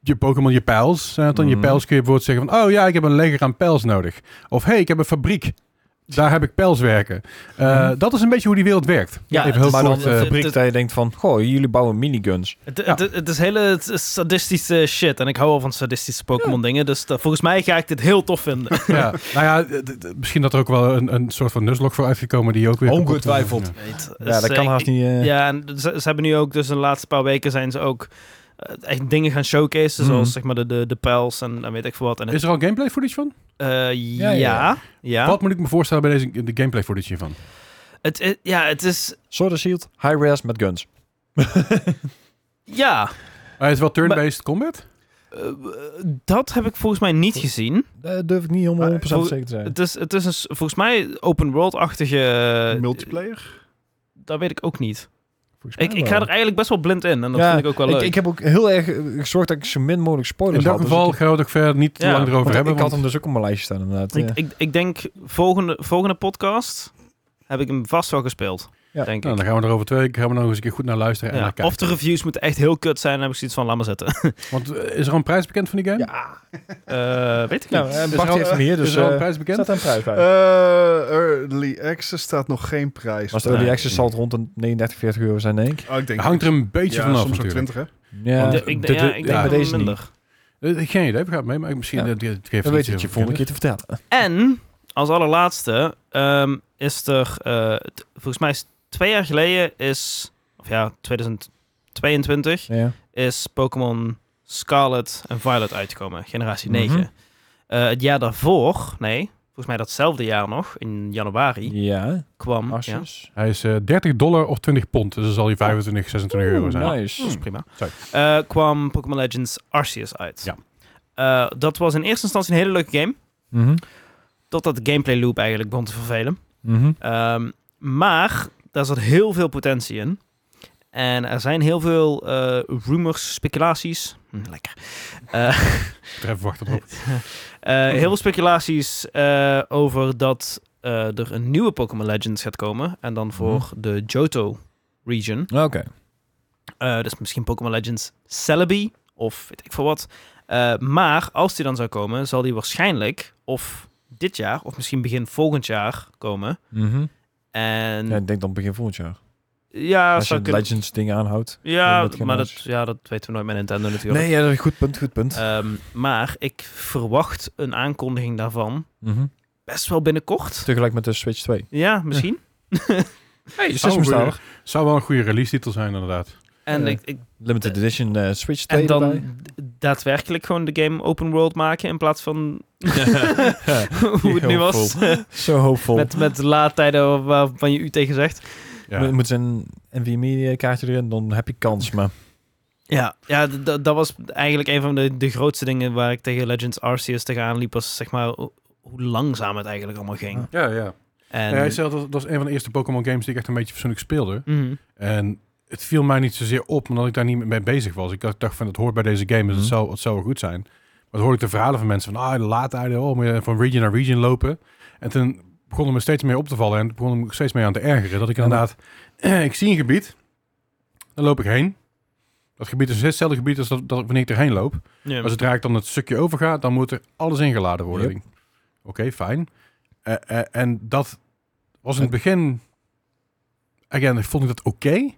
je Pokémon, je pijls. Zijn het dan je
Mhm.
pijls kun je bijvoorbeeld zeggen van... Oh ja, ik heb een leger aan pijls nodig. Of hey, ik heb een fabriek. Daar heb ik pijls werken. Eh,
Mhm.
Dat is een beetje hoe die wereld werkt.
Ja,
Even heel
Maar dan
kort,
een
eh,
fabriek
het-
dat je denkt van... Goh, jullie bouwen miniguns.
Het,
Ja.
het, het is hele s- sadistische shit. En ik hou al van sadistische Pokémon dingen. Dus dat- volgens mij ga ik dit heel tof vinden.
ja, nou ja, d- d- d- misschien dat er ook wel een, een soort van nuzlocke voor uitgekomen die ook weer... kapot-
Ongetwijfeld.
Ja.
Ja, dat kan haast niet... eh,
Ja, en ze, ze hebben nu ook, dus de laatste paar weken zijn ze ook eh, echt dingen gaan showcasen.
Mhm.
Zoals zeg maar de, de, de pijls en, en weet ik veel wat. En het-
Is er al gameplay footage van?
eh, ja,
ja,
ja.
ja.
Wat moet ik me voorstellen bij deze de gameplay footage hiervan?
Het, het- ja, het is...
Sword and Shield, high-res met guns.
Ja,
Hij is wel turn-based
Oh,
combat?
Eh, dat heb ik volgens mij niet gezien.
Daar Eh, durf ik niet helemaal 100%
Maar-
zeker te zijn.
Het is, het is een, s- volgens mij open world-achtige...
Eh,
eh,
Multiplayer?
Dat weet ik ook niet.
Volgens mij
Ik, ik
wel.
ga er eigenlijk best wel blind in. En dat
Ja,
vind ik ook wel leuk.
Ik, ik heb ook heel erg eh, gezorgd dat ik zo min mogelijk spoilers
In dat
had, dus
geval
ik-
gaan we het ook verder niet te
Ja,
lang erover
want
hebben.
ik had
want-
hem dus ook op mijn lijstje staan inderdaad.
Ik,
ja.
ik, ik denk volgende, volgende podcast heb ik hem vast wel gespeeld.
Ja,
denk
Nou,
ik.
dan gaan we er over twee weken gaan we er nog eens een keer goed naar luisteren en
Ja,
naar kijken.
Of de reviews moeten echt heel kut zijn, dan heb ik zoiets van, laat maar zitten.
Want eh, is er al een prijs bekend van die game?
ja.
Eh, weet ik niet.
Nou, en
Is er
Bart
al-
heeft hem hier,
is
dus
er al een
eh
prijs bekend?
staat er een prijs bij.
Eh, early Access staat nog geen prijs.
Als de early
Nee.
access zal het rond de 39, 40 euro zijn, denk ik.
Oh, ik denk
hangt er een beetje
ja,
vanaf
soms ook
natuurlijk.
20, hè?
Ja,
Want,
De-
eh,
ik,
de-
ja,
de-
ik denk
ja.
dat
Bij
het
deze
minder.
Eh, Geen idee, we gaan het meemaken. Misschien
Ja.
eh, dit- dit geeft
Dan weet je
iets
het je
heel
volgende keer
bekend.
te vertellen.
En als allerlaatste ehm, is er, eh, t- volgens mij is twee jaar geleden is, of ja, 2022
Ja.
is Pokémon Scarlet en Violet uitgekomen, generatie 9.
Mhm.
Eh, het jaar daarvoor, nee, volgens mij datzelfde jaar nog, in januari,
Ja,
kwam... Ja, dat
asjes.
Hij is eh, 30 dollar of 20 pond, dus dat zal hij 25, 26 euro zijn.
Oeh, nice.
is prima.
Sorry.
Eh, kwam Pokémon Legends Arceus uit.
Ja.
Eh, dat was in eerste instantie een hele leuke game,
Mhm.
totdat de gameplay loop eigenlijk begon te vervelen.
Mhm.
Ehm, maar daar zat heel veel potentie in. En er zijn heel veel eh, rumors, speculaties. Hm, lekker. Eh,
Treffen, wacht erop.
eh,
Oh.
heel veel speculaties eh, over dat eh, er een nieuwe Pokémon Legends gaat komen. En
Mhm.
dan voor de Johto region.
Oké.
Eh, dus misschien Pokémon Legends Celebi of weet ik veel wat. Eh, maar als die dan zou komen, zal die waarschijnlijk of dit jaar of misschien begin volgend jaar komen.
Mhm.
En
Ja, ik denk dan begin volgend jaar.
Hm. ja,
Als je
zou
het
kunnen-
Legends ding aanhoudt.
Ja,
Dat het geen
maar dat,
huis.
ja, dat weten we nooit met Nintendo natuurlijk.
Nee, ja, dat is goed punt, goed punt.
Ehm, maar ik verwacht een aankondiging daarvan
Mhm.
best wel binnenkort.
Tegelijk met de Switch 2.
Ja, misschien.
Hey,
zes moestalig. Zou wel een goede release titel zijn, inderdaad.
En,
Ja.
ik, ik,
Limited edition eh, Switch 2
en dan
erbij.
d- daadwerkelijk gewoon de game open world maken in plaats van hoe het nu
Heel
was.
Zo hoopvol.
met, met laadtijden waarvan je u tegen zegt.
Ja.
Moet- Moet zijn NVMe kaartje erin, dan heb je kans. Maar
Ja, ja d- d- dat was eigenlijk een van de, de grootste dingen waar ik tegen Legends Arceus tegenaan liep. Was zeg maar ho- hoe langzaam het eigenlijk allemaal ging.
Ja, ja.
En,
Ja, hij zei, dat, dat was een van de eerste Pokémon games die ik echt een beetje persoonlijk speelde.
Mhm.
En het viel mij niet zozeer op, omdat ik daar niet mee bezig was. Ik dacht dacht van, het hoort bij deze game, dus het,
Mhm.
zou, het zou wel goed zijn. Maar dan hoorde ik de verhalen van mensen van, ah, de laat uit, oh, moet je van region naar region lopen. En toen begon het me steeds meer op te vallen en het begon me steeds meer aan te ergeren. Dat ik
Ja,
inderdaad, ik zie een gebied, dan loop ik heen. Dat gebied is hetzelfde gebied als dat, dat ik wanneer ik erheen loop.
Ja.
Maar zodra ik dan het stukje overga, dan moet er alles ingeladen worden.
Yep.
Oké, fijn. Eh, eh, en dat was in het begin... Again, vond ik dat oké.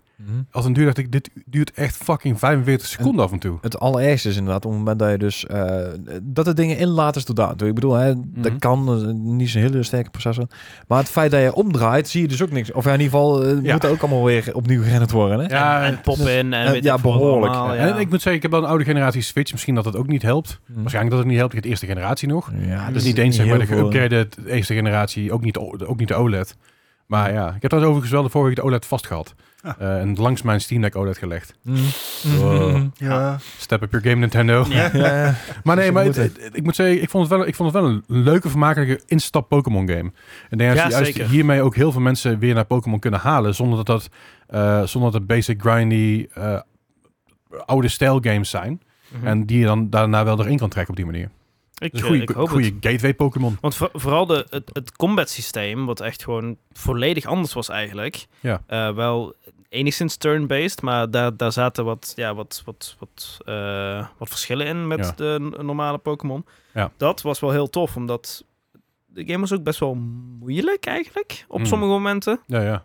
Als een duur dacht ik, dit duurt echt fucking 45 seconden af en toe.
Het allerergste is inderdaad op het moment dat je dus... eh, dat er dingen inlaat is tot daartoe. Ik bedoel, hè, dat
Mhm.
kan eh, niet zo'n hele sterke processor. Maar het feit dat je omdraait, zie je dus ook niks. Of ja, in ieder geval eh,
Ja.
moet dat ook allemaal weer opnieuw gerend worden. Hè?
Ja,
en, en pop-in en
eh,
weet
ja,
ik veel wat
behoorlijk.
allemaal, ja.
En ik moet zeggen, ik heb wel een oude generatie Switch. Misschien dat het ook niet helpt. Waarschijnlijk dat het niet helpt. Ik heb de eerste generatie nog.
Mhm. Ja,
Dus niet eens zeg maar de geüpgrade eerste generatie. Ook niet, de O- ook niet de OLED. Maar ja, ik heb dat overigens wel de vorige week de OLED vastgehad.
Ah.
Eh, en langs mijn Steam Deck OLED gelegd.
Mhm. Wow.
Ja.
Step up your game, Nintendo.
Ja.
Ja,
Maar nee,
Dus
maar
je moet
het- het- ik moet zeggen, ik vond het wel, ik vond het wel een leuke, vermakelijke instap Pokémon game. En ik denk dat
Ja,
ze juist
zeker.
hiermee ook heel veel mensen weer naar Pokémon kunnen halen, zonder dat dat, eh, zonder dat het basic grindy eh, oude stijl games zijn.
Hm.
Mhm.
En die je dan daarna wel erin kan trekken op die manier.
ik,
Dus
eh,
een
ik
goede,
hoop het.
goede gateway Pokémon.
Want voor- vooral de, het, het combat systeem, wat echt gewoon volledig anders was eigenlijk.
Ja.
Eh, wel enigszins turn-based, maar daar, daar zaten wat, ja, wat, wat, wat, eh, wat verschillen in met
Ja.
de n- normale Pokémon.
Ja.
Dat was wel heel tof, omdat de game was ook best wel moeilijk eigenlijk, op
Mm.
sommige momenten.
Ja, ja.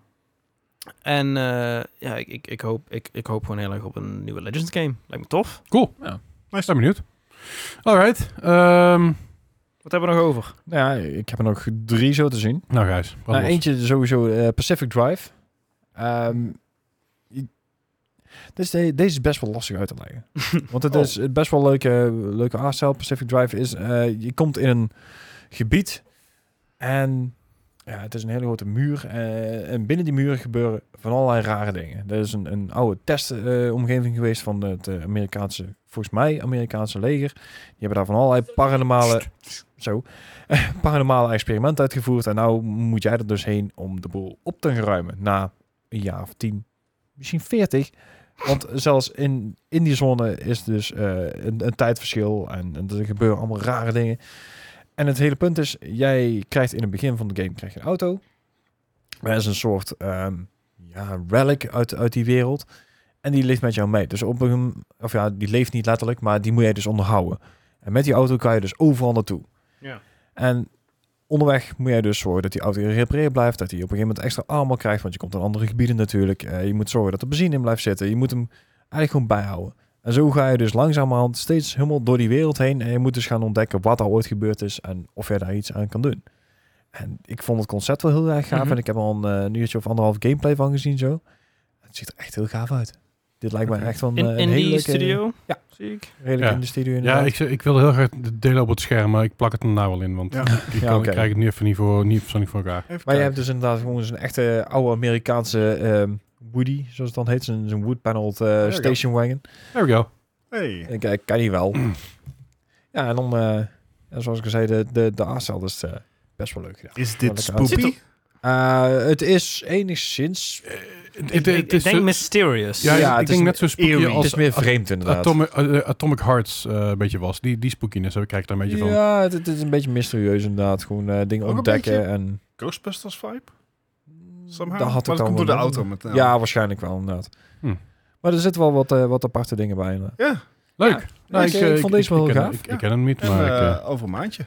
En eh, ja, ik, ik, ik, hoop, ik, ik hoop gewoon heel erg op een nieuwe Legends game. Lijkt me tof.
Cool.
Ja.
Nice. Ben benieuwd. Alright. Ehm
Wat hebben we nog over?
ja, ik heb er nog drie zo te zien.
nou, guys.
Nou, eentje sowieso eh, Pacific Drive. Ehm, i- dus de- deze is best wel lastig uit te leggen. Want het
Oh.
is best wel leuke, leuke aardstijl. Pacific Drive is, eh, je komt in een gebied en ja, het is een hele grote muur. eh, en binnen die muren gebeuren van allerlei rare dingen. Er is een, een oude testomgeving geweest van het eh, Amerikaanse, volgens mij Amerikaanse leger. Die hebben daar van allerlei paranormale, zo, eh, paranormale experimenten uitgevoerd. En nou moet jij er dus heen om de boel op te ruimen na een jaar of tien, misschien veertig. Want zelfs in, in die zone is dus eh, een, een tijdverschil en, en er gebeuren allemaal rare dingen. En het hele punt is, jij krijgt in het begin van de game krijg je een auto. Er is een soort ehm, ja, relic uit, uit die wereld. En die leeft met jou mee. Dus op een, of ja, die leeft niet letterlijk, maar die moet jij dus onderhouden. En met die auto kan je dus overal naartoe.
Ja.
En onderweg moet jij dus zorgen dat die auto gerepareerd blijft. Dat hij op een gegeven moment extra armor krijgt, want je komt in andere gebieden natuurlijk. Eh, je moet zorgen dat er benzine in blijft zitten. Je moet hem eigenlijk gewoon bijhouden. En zo ga je dus langzamerhand steeds helemaal door die wereld heen. En je moet dus gaan ontdekken wat er ooit gebeurd is en of je daar iets aan kan doen. En ik vond het concept wel heel erg gaaf.
Mhm.
En ik heb al een, eh, een uurtje of anderhalf gameplay van gezien zo. Het ziet er echt heel gaaf uit. Dit lijkt
Oké.
mij echt wel een,
In,
eh, een
in
hele
die
leuke-
studio?
Ja.
Zie ik.
Redelijk
Ja.
in de studio
Ja,
inderdaad.
ik, ik wilde heel graag de delen op het scherm, maar ik plak het er nou wel in, want
Ja.
ik, kan,
Ja, oké.
ik krijg het nu even niet voor, niet persoonlijk voor elkaar.
Even
Maar je
kijken.
hebt dus inderdaad gewoon zo'n echte oude Amerikaanse ehm, Woody, zoals het dan heet. Zo'n zo'n wood-paneled eh,
we go.
station wagon.
There we go.
Hey.
Ik, ik ken die wel. ja, en dan, eh, ja, zoals ik al zei, de, de, de aardzaal is eh, best wel leuk gedaan.
Is
Wel
dit
lekker uit.
spoopy?
Eh, het is enigszins...
Het-
Ik,
het-
ik,
het is
denk
zo-
Mysterious.
Ja,
Ja,
ik
het
denk
is
net zo spooky
eerie.
het is
als
meer vreemd inderdaad.
Atomic, eh, Atomic Hearts eh, een beetje was. Die, die spookiness heb ik krijg ik daar een beetje van.
ja, het, het is een beetje mysterieus inderdaad. Gewoon eh, dingen
Ook een
ontdekken
beetje
en...
Ghostbusters vibe? Somehow.
Daar had
maar
ik
dat
dan
komt door de
wel-
auto. Met,
Ja, waarschijnlijk wel inderdaad.
Hm.
Maar er zitten wel wat, eh, wat aparte dingen bij. inderdaad.
Ja,
Leuk.
Ja, ik, eh,
eh,
ik vond deze wel
ik
heel
ken-
gaaf.
Ik,
Ja.
ik ken hem niet,
en,
maar ik,
eh,
eh,
over een maandje.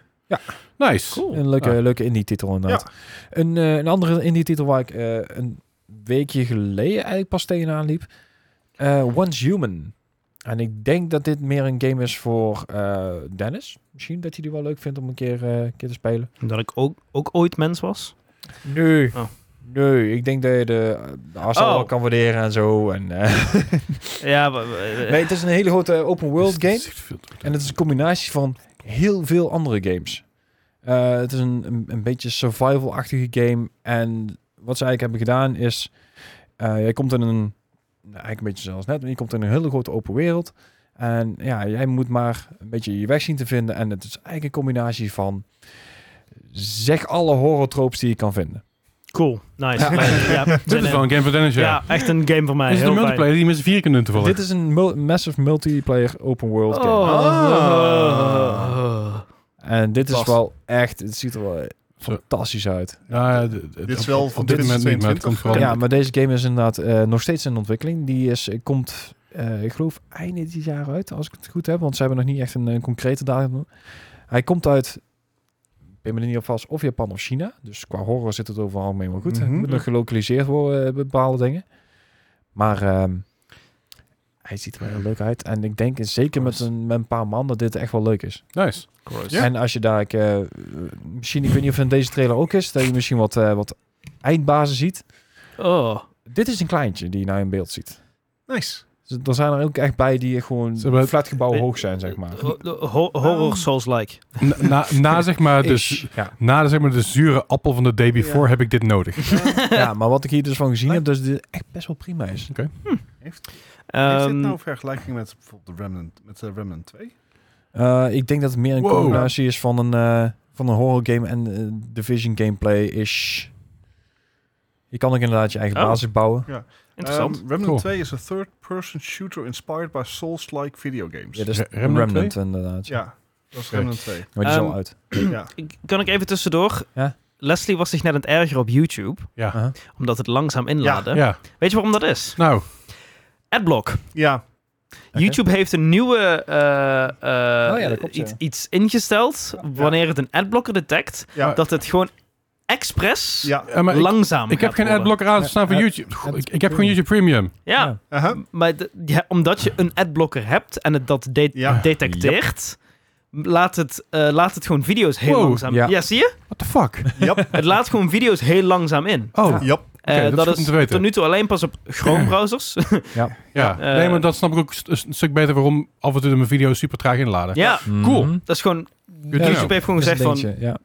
nice.
Een leuke,
Ah.
Ja.
leuke indie-titel inderdaad. Een, eh, een andere indie-titel waar ik eh, een weekje geleden eigenlijk pas tegenaan liep. Eh, Once Human. En ik denk dat dit meer een game is voor eh, Dennis. Misschien dat hij die wel leuk vindt om een keer, eh, een keer te spelen.
Omdat ik ook, ook ooit mens was.
Nee.
Oh.
Nee, ik denk dat je de, de afstand
Oh.
wel kan waarderen en zo. En, eh,
Ja, wa- wa- eh,
nee, het is een hele grote open
Dus-
world game.
Zegt veel te
En het is een combinatie van heel veel andere games. Eh, het is een, een, een beetje survival-achtige game. En wat ze eigenlijk hebben gedaan is... eh jij komt in een... nou, Eigenlijk een beetje zelfs net. maar Je komt in een hele grote open wereld. En ja, jij moet maar een beetje je weg zien te vinden. En het is eigenlijk een combinatie van... Zeg alle horror tropes die je kan vinden.
Cool. Nice.
Ja.
Fijn. Ja,
Dit
zin
is
in.
wel een game voor Dennis, ja.
ja, echt een game voor mij.
Is het een
Heel
multiplayer die je met z'n vier kunt doen toevallig?
Dit is een mul- massive multiplayer open world
fijn.
game.
Oh.
Ah.
En dit is
Pas.
wel echt... Het ziet er wel eh,
Zo.
fantastisch uit.
Ja, d- d-
Dit is
op-
wel
op,
van
dit moment niet, maar het
2022
komt vooral...
Ja, maar deze game is inderdaad eh, nog steeds in ontwikkeling. Die is, eh, komt, eh, ik geloof, einde dit jaar uit, als ik het goed heb. Want ze hebben nog niet echt een, eh, concrete datum. Hij komt uit, ik ben me er niet op vast, of Japan of China. Dus qua horror zit het overal mee wel goed.
Mhm.
Het moet nog gelokaliseerd worden, eh, bepaalde dingen. Maar ehm, hij ziet er wel heel leuk uit. En ik denk eh, zeker met een, met een paar man dat dit echt wel leuk is.
Nice.
Ja.
En als je daar, ik, eh, misschien, ik weet niet of het in deze trailer ook is, dat je misschien wat, eh, wat eindbazen ziet.
Oh.
Dit is een kleintje die je nou in beeld ziet.
Nice.
Dus er zijn er ook echt bij die gewoon
Ze hebben-
flatgebouwen
Eh,
hoog zijn, zeg maar.
Ho- ho- horror Souls-like.
Na, na, na, zeg maar,
Ish.
de,
Ja.
na zeg maar, de zure appel van de day before
Ja.
heb ik dit nodig.
ja, maar wat ik hier dus van gezien heb, dus dit echt best wel prima is.
Heeft dit
Ehm,
nou vergelijking met bijvoorbeeld de Remnant, met de Remnant 2?
Eh, ik denk dat het meer een
Wow.
combinatie is van een, eh, van een horror game en eh, division gameplay is. Je kan ook inderdaad je eigen
Oh.
basis bouwen.
interessant.
Um, Remnant
Cool.
2 is een third-person shooter inspired by Souls-like video games. Ja,
Ja, dat is
Re-
Remnant,
Remnant
inderdaad. Ja.
dat is
Oké.
Remnant 2.
Maar die is
Ehm,
al uit.
ja.
Ik- kan ik even tussendoor?
Ja.
Leslie was zich net aan het erger op YouTube,
Ja.
Aha.
omdat het langzaam inladen.
Ja,
Weet je waarom dat is?
nou,
Adblock.
ja,
Oké.
YouTube heeft een nieuwe eh, eh,
Oh ja, dat klopt,
iets,
ja.
iets ingesteld wanneer het een adblocker detect,
ja,
dat het gewoon expres
ja.
ja, eh, maar ik,
langzaam
ik heb
gaat
geen
worden.
adblocker aan staan voor
Ad-
YouTube. Goh,
ad-
ik, ik heb gewoon YouTube Premium.
Ja,
Ja.
aha.
maar d- ja, omdat je een adblocker hebt en het dat de-
Ja.
detecteert, laat, het, eh, laat het gewoon video's heel
Wow.
langzaam.
Ja.
Ja. zie je?
What the fuck?
Jap,
Het laat gewoon video's heel langzaam in.
Oh, ja.
jap.
Oké,
Eh,
dat is goed
dat
om
is
te weten.
tot nu toe alleen pas op Chrome browsers. Eh,
nee, maar dat snap ik ook st- een stuk beter waarom af en toe mijn video's super traag inladen.
ja,
Cool.
Mhm.
dat is gewoon.
to
YouTube
know.
heeft gewoon
Is een
gezegd van
dingetje, ja.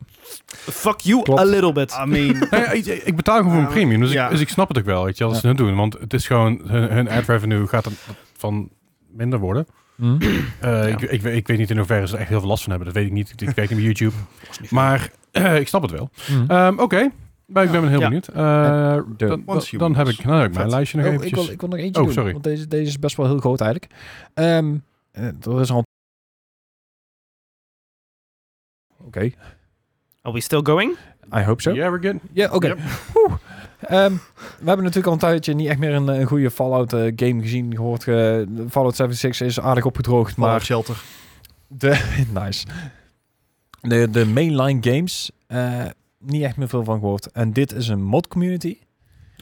fuck you
Klopt.
a little bit.
I mean,
Nou ja, ik, ik betaal gewoon voor mijn
Ja,
premium, dus,
ja.
ik, dus ik snap het ook wel, weet je, als
Ja.
ze het doen. Want het is gewoon, hun, hun ad revenue gaat er van minder worden.
Mhm.
Eh, ik, ik, weet- ik weet niet in hoeverre ze er echt heel veel last van hebben. Dat weet ik niet. Ik kijk niet bij YouTube. Maar eh, ik snap het wel.
Mhm.
Ehm, Oké. Maar ik ben heel benieuwd. Eh,
de-
dan, dan,
Once
dan heb ik, nou, heb ik mijn
Vet.
lijstje nog
Oh, ik,
eventjes.
wil, ik wil nog eentje
Oh,
doen,
sorry.
want deze, deze is best wel heel groot eigenlijk. Ehm, eh, er is al... Oké,
Are we still going?
I hope so. Ja,
Yeah, we're good.
oké.
Yep.
Oeh. Ehm, we hebben natuurlijk al een tijdje niet echt meer een, eh, een goede Fallout eh, game gezien, gehoord. eh, Fallout 76 is aardig opgedroogd,
maar
maar
shelter.
de, nice. De, de mainline games, eh, niet echt meer veel van gehoord. En dit is een mod community.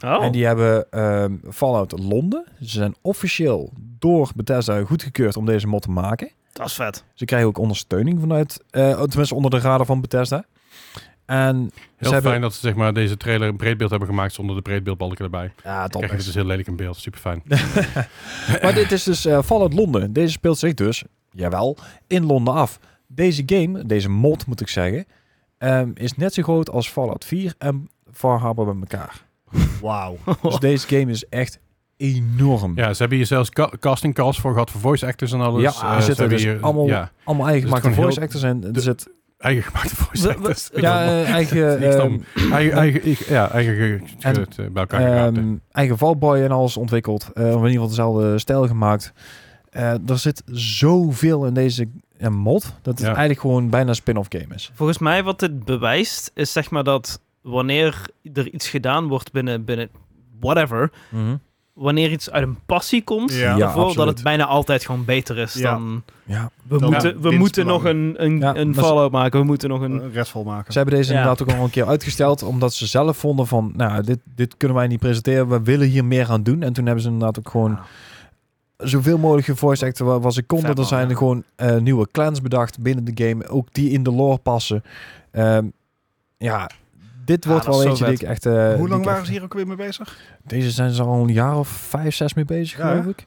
Oh.
En die hebben ehm, Fallout Londen. Ze zijn officieel door Bethesda goedgekeurd om deze mod te maken.
Oh, Dat is vet.
Ze krijgen ook ondersteuning vanuit, eh, tenminste onder de radar van Bethesda. En
Heel
ze
fijn
hebben-
dat ze zeg maar, deze trailer een breedbeeld hebben gemaakt zonder de breedbeeldbalken erbij.
ja, top
Krijg je
is.
dus heel lelijk in beeld. Super fijn.
Maar dit is dus eh, Fallout Londen. Deze speelt zich dus, jawel, in Londen af. Deze game, deze mod moet ik zeggen, ehm, is net zo groot als Fallout 4 en Far Harbor bij elkaar.
Wauw.
Dus deze game is echt enorm.
Ja, ze hebben hier zelfs ca- casting calls voor gehad voor voice actors en alles.
Ja,
Eh,
er
ze
zitten
hebben
dus allemaal-
ja,
Allemaal eigen
Dus
gemaakte
gewoon
voice
heel-
actors en
de-
er zit...
eigen gemaakte voice
Wat- wat-
actors. Ik
Ja,
bedoel,
eh, eigen,
niks dan-
ehm,
eigen, eigen, eigen- ja, eigen ge-
En,
ge- ge- bij elkaar geraapt.
Ehm, eigen Valboy en alles ontwikkeld. Eh, of in ieder geval dezelfde stijl gemaakt. Eh, er zit zoveel in deze eh, mod. Dat het
Ja.
eigenlijk gewoon bijna een spin-off game is.
Volgens mij wat dit bewijst, is zeg maar dat wanneer er iets gedaan wordt binnen, binnen whatever,
Mhm.
wanneer iets uit een passie komt,
Ja. Ja,
daarvoor, dat
absoluut.
het bijna altijd gewoon beter is
Ja.
dan...
Ja.
We
Dan
moeten, we
winst
moeten nog
belangen.
een, een,
Ja,
een
maar ze-
follow maken, we moeten nog een...
Een redfall maken.
Ze hebben deze
Ja.
inderdaad ook al een keer uitgesteld. Omdat ze zelf vonden van, nou, dit, dit kunnen wij niet presenteren. We willen hier meer aan doen. En toen hebben ze inderdaad ook gewoon zoveel mogelijk gevoiced acten wa- wat ze konden.
Vet,
Er
man,
zijn
ja.
er gewoon eh, nieuwe clans bedacht binnen de game. Ook die in de lore passen. Ehm, ja, dit
Ah,
wordt
dat
wel
is
eentje
zo
die
vet.
ik echt... eh, die
Hoe
ik
lang
echt-
waren ze hier ook weer mee bezig?
Deze zijn ze al een jaar of vijf, zes mee bezig,
Ja,
geloof
hè?
ik.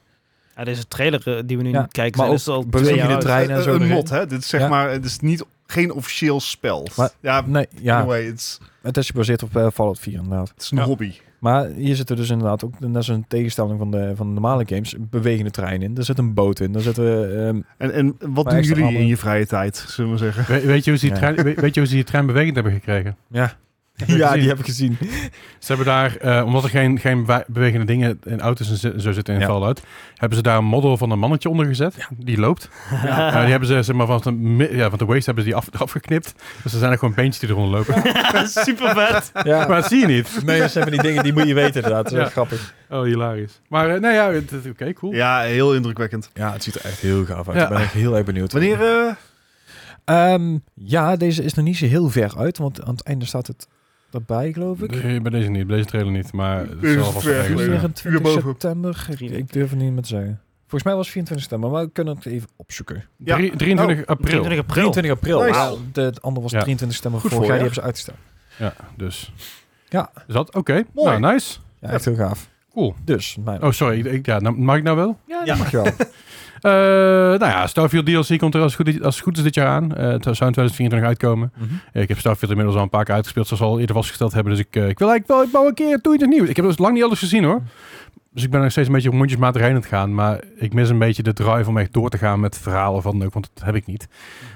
Ja, deze trailer eh, die we nu
Ja,
niet kijken,
maar
zijn is
ook
al twee
bewegende
jaar
de
oud.
trein en
Een-
zo
Eh, Een
erin.
mod, hè? Dit is zeg
Ja.
maar, het is niet, geen officieel spel.
Maar-
ja,
Nee, ja,
anyway, het is,
het is gebaseerd op eh, Fallout 4 inderdaad.
het is een
Ja.
hobby.
Maar hier zitten dus inderdaad ook, net zo'n tegenstelling van de, van de normale games, bewegende trein in. Er zit een boot in, er zitten... ehm,
En, en wat
Maar
doen
extra
jullie
handen.
in je vrije tijd, zullen we zeggen?
We- weet, je hoe ze die
Ja.
trein, weet, weet je hoe ze die trein bewegend hebben gekregen?
ja,
je
ja
gezien?
die heb ik gezien.
Ze hebben daar, eh, omdat er geen, geen wa- bewegende dingen in auto's en zo- zo zitten in
Ja.
Fallout, hebben ze daar een model van een mannetje onder gezet. Die loopt. Eh, die hebben ze zeg maar, van, de, mi- ja, van de waist hebben ze die af, afgeknipt. Dus er zijn er gewoon beentjes die eronder lopen.
Super vet.
Ja.
Maar dat zie je niet.
Nee, dat zijn van die dingen die moet je weten inderdaad. Dat is
Ja.
echt grappig.
Oh, hilarisch. Maar eh, nee, ja, het- het- oké, cool.
Ja, heel indrukwekkend.
Ja, het ziet er echt heel gaaf uit.
Ja.
Ik ben echt heel erg benieuwd.
Wanneer? eh,
Ehm, ja, deze is nog niet zo heel ver uit, want aan het einde staat het erbij, geloof ik.
Nee, bij deze niet, bij deze trailer niet. Maar het
Dit is
zal alvast
ver
ergens
geleden.
zijn.
24
Uur boven.
september. Ik, ik durf het niet meer te zeggen. Volgens mij was 24 september, maar we kunnen het even opzoeken.
Ja.
Drie- 23 april.
23 april.
23 april.
Nice.
Wauw. De, het andere was
Ja.
23 september
Goed
vorig jaar. Die
voorjaar.
hebben ze uitgesteld.
Ja, dus.
Ja.
Is dat? Oké.
Mooi.
Nou, nice.
Ja, echt heel gaaf.
Cool.
Dus, mijn...
Oh, sorry. Ik, ik- ja, nou, mag ik nou wel?
ja,
ja.
dat mag je wel.
Eh, nou ja, Starfield DLC komt er als het goed, als het goed is dit jaar aan. Eh, het zou in 2024 uitkomen. Eh, Ik heb Starfield inmiddels al een paar keer uitgespeeld, zoals we al eerder vastgesteld hebben. Dus ik, eh, ik wil eigenlijk wel, ik wou een keer toe iets nieuws. Ik heb dus lang niet alles gezien hoor. Dus ik ben nog steeds een beetje op mondjesmatig heen aan het gaan. Maar ik mis een beetje de drive om echt door te gaan met verhalen van leuk, want dat heb ik niet.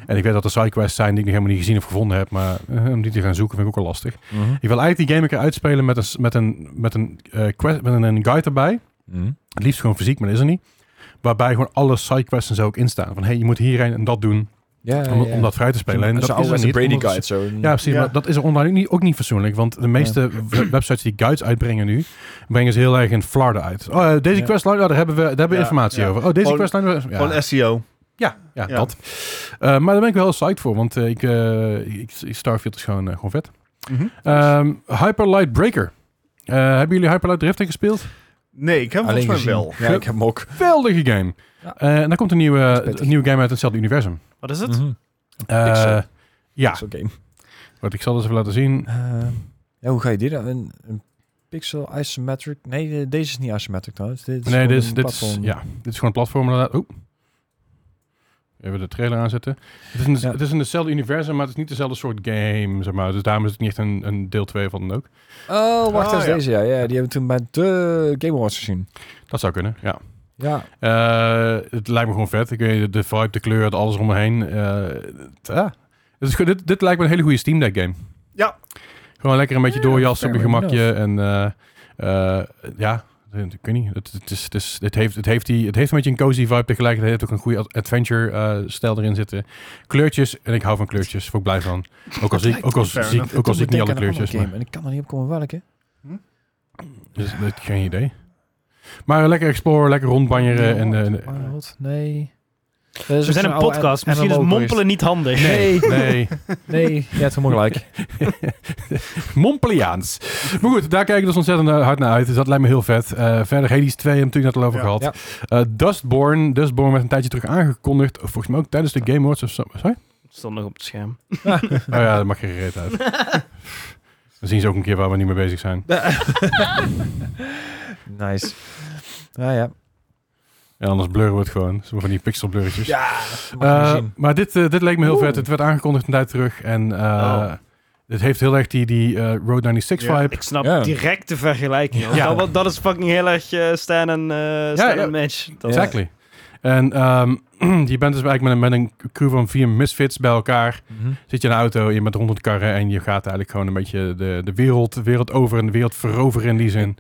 En ik weet dat er sidequests zijn die ik nog helemaal niet gezien of gevonden heb. Maar eh, om die te gaan zoeken vind ik ook al lastig.
Mhm.
Ik wil eigenlijk die game een keer uitspelen met een, s- met een, met een, eh, quest, met een, een guide erbij.
Mhm.
Het liefst gewoon fysiek, maar dat is er niet. Waarbij gewoon alle sidequests en zo ook in staan. Van, hey, je moet hierheen en dat doen
Ja, ja,
om,
Eh, ja.
om dat vrij te spelen. En
Zo'n
dat is
oude
er niet.
Brady
omdat-
Guide zo.
Ja, precies.
Ja.
Maar dat is er online ook niet, ook niet fatsoenlijk. Want de meeste we- websites die guides uitbrengen nu, brengen ze heel erg in Florida uit. Oh, eh, deze
Ja.
questline, oh, daar hebben we, daar hebben we
Ja,
informatie
ja.
over. Oh, deze
Gewoon-
questline... Ja.
Gewoon E SEO.
Ja, ja,
Ja.
dat. Eh, maar daar ben ik wel heel psyched voor, want eh, ik, eh, ik, Starfield is gewoon, eh, gewoon vet.
Mhm.
Ehm, Hyper Light Breaker. Eh, hebben jullie Hyper Light Drifting gespeeld?
Nee, ik heb hem volgens mij wel.
Ja, ik heb hem ook.
Geweldige game.
Ja.
Eh, en daar komt een nieuwe,
is pittig.
een nieuwe game uit hetzelfde universum.
Wat is het?
Mhm.
Eh,
Pixel.
ja,
Zo'n game.
wat ik zal dus even laten zien.
Eh, ja, hoe ga je dit dan? Een, een pixel isometric? Nee, eh, deze is niet isometric trouwens. Dit is
Nee,
gewoon
dit is,
een
dit, is,
platform.
ja, dit is gewoon een platform inderdaad. Oeh. Even de trailer aanzetten. Het is, in,
Ja.
het is in hetzelfde universum, maar het is niet dezelfde soort game, zeg maar. Dus daarom is het niet echt een, een deel 2 van dan ook.
Oh, wacht,
Ah,
dat is
ja.
deze. Ja, ja, die hebben we toen bij de Game Awards gezien.
Dat zou kunnen, ja.
Ja,
Eh, het lijkt me gewoon vet. Ik weet, de vibe, de kleur, de alles om me heen. Eh, het- ja. Het is goed. dit, dit lijkt me een hele goede Steam Deck game.
Ja.
Gewoon lekker een beetje
Ja,
doorjassen op je
fair
gemakje. En eh, eh, ja, ik weet niet. Het, het, is, het, is, het, heeft, het, heeft die, het heeft een beetje een cozy vibe tegelijkertijd. Het heeft ook een goede ad- adventure eh, stijl erin zitten. Kleurtjes, en ik hou van kleurtjes. Word ik blij van. Ook al zie ik, ook al
Fair
zie, ik- ook al zie ik niet alle kleurtjes. maar-
Game, en ik kan er niet op komen welke.
dus, dat- eh, geen idee. Maar lekker exploren, lekker rondbanjeren. En, eh,
Wild, nee.
We zijn een podcast. Misschien is mompelen niet handig.
Nee,
eh, Nee,
nee, je hebt helemaal gelijk.
Mompeliaans. Maar goed, daar kijk ik dus ontzettend eh, hard naar uit. Dus dat lijkt me heel vet. Eh, verder Hades 2 hebben we natuurlijk net al over
Ja.
gehad. Eh, Dustborn. Dustborn werd een tijdje terug aangekondigd. Volgens mij ook tijdens de Game Awards of zo. Sorry?
Het stond nog op het scherm.
Oh ja, dat mag geen reet uit. Dan zien ze ook een keer waar we niet mee bezig zijn.
Nice. Ja, ja.
Ja, anders blurren we het gewoon. Zo van die pixelblurretjes.
Ja,
Eh, maar dit, eh, dit leek me heel vet. Het werd aangekondigd een tijd terug. En eh
Oh.
het heeft heel erg die, die eh, Road 96
Ja,
vibe.
Ik snap
Ja.
direct de vergelijking. hoor.
Ja.
Dat, dat is fucking heel erg eh Stan en eh Stan
ja.
en Match. Dat
Ja.
Exactly. En ehm, je bent dus eigenlijk met een, met een crew van vier misfits bij elkaar.
Mhm.
Zit je in een auto, je met honderd karren en je gaat eigenlijk gewoon een beetje de, de wereld, de wereld over en de wereld veroveren in die zin.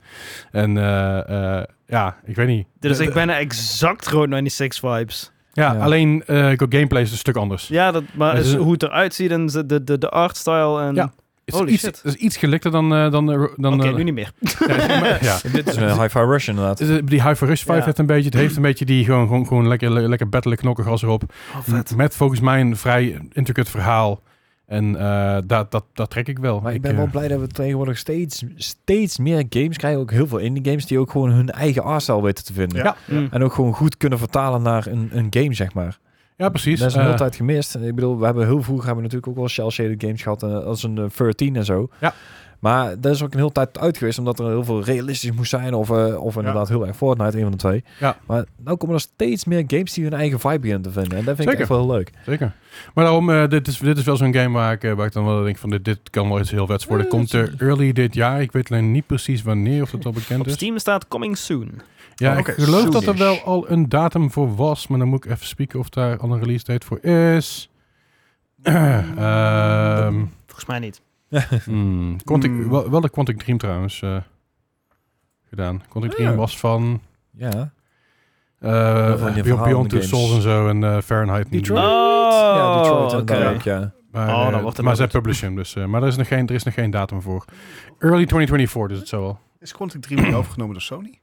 En eh, eh, ja, ik weet niet.
Dus
De-
ik ben exact Road 96 vibes.
Ja,
Ja.
alleen eh ik gameplay is een stuk anders.
Ja, dat, maar
Dus,
is
eh,
hoe het eruit ziet en de, de, de, de artstyle. En...
Ja. Het is
Holy
iets,
shit.
Het is iets gelikter dan... eh, dan, eh, ro- dan
Oké,
eh,
nu niet meer.
ja, maar- ja.
Dit is een hi-fi rush inderdaad.
Het is- Die Hyper Rush 5
Ja.
heeft een beetje, het heeft een beetje die gewoon, gewoon, gewoon lekker, le- lekker battelen, knokken, gas erop.
Oh, vet.
Met volgens mij een vrij intricate verhaal. En eh dat, dat, dat trek ik wel.
Maar ik ben
eh,
wel blij dat we tegenwoordig steeds, steeds meer games krijgen. Ook heel veel indie games die ook gewoon hun eigen artstyle weten te vinden.
Ja.
Mm.
En ook gewoon goed kunnen vertalen naar een, een game, zeg maar.
Ja, precies.
Dat is een hele
Eh,
tijd gemist. Ik bedoel, we hebben heel vroeg hebben we natuurlijk ook wel shell-shaded games gehad. eh, als een eh, 13 en zo.
Ja.
Maar dat is ook een hele tijd uit geweest. Omdat er heel veel realistisch moest zijn. Of, eh, of inderdaad heel erg Fortnite, een van de twee.
Ja.
Maar nou komen er steeds meer games die hun eigen vibe beginnen te vinden. En dat vind
Zeker.
ik echt wel heel leuk.
Zeker. Maar daarom, eh, dit, is, dit is wel zo'n game waar ik, eh, waar ik dan wel denk van dit, dit kan wel iets heel vets worden. Komt er early dit jaar. Ik weet alleen niet precies wanneer of dat al bekend
Op
is.
Steam staat coming soon.
Ja,
Oh,
ik
oké,
geloof dat er
soonish.
wel al een datum voor was. Maar dan moet ik even spieken of daar al een release date voor is. Ehm
Volgens mij niet.
hmm, Quantic,
Hmm.
wel, wel de Quantic Dream trouwens eh, gedaan. Quantic Dream
Ah.
was van
Ja.
eh,
van die
Beyond, Beyond Two
verhalengames.
Souls en zo en eh, Fahrenheit. niet.
Detroit.
Oh,
ja, Detroit
oké.
inderdaad ook, ja.
Maar,
Oh, dan
eh,
nou,
wordt het
maar
wel
zij
goed.
publishen hem dus. eh, maar er is, nog geen, er is nog geen datum voor. Early 2024, dus het zo wel.
Is Quantic Dream niet overgenomen door Sony?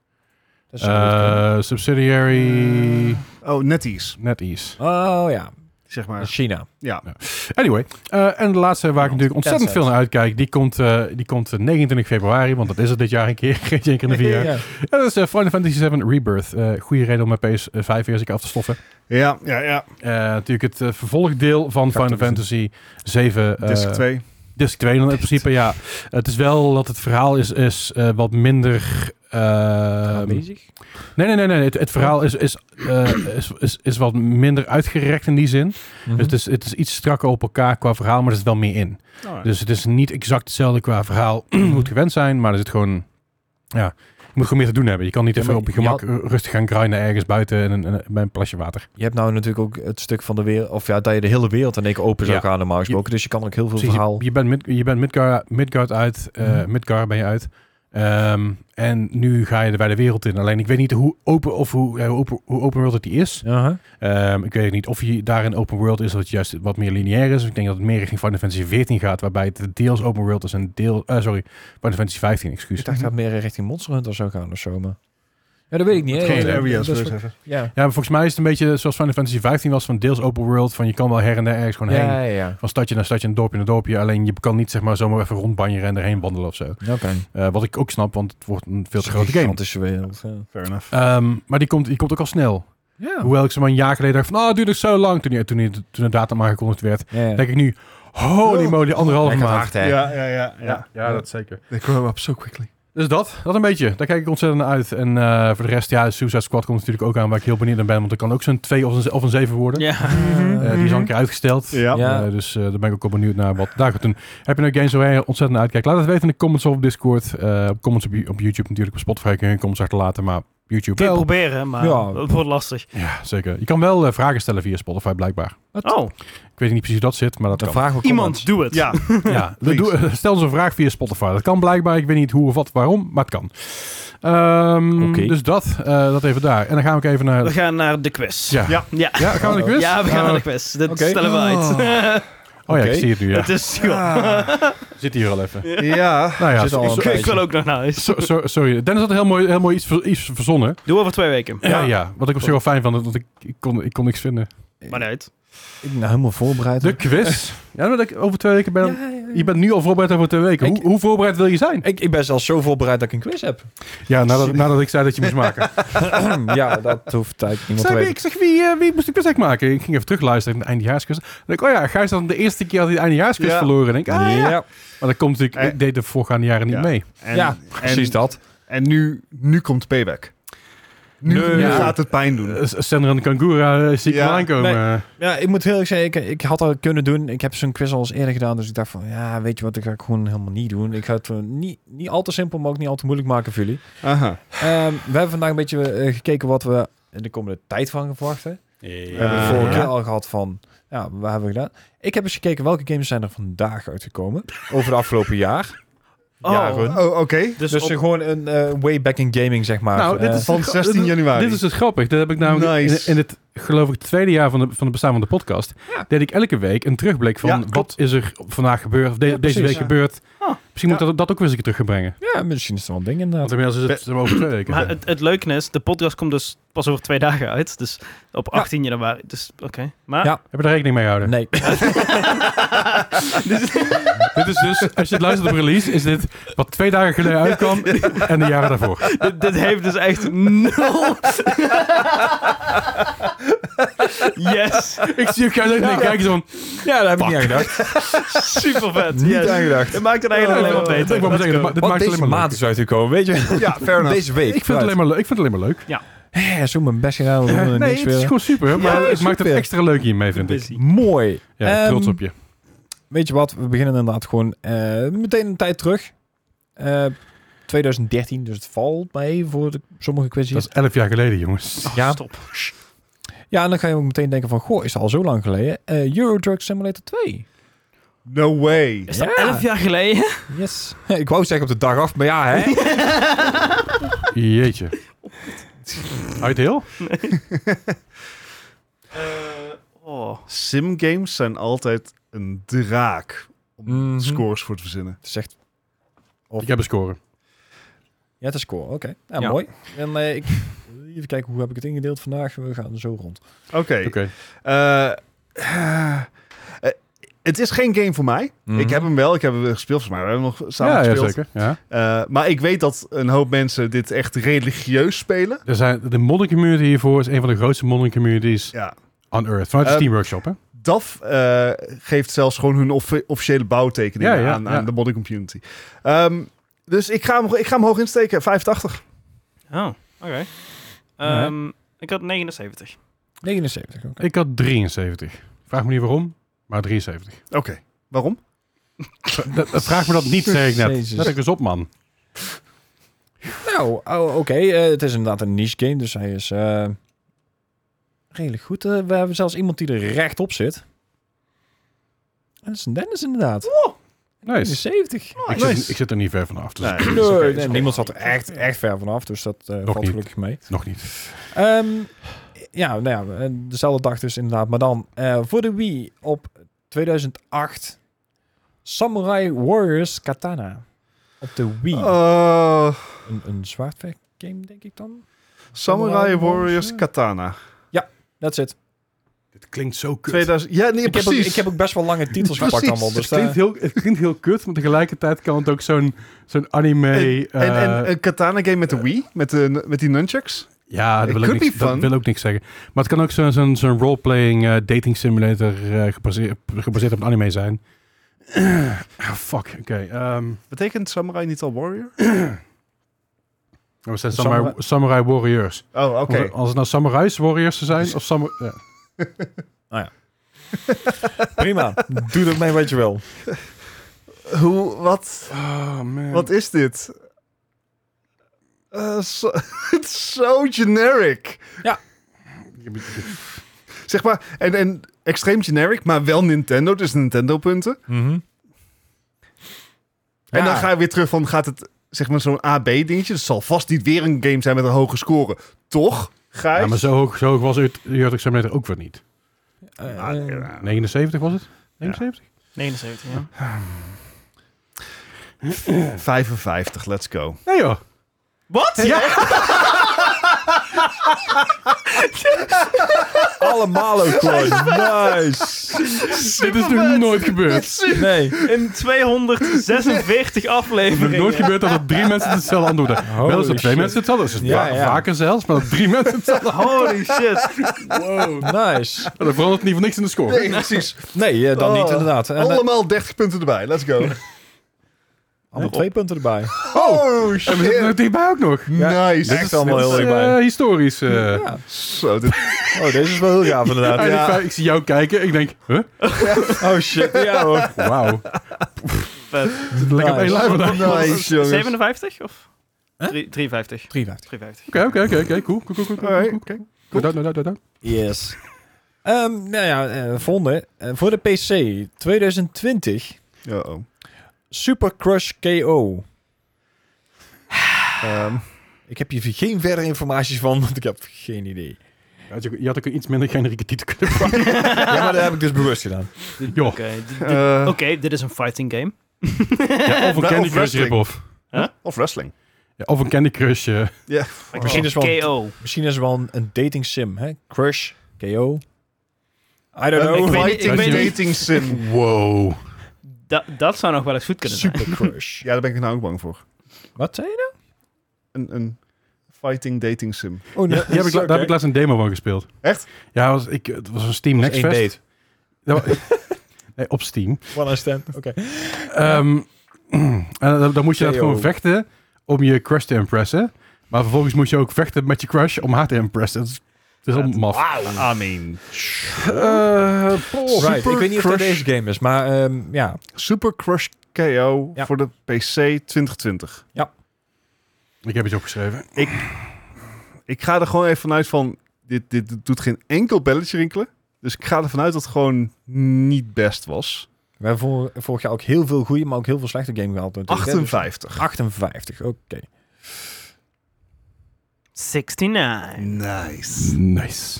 Dat zou goed kunnen.
Eh,
Eh.
subsidiary
Oh, NetEase,
NetEase.
oh ja,
zeg
dat is
maar.
China.
Ja.
Anyway, eh, en de laatste waar ik natuurlijk ontzettend
Tencent.
veel naar uitkijk, die komt, eh, die komt eh, 29 februari, want dat is het dit jaar een keer, geen één keer in de vier jaar.
Ja.
En dat is eh, Final Fantasy VII Rebirth. Eh goede reden om mijn PS5 eh, weer eens af te stoffen.
Ja, ja, ja.
Eh, natuurlijk het eh, vervolgdeel van Final
Activision.
Fantasy 7. eh,
Disc 2.
Disc 2 dan in principe, ja. Het is wel dat het verhaal is, is eh, wat minder... eh,
Aanwezig?
nee, nee, nee. nee. Het, het verhaal is, is, eh, is, is, is wat minder uitgerekt in die zin.
Mhm.
Dus het is, het is iets strakker op elkaar qua verhaal, maar er zit wel meer in. Dus het is niet exact hetzelfde qua verhaal. moet gewend zijn, maar er zit gewoon... Ja, je moet gewoon meer te doen hebben. Je kan niet
Ja,
even
maar
op je
je
gemak ru- rustig gaan grinden ergens buiten en, een- een- bij een plasje water.
Je hebt nou natuurlijk ook het stuk van de wereld, of ja, dat je de hele wereld in één keer open zou
Ja.
gaan normaal gesproken. Dus je kan ook heel veel
Precies,
verhaal.
Je, je bent, mid, je bent Midgar, Midgard uit. eh,
Mhm.
Midgar ben je uit. Ehm, en nu ga je er bij de wereld in. Alleen ik weet niet hoe open of hoe, eh, hoe open, hoe open world het die is.
Aha.
Ehm, ik weet niet of je daar in open world is, dat het juist wat meer lineair is. Ik denk dat het meer richting Final Fantasy 14 gaat, waarbij het deels open world is en deel. eh, sorry, Final Fantasy 15, excuus.
Ik dacht dat het meer richting Monster Hunter zou gaan of zo, maar... Ja, dat weet ik niet. hè.
Geen
Ja,
areas,
dat is
wil ik
wat-
zeggen.
Ja.
Ja, maar volgens mij is het een beetje zoals Final Fantasy 15 was, van deels open world, van je kan wel her en der ergens gewoon heen.
Ja, ja, ja.
Van stadje naar stadje en dorpje naar dorpje. Alleen je kan niet zeg maar zomaar even rondbanjeren en erheen wandelen of zo.
Nou, Oké.
Eh, wat ik ook snap, want het wordt een veel
Dat
te grote game.
gigantische wereld. Ja.
Fair enough.
Ehm, maar die komt, die komt ook al snel. Hoewel ik ze maar een jaar geleden dacht van, ah, het duurt nog zo lang. Toen, die- toen, die- toen de datum aangekondigd werd.
Ja, ja.
Denk ik nu, holy moly, anderhalve
Lekker
maand.
hard, hè?
Ja, ja, ja, ja.
zeker.
They grow up so quickly.
Dus dat, dat een beetje. Daar kijk ik ontzettend naar uit. En eh, voor de rest, ja, Suicide Squad komt natuurlijk ook aan waar ik heel benieuwd naar ben. Want dat kan ook zo'n 2 of een, of een 7 worden.
Ja.
Eh,
Mhm.
die is al een keer uitgesteld.
Ja.
Ja.
Eh, dus eh, daar ben ik ook wel benieuwd naar wat daar gaat doen. Heb je nou games waar je ontzettend naar uitkijkt? Laat het weten in de comments of op Discord. Eh, op comments op, op YouTube natuurlijk. Op Spotify kun je comments achterlaten, maar YouTube
Kun je
wel.
proberen, maar
Ja.
het wordt lastig.
Ja, zeker. Je kan wel eh, vragen stellen via Spotify blijkbaar.
Oh,
Ik weet niet precies hoe dat zit, maar dat
Dan
kan.
vragen we
iemand, doe het.
Ja,
Ja,
Please.
doe- eh, stel eens een vraag via Spotify. Dat kan blijkbaar. Ik weet niet hoe of wat, waarom, maar het kan. Ehm,
Oké.
Dus dat, eh, dat even daar. En dan gaan we ook even naar...
We gaan naar de quiz.
Ja.
Ja.
Ja.
Ja, gaan we naar de quiz?
Ja, we gaan
Eh,
naar de quiz. Dat
oké.
stellen we uit.
Oh ja,
Oké.
ik zie het nu. Ja.
Het is... joh.
Zit hier al even.
ja.
Nou ja,
Zit al
ik-
een
ik-
tijdje.
Ik wil ook nog naar huis.
so- so- sorry. Dennis had heel mooi, heel mooi iets, ver- iets verzonnen.
Doe over twee weken.
Ja. ja, wat ik op zich wel fijn vond, want ik, ik, kon, ik kon niks vinden.
Maar nee, het-
Ik ben nou helemaal voorbereid.
De quiz. ja, maar dat ik over twee weken ben.
Ja, ja, ja.
Je bent nu al voorbereid over twee weken.
Ik-
hoe, hoe voorbereid wil je zijn?
Ik, ik ben zelfs zo voorbereid dat ik een quiz heb.
Ja, nadat, nadat ik zei dat je moest maken.
ja, dat hoeft eigenlijk niemand te
Zei,
weten.
ik zeg, wie, eh, wie moest ik quiz maken? Ik ging even terugluisteren in de eindejaarsquiz. Dan denk ik, oh ja, Gijs had hem de eerste keer had hij de eindejaarsquiz
Ja.
verloren. En denk ik, ah, ja.
ja,
Maar dat komt natuurlijk,
Eh.
ik deed de voorgaande jaren niet
Ja.
mee.
En,
Ja, precies
en,
dat.
En nu, nu komt payback. Nu,
Nee.
nu
Ja.
gaat het pijn doen.
Eh, Senran Kangura eh, zie ik
Ja.
wel aankomen. Eh,
Ja, ik moet heel eerlijk zeggen, ik, ik had dat kunnen doen. Ik heb zo'n quiz al eens eerder gedaan, dus ik dacht van, ja, weet je wat, ik ga ik gewoon helemaal niet doen. Ik ga het eh, niet, niet al te simpel, maar ook niet al te moeilijk maken voor jullie.
Aha.
Ehm, we hebben vandaag een beetje eh, gekeken wat we in de komende tijd van gaan verwachten. We hebben
Eh,
het vorige
ja.
keer al gehad van, ja, wat hebben we gedaan? Ik heb eens gekeken welke games zijn er vandaag uitgekomen, over de afgelopen jaar.
Oh.
Jaren.
Oh, oké.
Dus,
op-
eh, gewoon een eh, way back in gaming, zeg maar.
Nou, dit
Eh,
is-
Van 16 januari.
Dit is het grappig. Dat heb ik namelijk
Nice.
in, in het, geloof ik, tweede jaar van, de, van het bestaan van de podcast.
Ja.
Deed ik elke week een terugblik van
Ja,
wat
klopt.
is er vandaag gebeurd, of de-
Ja, precies,
deze week
ja.
gebeurd.
Ah.
Misschien moet
Ja.
dat, dat ook weer eens een keer terug gaan brengen.
ja, misschien is het wel een ding
Want
inderdaad.
inmiddels is het over twee weken.
Maar het, het leuke is, de podcast komt dus pas over twee dagen uit. Dus op 18 januari. Dus oké. Maar
Ja.
Heb je daar rekening mee gehouden?
Nee,
Dit is dus, als je het luistert op release, is dit wat twee dagen geleden uitkwam en de jaren daarvoor.
dit, dit heeft dus echt nul. yes.
Ik zie ook jou ja. kijken zo van,
ja, daar heb ik niet aan gedacht.
Super vet.
Niet
Yes.
aan gedacht.
Het maakt het eigenlijk alleen maar
eh, ik
beter.
wou maar zeggen, dit ma- dit
Want
maakt het
deze
alleen maar
maand
leuk.
is uitgekomen, weet je.
Ja, fair enough.
Deze week.
Ik vind, het alleen maar leuk. ik vind het alleen maar leuk.
maar... Hé, zo mijn best gedaan. We doen
nee,
er niks
het is
weer.
gewoon super, maar
Ja,
het maakt het
super.
extra leuk hiermee, vind ik.
Busy.
Mooi.
Ja,
Ehm,
trots op je.
Weet je wat? We beginnen inderdaad gewoon eh, meteen een tijd terug. Eh, 2013, dus het valt mee voor de, sommige
Dat
kwesties.
is elf jaar geleden, jongens.
ja.
Stop.
ja, en dan ga je ook meteen denken van... Goh, is het al zo lang geleden? Eh Euro Truck Simulator 2.
No way.
Is dat
Ja.
11 jaar geleden?
Yes. Ik wou zeggen op de dag af, maar ja, hè?
Jeetje. Uit heel?
Oh.
Simgames zijn altijd een draak om
Mhm.
scores voor te verzinnen.
Het is echt...
Ik heb een score.
Ja, het is cool. Oké. Ja,
Ja.
mooi. En eh, ik... Even kijken, hoe heb ik het ingedeeld vandaag? We gaan zo rond.
Oké.
Oké.
Eh, eh, eh, het is geen game voor mij.
Mhm.
Ik heb hem wel. Ik heb hem gespeeld. Volgens mij we hebben hem nog samen
Ja, ja,
gespeeld.
zeker. Ja.
Eh, maar ik weet dat een hoop mensen dit echt religieus spelen.
Er zijn, de modding community hiervoor is een van de grootste modding communities
Ja.
on earth. Vanuit de
Ehm,
Steam Workshop, hè?
DAF eh, geeft zelfs gewoon hun offi- officiële bouwtekeningen
Ja, ja,
aan,
ja.
aan de modding community. Ehm, dus ik ga, hem, ik ga hem hoog insteken. 85.
Oh, oké. Ehm, Ik had 79.
79, oké.
Ik had 73. Vraag me niet waarom, maar 73.
Oké. Waarom?
Dat- dat- Vraag me dat niet, zeg ik net.
Jezus.
Let ik eens op, man.
Nou, oh, oké. eh, het is inderdaad een niche game, dus hij is eh, redelijk goed. Eh, we hebben zelfs iemand die er rechtop zit. En dat is een Dennis inderdaad.
Nice. Oh,
70.
Ik zit, ik zit er niet ver vanaf, dus
Ah, Nee, dat is
Nee,
oké.
nee, niemand zat er echt, echt ver vanaf, dus dat eh, valt
niet.
gelukkig mee.
nog niet.
Ehm, ja, nou ja, eh, dezelfde dag dus inderdaad. Maar dan eh, voor de Wii op 2008 Samurai Warriors Katana. Op de Wii.
Oh.
Eh,
Een, een zwaardvechtgame, denk ik dan.
Samurai Warriors
Ja.
Katana.
That's it.
Dit klinkt zo kut.
2000. Ja, nee,
Ik heb, ook,
precies.
ik heb ook best wel lange titels gepakt
Precies.
allemaal.
het,
Dus
klinkt
daar-
heel, het klinkt heel kut, maar tegelijkertijd kan het ook zo'n zo'n anime...
en,
eh,
en een katana game met de Wii, met, de, met die nunchucks.
ja,
it
dat wil, ik
could be
niks, dat
fun.
wil ook niks zeggen. Maar het kan ook zo'n zo'n zo'n roleplaying eh, dating simulator eh, gebaseerd, gebaseerd op een anime zijn. Ah, fuck, oké. ehm,
Betekent samurai niet al warrior?
we zijn samurai,
Samurai-
samurai warriors.
Oh, oké. Dus-
Als, als het nou samurais warriors zijn, of samu ja.
nou Prima. Doe dat mee wat je wil.
Hoe, wat,
Oh, man.
wat is dit? Eh, zo- Het is zo generic. Zeg maar, en, en extreem generic, maar wel Nintendo, dus Nintendo punten. En
Mhm. Ja.
dan ga je weer terug van, gaat het zeg maar zo'n AB dingetje? Het zal vast niet weer een game zijn met een hoge score. Toch, Gijs?
Ja, maar zo hoog, zo hoog was het Jurk Simulator ook weer niet.
Ah,
Eh,
ja.
79 was het? 79?
79, ja.
55, let's go.
Nee joh.
eh,
Wat?
Ja.
Allemaal ook gewoon. Nice.
Dit is nog nooit gebeurd.
Nee.
In 246
Het is nog
afleveringen.
nooit gebeurd dat er drie mensen hetzelfde antwoord hebben. Wel eens dat twee
shit.
mensen hetzelfde. Dus het is
Ja,
va-
ja.
Vaker zelfs, maar dat drie mensen hetzelfde.
Holy shit.
Wow.
Nice.
Dan verandert niet voor niks in de score.
Nee, precies.
Nee, eh, dan niet
Oh,
inderdaad. En, eh,
Allemaal 30 punten erbij. Let's go.
allemaal twee punten erbij.
Oh,
En we zitten er
shit.
dichtbij ook nog.
Nice.
Dit is allemaal
Dit
heel
is,
erg
eh,
bij.
historisch. eh.
Ja.
Zo, dit-
Oh, deze is wel heel gaaf inderdaad.
En ik
Ja.
vraag- ik zie jou kijken. Ik denk, huh?
Oh shit, ja hoor.
Wauw.
Vet.
Zit Lekker op één
Nice.
lijn vandaag.
Nice, jongens.
57 of? Drie- 53.
53.
53.
Oké, oké, oké, oké. Cool, cool, cool, cool, cool,
Alright,
cool. nou,
oké.
No doubt, no doubt, no doubt.
Yes. Ehm, nou ja, eh, volgende. Eh, voor de PC 2020
Uh-oh.
Super Crush KO.
Ehm,
Ik heb hier geen verdere informatie van, want ik heb geen idee.
Had Je je had ook een iets minder generieke titel kunnen pakken.
Ja, maar dat heb ik dus bewust gedaan.
Joh.
Oké, dit- dit-
eh,
oh.
Oké, dit is een fighting game.
Ja, of een
Of
Candy Crush
wrestling.
rip-off.
Of wrestling.
Ja, of een Candy Crush. eh.
Ja.
Misschien is wel-
KO.
Misschien is er wel een, een dating sim, hè? Crush KO. I don't
Ik
know.
weet niet- ik
Fighting
weet niet-
dating sim.
Wow.
Da- dat zou nog wel eens goed kunnen zijn.
Super Crush.
Ja, daar ben ik nou ook bang voor.
Wat zei je?
Een, een fighting dating sim.
Oh,
Ja, die heb ik, la- Daar heb ik laatst een demo van gespeeld.
Echt?
Ja, was, ik, het was een Steam Next Fest.
date.
Ja, maar- nee, op Steam.
One night stand. Oké.
Ehm, en dan, dan moest je dat
Theo.
gewoon vechten om je crush te impressen. Maar vervolgens moest je ook vechten met je crush om haar te impressen. Dat is, dat is
Ja,
al maf.
Wow. I mean...
Eh, Right. Ik weet niet of
Crush.
dat deze game is, maar ehm, ja.
Oh, Super Crush KO
Ja.
voor de PC 2020.
Ik heb iets opgeschreven.
Ik ga er gewoon even vanuit van... Dit, dit doet geen enkel belletje rinkelen. Dus ik ga ervan uit dat het gewoon niet best was.
We hebben vor- vorig jaar ook heel veel goede, maar ook heel veel slechte games gehad. natuurlijk, hè. Dus
58.
58, oké.
69.
Nice.
Nice.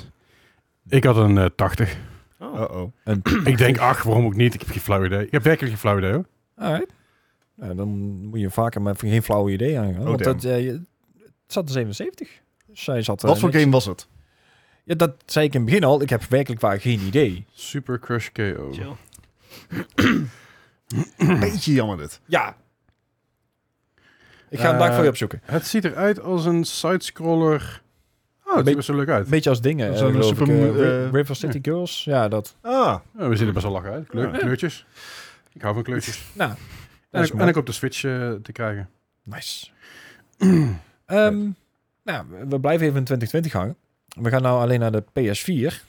Ik had een eh, 80.
Oh.
Uh-oh.
ik denk, ach, waarom ook niet? Ik heb geen flauw idee. Ik heb werkelijk geen flauw idee, hoor.
Alright. Nou, dan moet je vaker met geen flauw idee aan gaan.
Oh,
want
damn.
dat, eh, je- het zat in 77. Zij zat, eh,
Wat voor
niks.
game was het?
Ja, dat zei ik in het begin al. Ik heb werkelijk waar geen idee.
Super Crush KO.
Chill.
Beetje jammer dit.
Ja. Ik ga hem daar
Eh,
voor je opzoeken.
Het ziet eruit als een sidescroller. Oh, het ziet er best wel leuk uit.
Een beetje als dingen.
Zo'n
eh, geloof ik,
super-
eh, Ri-
eh,
River City Girls. Ja, dat.
Ah,
Ja, we zien er best wel lachen uit. Kleur,
Ja.
Kleurtjes. Ik hou van kleurtjes.
Nou,
En
dat is
ik, en
mooi.
ik op de Switch eh, te krijgen.
Nice. Ehm, nou, we- we blijven even in 2020 hangen. We gaan nou alleen naar de PS4.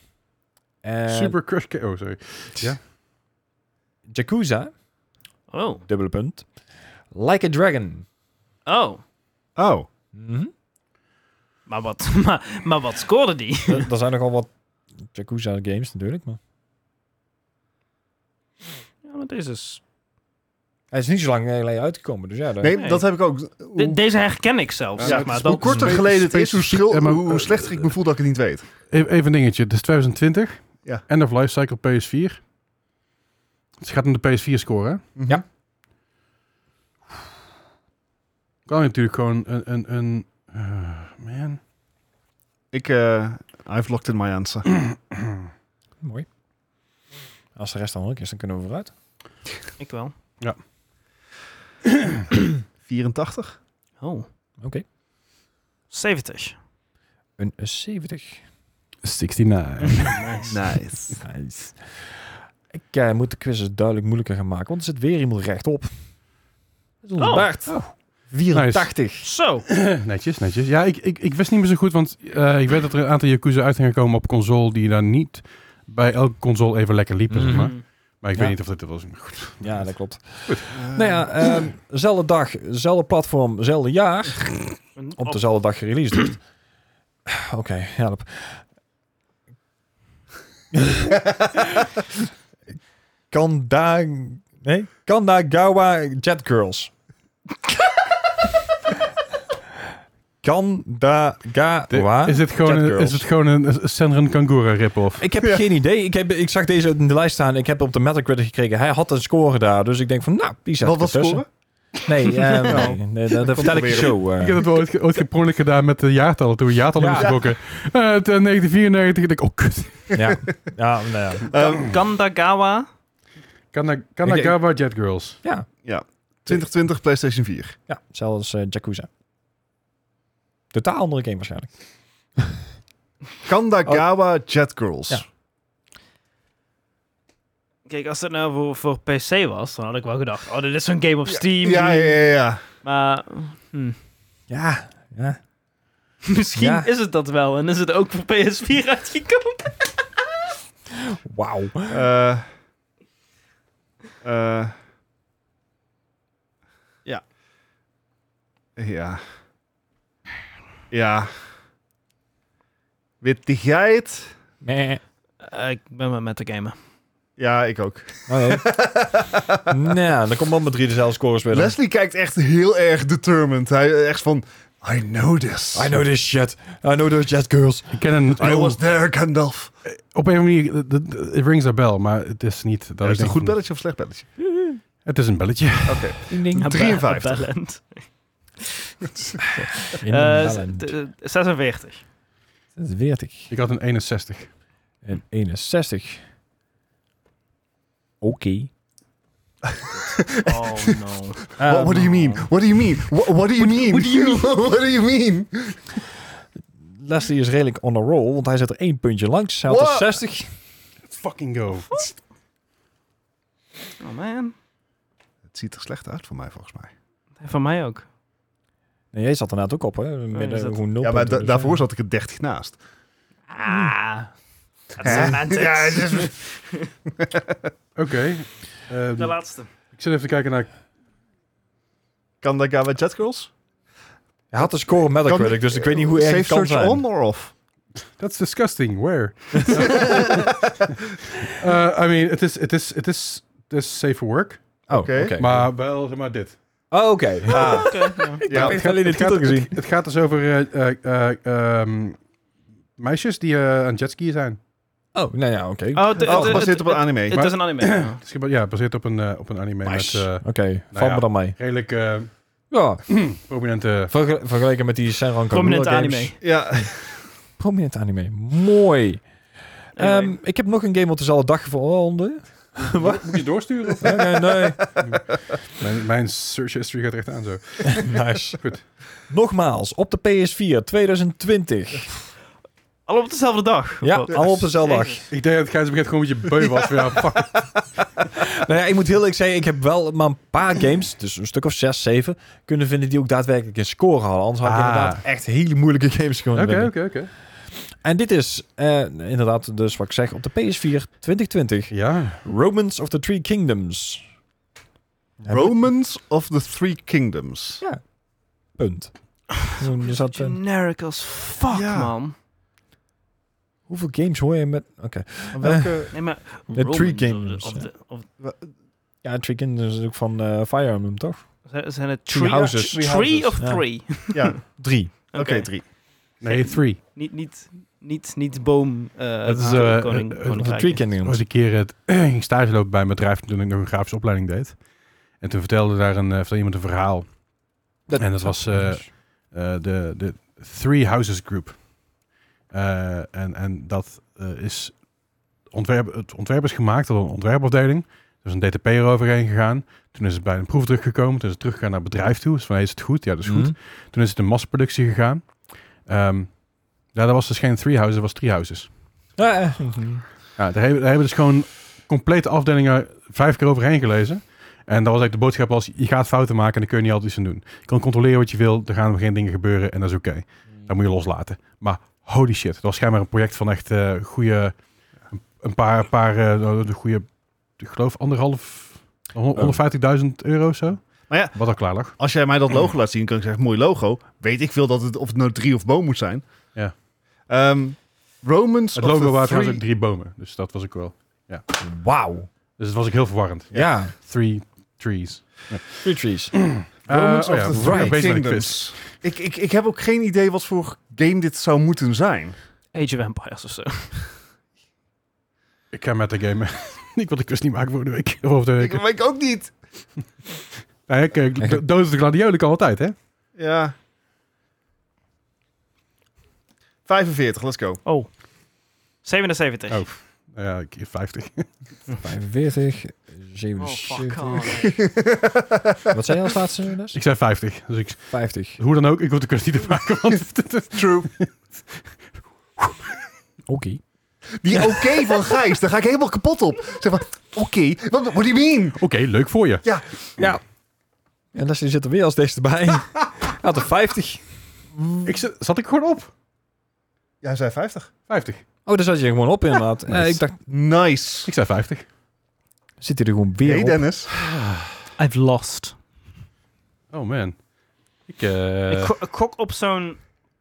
En
Super Crush KO, oh, sorry.
Yakuza,
Oh.
dubbele punt. Like a Dragon. Mhm.
Oh.
oh.
Maar wat, maar, maar wat scoorde die?
Er- er zijn nogal wat Yakuza games natuurlijk, maar...
Ja, maar deze, is,
Hij is niet zo lang geleden uitgekomen, dus ja. daar-
Nee,
Nee.
dat heb ik ook. Hoe,
de- deze herken ik zelfs,
Ja,
zeg
het
maar.
is
hoe
Dat,
korter
Spe-
geleden het is, hoe,
specifiek-
schil,
Ja, maar-
hoe, hoe slechter ik me voel dat ik het niet weet.
Even, even een dingetje. Dit is 2020.
Ja.
End of life cycle PS4. Dus het gaat om de PS4 score, hè?
Mhm.
Ja.
Kan natuurlijk gewoon een... een, een eh, man.
Ik, eh I've locked in my answer.
Mooi. Als de rest dan ook is, dan kunnen we vooruit.
ik wel.
84?
Oh.
Oké.
70.
Een 70.
69.
Nice.
Nice. Ik eh, moet de quizzes duidelijk moeilijker gaan maken, want er zit weer iemand rechtop. Dat is onze
Oh.
Bart. 84.
Zo.
netjes, netjes. Ja, ik, ik, ik wist niet meer zo goed, want eh, ik weet dat er een aantal Yakuza uit zijn gekomen op console die daar niet bij elke console even lekker liepen, zeg maar.
Mm.
Maar ik
Mhm. Ja.
weet niet of dit het was. Goed.
Ja, dat klopt. Nou ja, ehm, zelfde dag, zelfde platform, zelfde jaar.
Een-
Op
op-
dezelfde dag gereleased. dus. Oké, help. Kanda... Nee? Kandagawa Jet Girls.
De-
Kandagawa...
is, het gewoon
Jet
een,
Girls.
is het gewoon een Senran Kangura rip-off?
Ik heb geen idee. Ik, heb, ik zag deze in de lijst staan. Ik heb op de Metacritic gekregen. Hij had een score daar. Dus ik denk van, nou, die zet
Wat
ik
was
ertussen.
scoren?
Nee, eh, nee, nee, dat, dat vertel ik je zo. eh.
Ik heb het wel ooit, ge- ooit per ongeluk gedaan met de jaartallen. Toen we jaartallen
Ja.
moesten boeken. Eh, het, eh, 1994. Ik denk, oh kut.
eh, ja. Ja, nou ja.
Ehm,
Kandagawa.
Kana- Kanagawa Jet Girls.
ja,
2020 PlayStation 4.
ja, zelfs eh Yakuza. Totaal andere game waarschijnlijk.
Kandagawa Jet Girls.
Ja.
Kijk, als dat nou voor, voor PC was, dan had ik wel gedacht, oh, dit is zo'n game op Steam.
Ja, ja, ja. ja.
Maar hm,
Ja, ja.
misschien
Ja.
is het dat wel. En is het ook voor PS4 uitgekomen.
Wauw.
Eh, eh.
Ja.
Ja. Ja. Weet die geit?
Nee.
Eh, ik ben maar met de gamer.
Ja, ik ook.
Oh, nee. nou, dan komt man met drie dezelfde scores weer.
Leslie kijkt echt heel erg determined. Hij eh, echt van, I know this. Oh.
I know this shit. I know those jet girls.
Ik ken een...
I was there, Gandalf.
Op een of andere manier... de- de- Het rings a bell, maar het is niet... Dat ik
Dat
denk
is het een goed
van-
belletje of slecht belletje?
Het is een belletje.
Oké.
Ja,
53.
ba- eh, talent.
In
Eh,
uh,
z- de- 46.
40
Ik had een 61.
en 61. Oké.
Oh no.
Ehm,
what, what do you mean? What do you mean? What, what do you mean? What do you mean? what do you mean?
Leslie is redelijk on a roll, want hij zet er één puntje langs. Hij had er
Wow.
60.
Fucking go.
Oh man.
Het ziet er slecht uit voor mij, volgens mij.
Van mij ook.
Nee, jij zat er inderdaad ook op, hè? Met,
is
eh,
dat-
gewoon nul
Ja, maar
punten,
da-
dus,
daarvoor
eh.
zat ik er 30 naast.
Ah. Dat
Hè?
is romantisch.
Ja, het is-
Oké. Ehm,
De laatste.
ik zit even te kijken naar...
Kan dat gaan met Jet Girls?
Hij had de score op Metacritic, dus ik weet niet hoe erg
Safe
het kan
search
zijn.
on or off?
That's disgusting. Where? Eh, I mean, het is, het is, het is, het is safe for work.
Oh, oké.
Oké.
Maar wel, zeg maar, dit.
Oh, oké. Ah.
Oh,
Ja,
Ik heb alleen de
het, gaat,
titel gezien.
het gaat dus over eh, eh, eh, ehm, meisjes die eh aan jetskiën zijn.
Oh, nou ja, oké.
Oh, het-
oh,
het- het-
gebaseerd op een anime.
Het is een anime. ja.
Het is geba- ja, baseerd op een, eh, op een anime met eh,
Oké, valt
ja.
me dan mee.
redelijk eh,
Ja,
prominente...
verge- vergeleken met die Senran Kagura
Prominente
games.
anime.
ja,
Prominent anime. Mooi.
Anyway.
Ehm, ik heb nog een game op dezelfde dag gevonden.
Wat? Moet je doorsturen? of-
Nee, nee, nee.
mijn, mijn search history gaat recht aan zo.
nice.
Goed.
Nogmaals, op de PS4 2020.
Al op dezelfde dag.
Ja,
Of wat?
al op dezelfde dag.
Ik denk dat Gijs begint gewoon een beetje beu was. van, Ja, fuck.
Nou ja, ik moet heel eerlijk zeggen, ik heb wel maar een paar games, dus een stuk of zes, zeven, kunnen vinden die ook daadwerkelijk een score hadden. Anders had ik
Ah.
inderdaad echt hele moeilijke games gewonnen.
Oké, oké, oké.
En dit is, eh, inderdaad, dus wat ik zeg, op de PS4 2020.
Ja.
Romans of the Three Kingdoms. Ja,
Romans of the Three Kingdoms.
Punt. Toen is dat, eh,
Generic as fuck,
Ja.
man.
hoeveel games hoor je met... Oké.
Welke...
Nee, maar...
Met
Romans
Three
of de-
Kingdoms,
of
ja.
de- of-
Ja, Three Kingdoms is ook van eh, Fire Emblem, toch?
zijn- Zijn het
Three
three?
houses.
Three,
Three
of
houses, ja.
three?
ja, oké,
Drie.
Oké.
drie.
Nee, three.
Niet, niet, niet, niet boom. eh
Dat is,
koning-
eh,
koning,
eh,
Of
koninkrijk.
the Three
Ik was
Kingdoms.
een keer het, ging stage lopen bij een bedrijf toen ik nog een grafische opleiding deed. En toen vertelde daar een, eh, vertelde iemand een verhaal. en dat was eh, eh, de, de Three Houses Group. Eh, en, en dat eh, is ontwerp, het ontwerp is gemaakt door een ontwerpafdeling. Er is een DTP eroverheen gegaan. Toen is het bij een proef teruggekomen. Toen is het teruggegaan naar het bedrijf toe. Dus van, hey, is het goed? Ja, dat is goed.
Mhm.
Toen is het in massaproductie gegaan. Ehm, ja, dat was dus geen Three Houses, dat was Three Houses.
Ja, eh, mhm.
Ja, daar hebben, daar hebben dus gewoon complete afdelingen vijf keer overheen gelezen. En daar was eigenlijk de boodschap als, je gaat fouten maken en daar kun je niet altijd iets aan doen. Je kan controleren wat je wil, er gaan geen dingen gebeuren en dat is oké.
Hmm.
Dat moet je loslaten. Maar holy shit, dat was schijnbaar een project van echt eh goede, een paar, paar eh, nou, de goede, ik geloof anderhalf, hon- 150.000 euro of zo.
Maar ja.
Wat al klaar lag.
Als jij mij dat logo laat zien, kan ik zeggen, mooi logo. Weet ik veel dat het of het nou drie of boom moet zijn.
Ja.
Ehm, Romans
Het
of
logo
the
waren
three...
trouwens ook drie bomen, dus dat was ook wel.
Wauw.
Dus het was ook heel verwarrend.
Ja.
Three trees.
Three Trees.
Romans
Eh, oh
of
ja,
the
we waren
Three
bezig met een
Kingdoms. Ik, ik, ik heb ook geen idee wat voor game dit zou moeten zijn.
Age of Empires of zo.
Ik ga met de game. ik wil de quiz niet maken voor de week. Of over de week.
Ik weet ook niet.
Nou ja, kijk, do- dood is de gladiolen kan altijd, hè?
Ja. 45, let's go.
Oh. 77.
Oh. Ja, ik- 50.
45,
Oh,
77.
fuck off.
Wat zei je als laatste, Jonas?
Ik zei 50. Dus ik,
50.
hoe dan ook, ik hoef de kwestie te maken. Want
True.
Oké.
Die oké van Gijs, daar ga ik helemaal kapot op. Zeg maar, oké, what, what do you mean?
Oké, leuk voor je.
En daar zit er weer als deze erbij. Hij Had er 50.
Ik, zat zat ik gewoon op.
Ja, hij zei 50.
50.
Oh, daar zat je er gewoon op inderdaad. Eh,
nice.
ik dacht,
Nice.
Ik zei 50.
zit hij er gewoon weer
Hey
op?
Dennis.
I've lost.
Oh man. Ik, eh,
Ik, go- ik gok op zo'n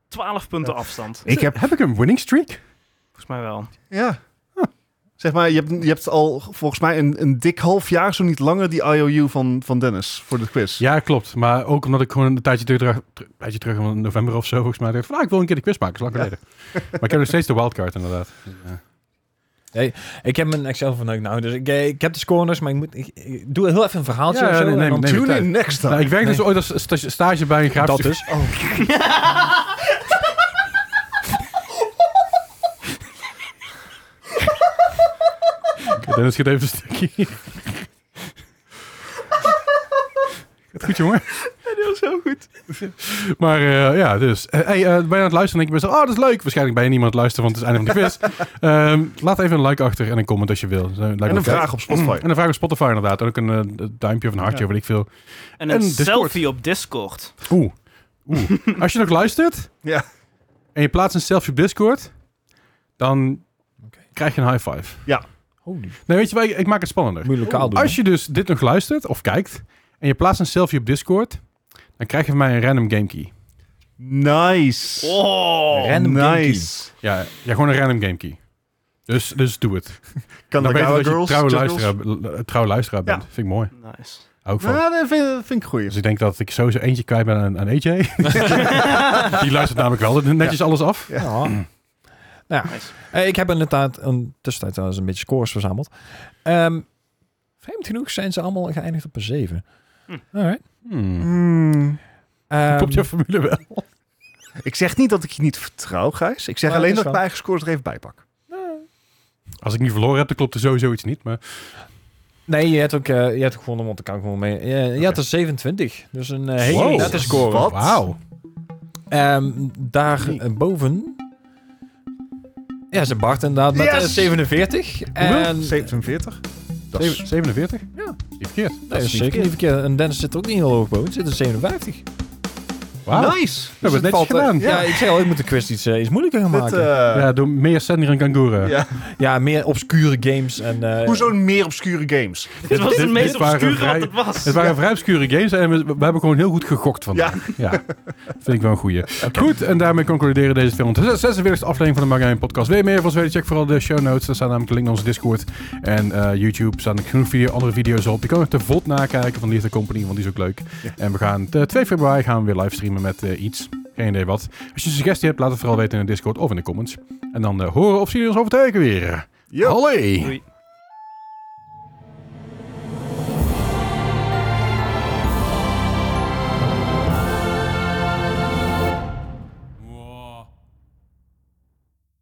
12
Eh.
punten afstand.
Ik heb...
Heb ik een winning streak?
Volgens mij wel.
Ja. Zeg maar, je hebt, je hebt al volgens mij een, een dik half jaar, zo niet langer, die IOU van, van Dennis voor de quiz.
Ja, klopt. Maar ook omdat ik gewoon een tijdje terug, een tijdje terug in november of zo, volgens mij, dacht van, ah, ik wil een keer de quiz maken, is lang geleden. Maar ik heb nog steeds de wildcard, inderdaad. Ja.
Ik heb mijn Excel van nou, dus ik, eh, ik heb de scores, maar ik, moet, ik, ik doe heel even een verhaaltje
Ja,
of zo.
nee,
en
nee,
dan-
nee.
Tune
tijd.
in next time.
Nou, ik werk dus ooit als sta- stage bij een grafisch...
Dat dus.
Dennis gaat even een stukje. Gaat goed, jongen.
Dat is heel goed.
Maar eh, ja, dus. Eh, hey, eh, ben je aan het luisteren en denk je best wel, oh, dat is leuk. Waarschijnlijk ben je niemand aan het luisteren, want het is het einde van de quiz. Ehm, laat even een like achter en een comment als je wil. Zo, lijkt me
en een
leuk.
vraag op Spotify.
En een vraag op Spotify inderdaad. En ook een eh, duimpje of een hartje,
Ja.
of weet ik veel.
En
En
een
Discord.
selfie op Discord.
Oeh. Oeh. Als je nog luistert
Ja.
en je plaatst een selfie op Discord, dan
Oké.
krijg je een high five.
Holy,
Nee, weet je wat? Ik, ik maak het spannender.
moet je lokaal doen.
Als je dus dit nog luistert of kijkt en je plaatst een selfie op Discord, dan krijg je van mij een random game key.
Nice.
Oh.
Random
nice.
Ja, ja gewoon een random game key. Dus, dus doe het.
Kan
Dan
dat
weet je
nou
dat je
girls?
trouw
Juggles?
luisteraar, eh, trouw luisteraar bent.
Ja.
Vind ik mooi.
Nice.
Hou ik van.
Ja, dat vind, dat vind ik goed.
Dus ik denk dat ik sowieso eentje kwijt ben aan, aan AJ. Die luistert namelijk wel netjes alles af.
Ja. Nou ja,
Nice.
eh, ik heb inderdaad een tussentijd trouwens een beetje scores verzameld. Ehm, vreemd genoeg zijn ze allemaal geëindigd op een 7.
Hm.
Alright.
Hmm.
Hmm.
Ehm,
Komt je formule wel?
Ik zeg niet dat ik je niet vertrouw, Gijs. Ik zeg
Maar
alleen dat
het is
ik mijn
wel.
eigen scores er even bij pak.
Als ik niet verloren heb, dan klopt er sowieso iets niet. Maar
nee, je hebt ook, eh, je hebt ook gewonnen, want ik kan gewoon mee. Eh, je had er 27. Dus een eh, hele
Wow.
nette score.
Wat?
wauw.
Ehm, daarboven. Ja, ze Bart inderdaad met
Yes!
eh, 47. En,
Hoeveel? 47? Dat is-
47?
Ja.
Niet verkeerd.
nee, dat is zeker niet verkeerd. En Dennis zit er ook niet heel hoog boven. Zit er 57.
Wauw.
Nice.
Dat hebben we
het
netjes
valt,
gedaan.
eh, Ja, ik zei al, ik moet de quiz iets, eh, iets moeilijker gaan
Dit,
maken.
eh,
ja, door meer Sender en Kangura.
ja.
Ja, meer obscure games en... eh
Hoezo meer obscure games?
Dit was
dit-
het meest
dit waren
obscure
vrij-
wat het was.
Het waren vrij obscure games en we, we hebben gewoon heel goed gegokt vandaag. Ja. Vind ik wel een goeie. Goed, en daarmee concluderen deze 246 aflevering van de Magazine Podcast. Wil je meer van ons weten? Check vooral de show notes. Daar staan namelijk links naar onze Discord en eh, YouTube. staan ook genoeg video, andere video's op. Je kan ook de VOD nakijken van Liefde Company, want die is ook leuk. En we gaan de 2 februari gaan we weer livestreamen met eh, iets. Geen idee wat. Als je een suggestie hebt, laat het vooral weten in de Discord of in de comments. En dan eh, horen of zien we ons over twee weken weer.
Yo.
Hallo!
Doei.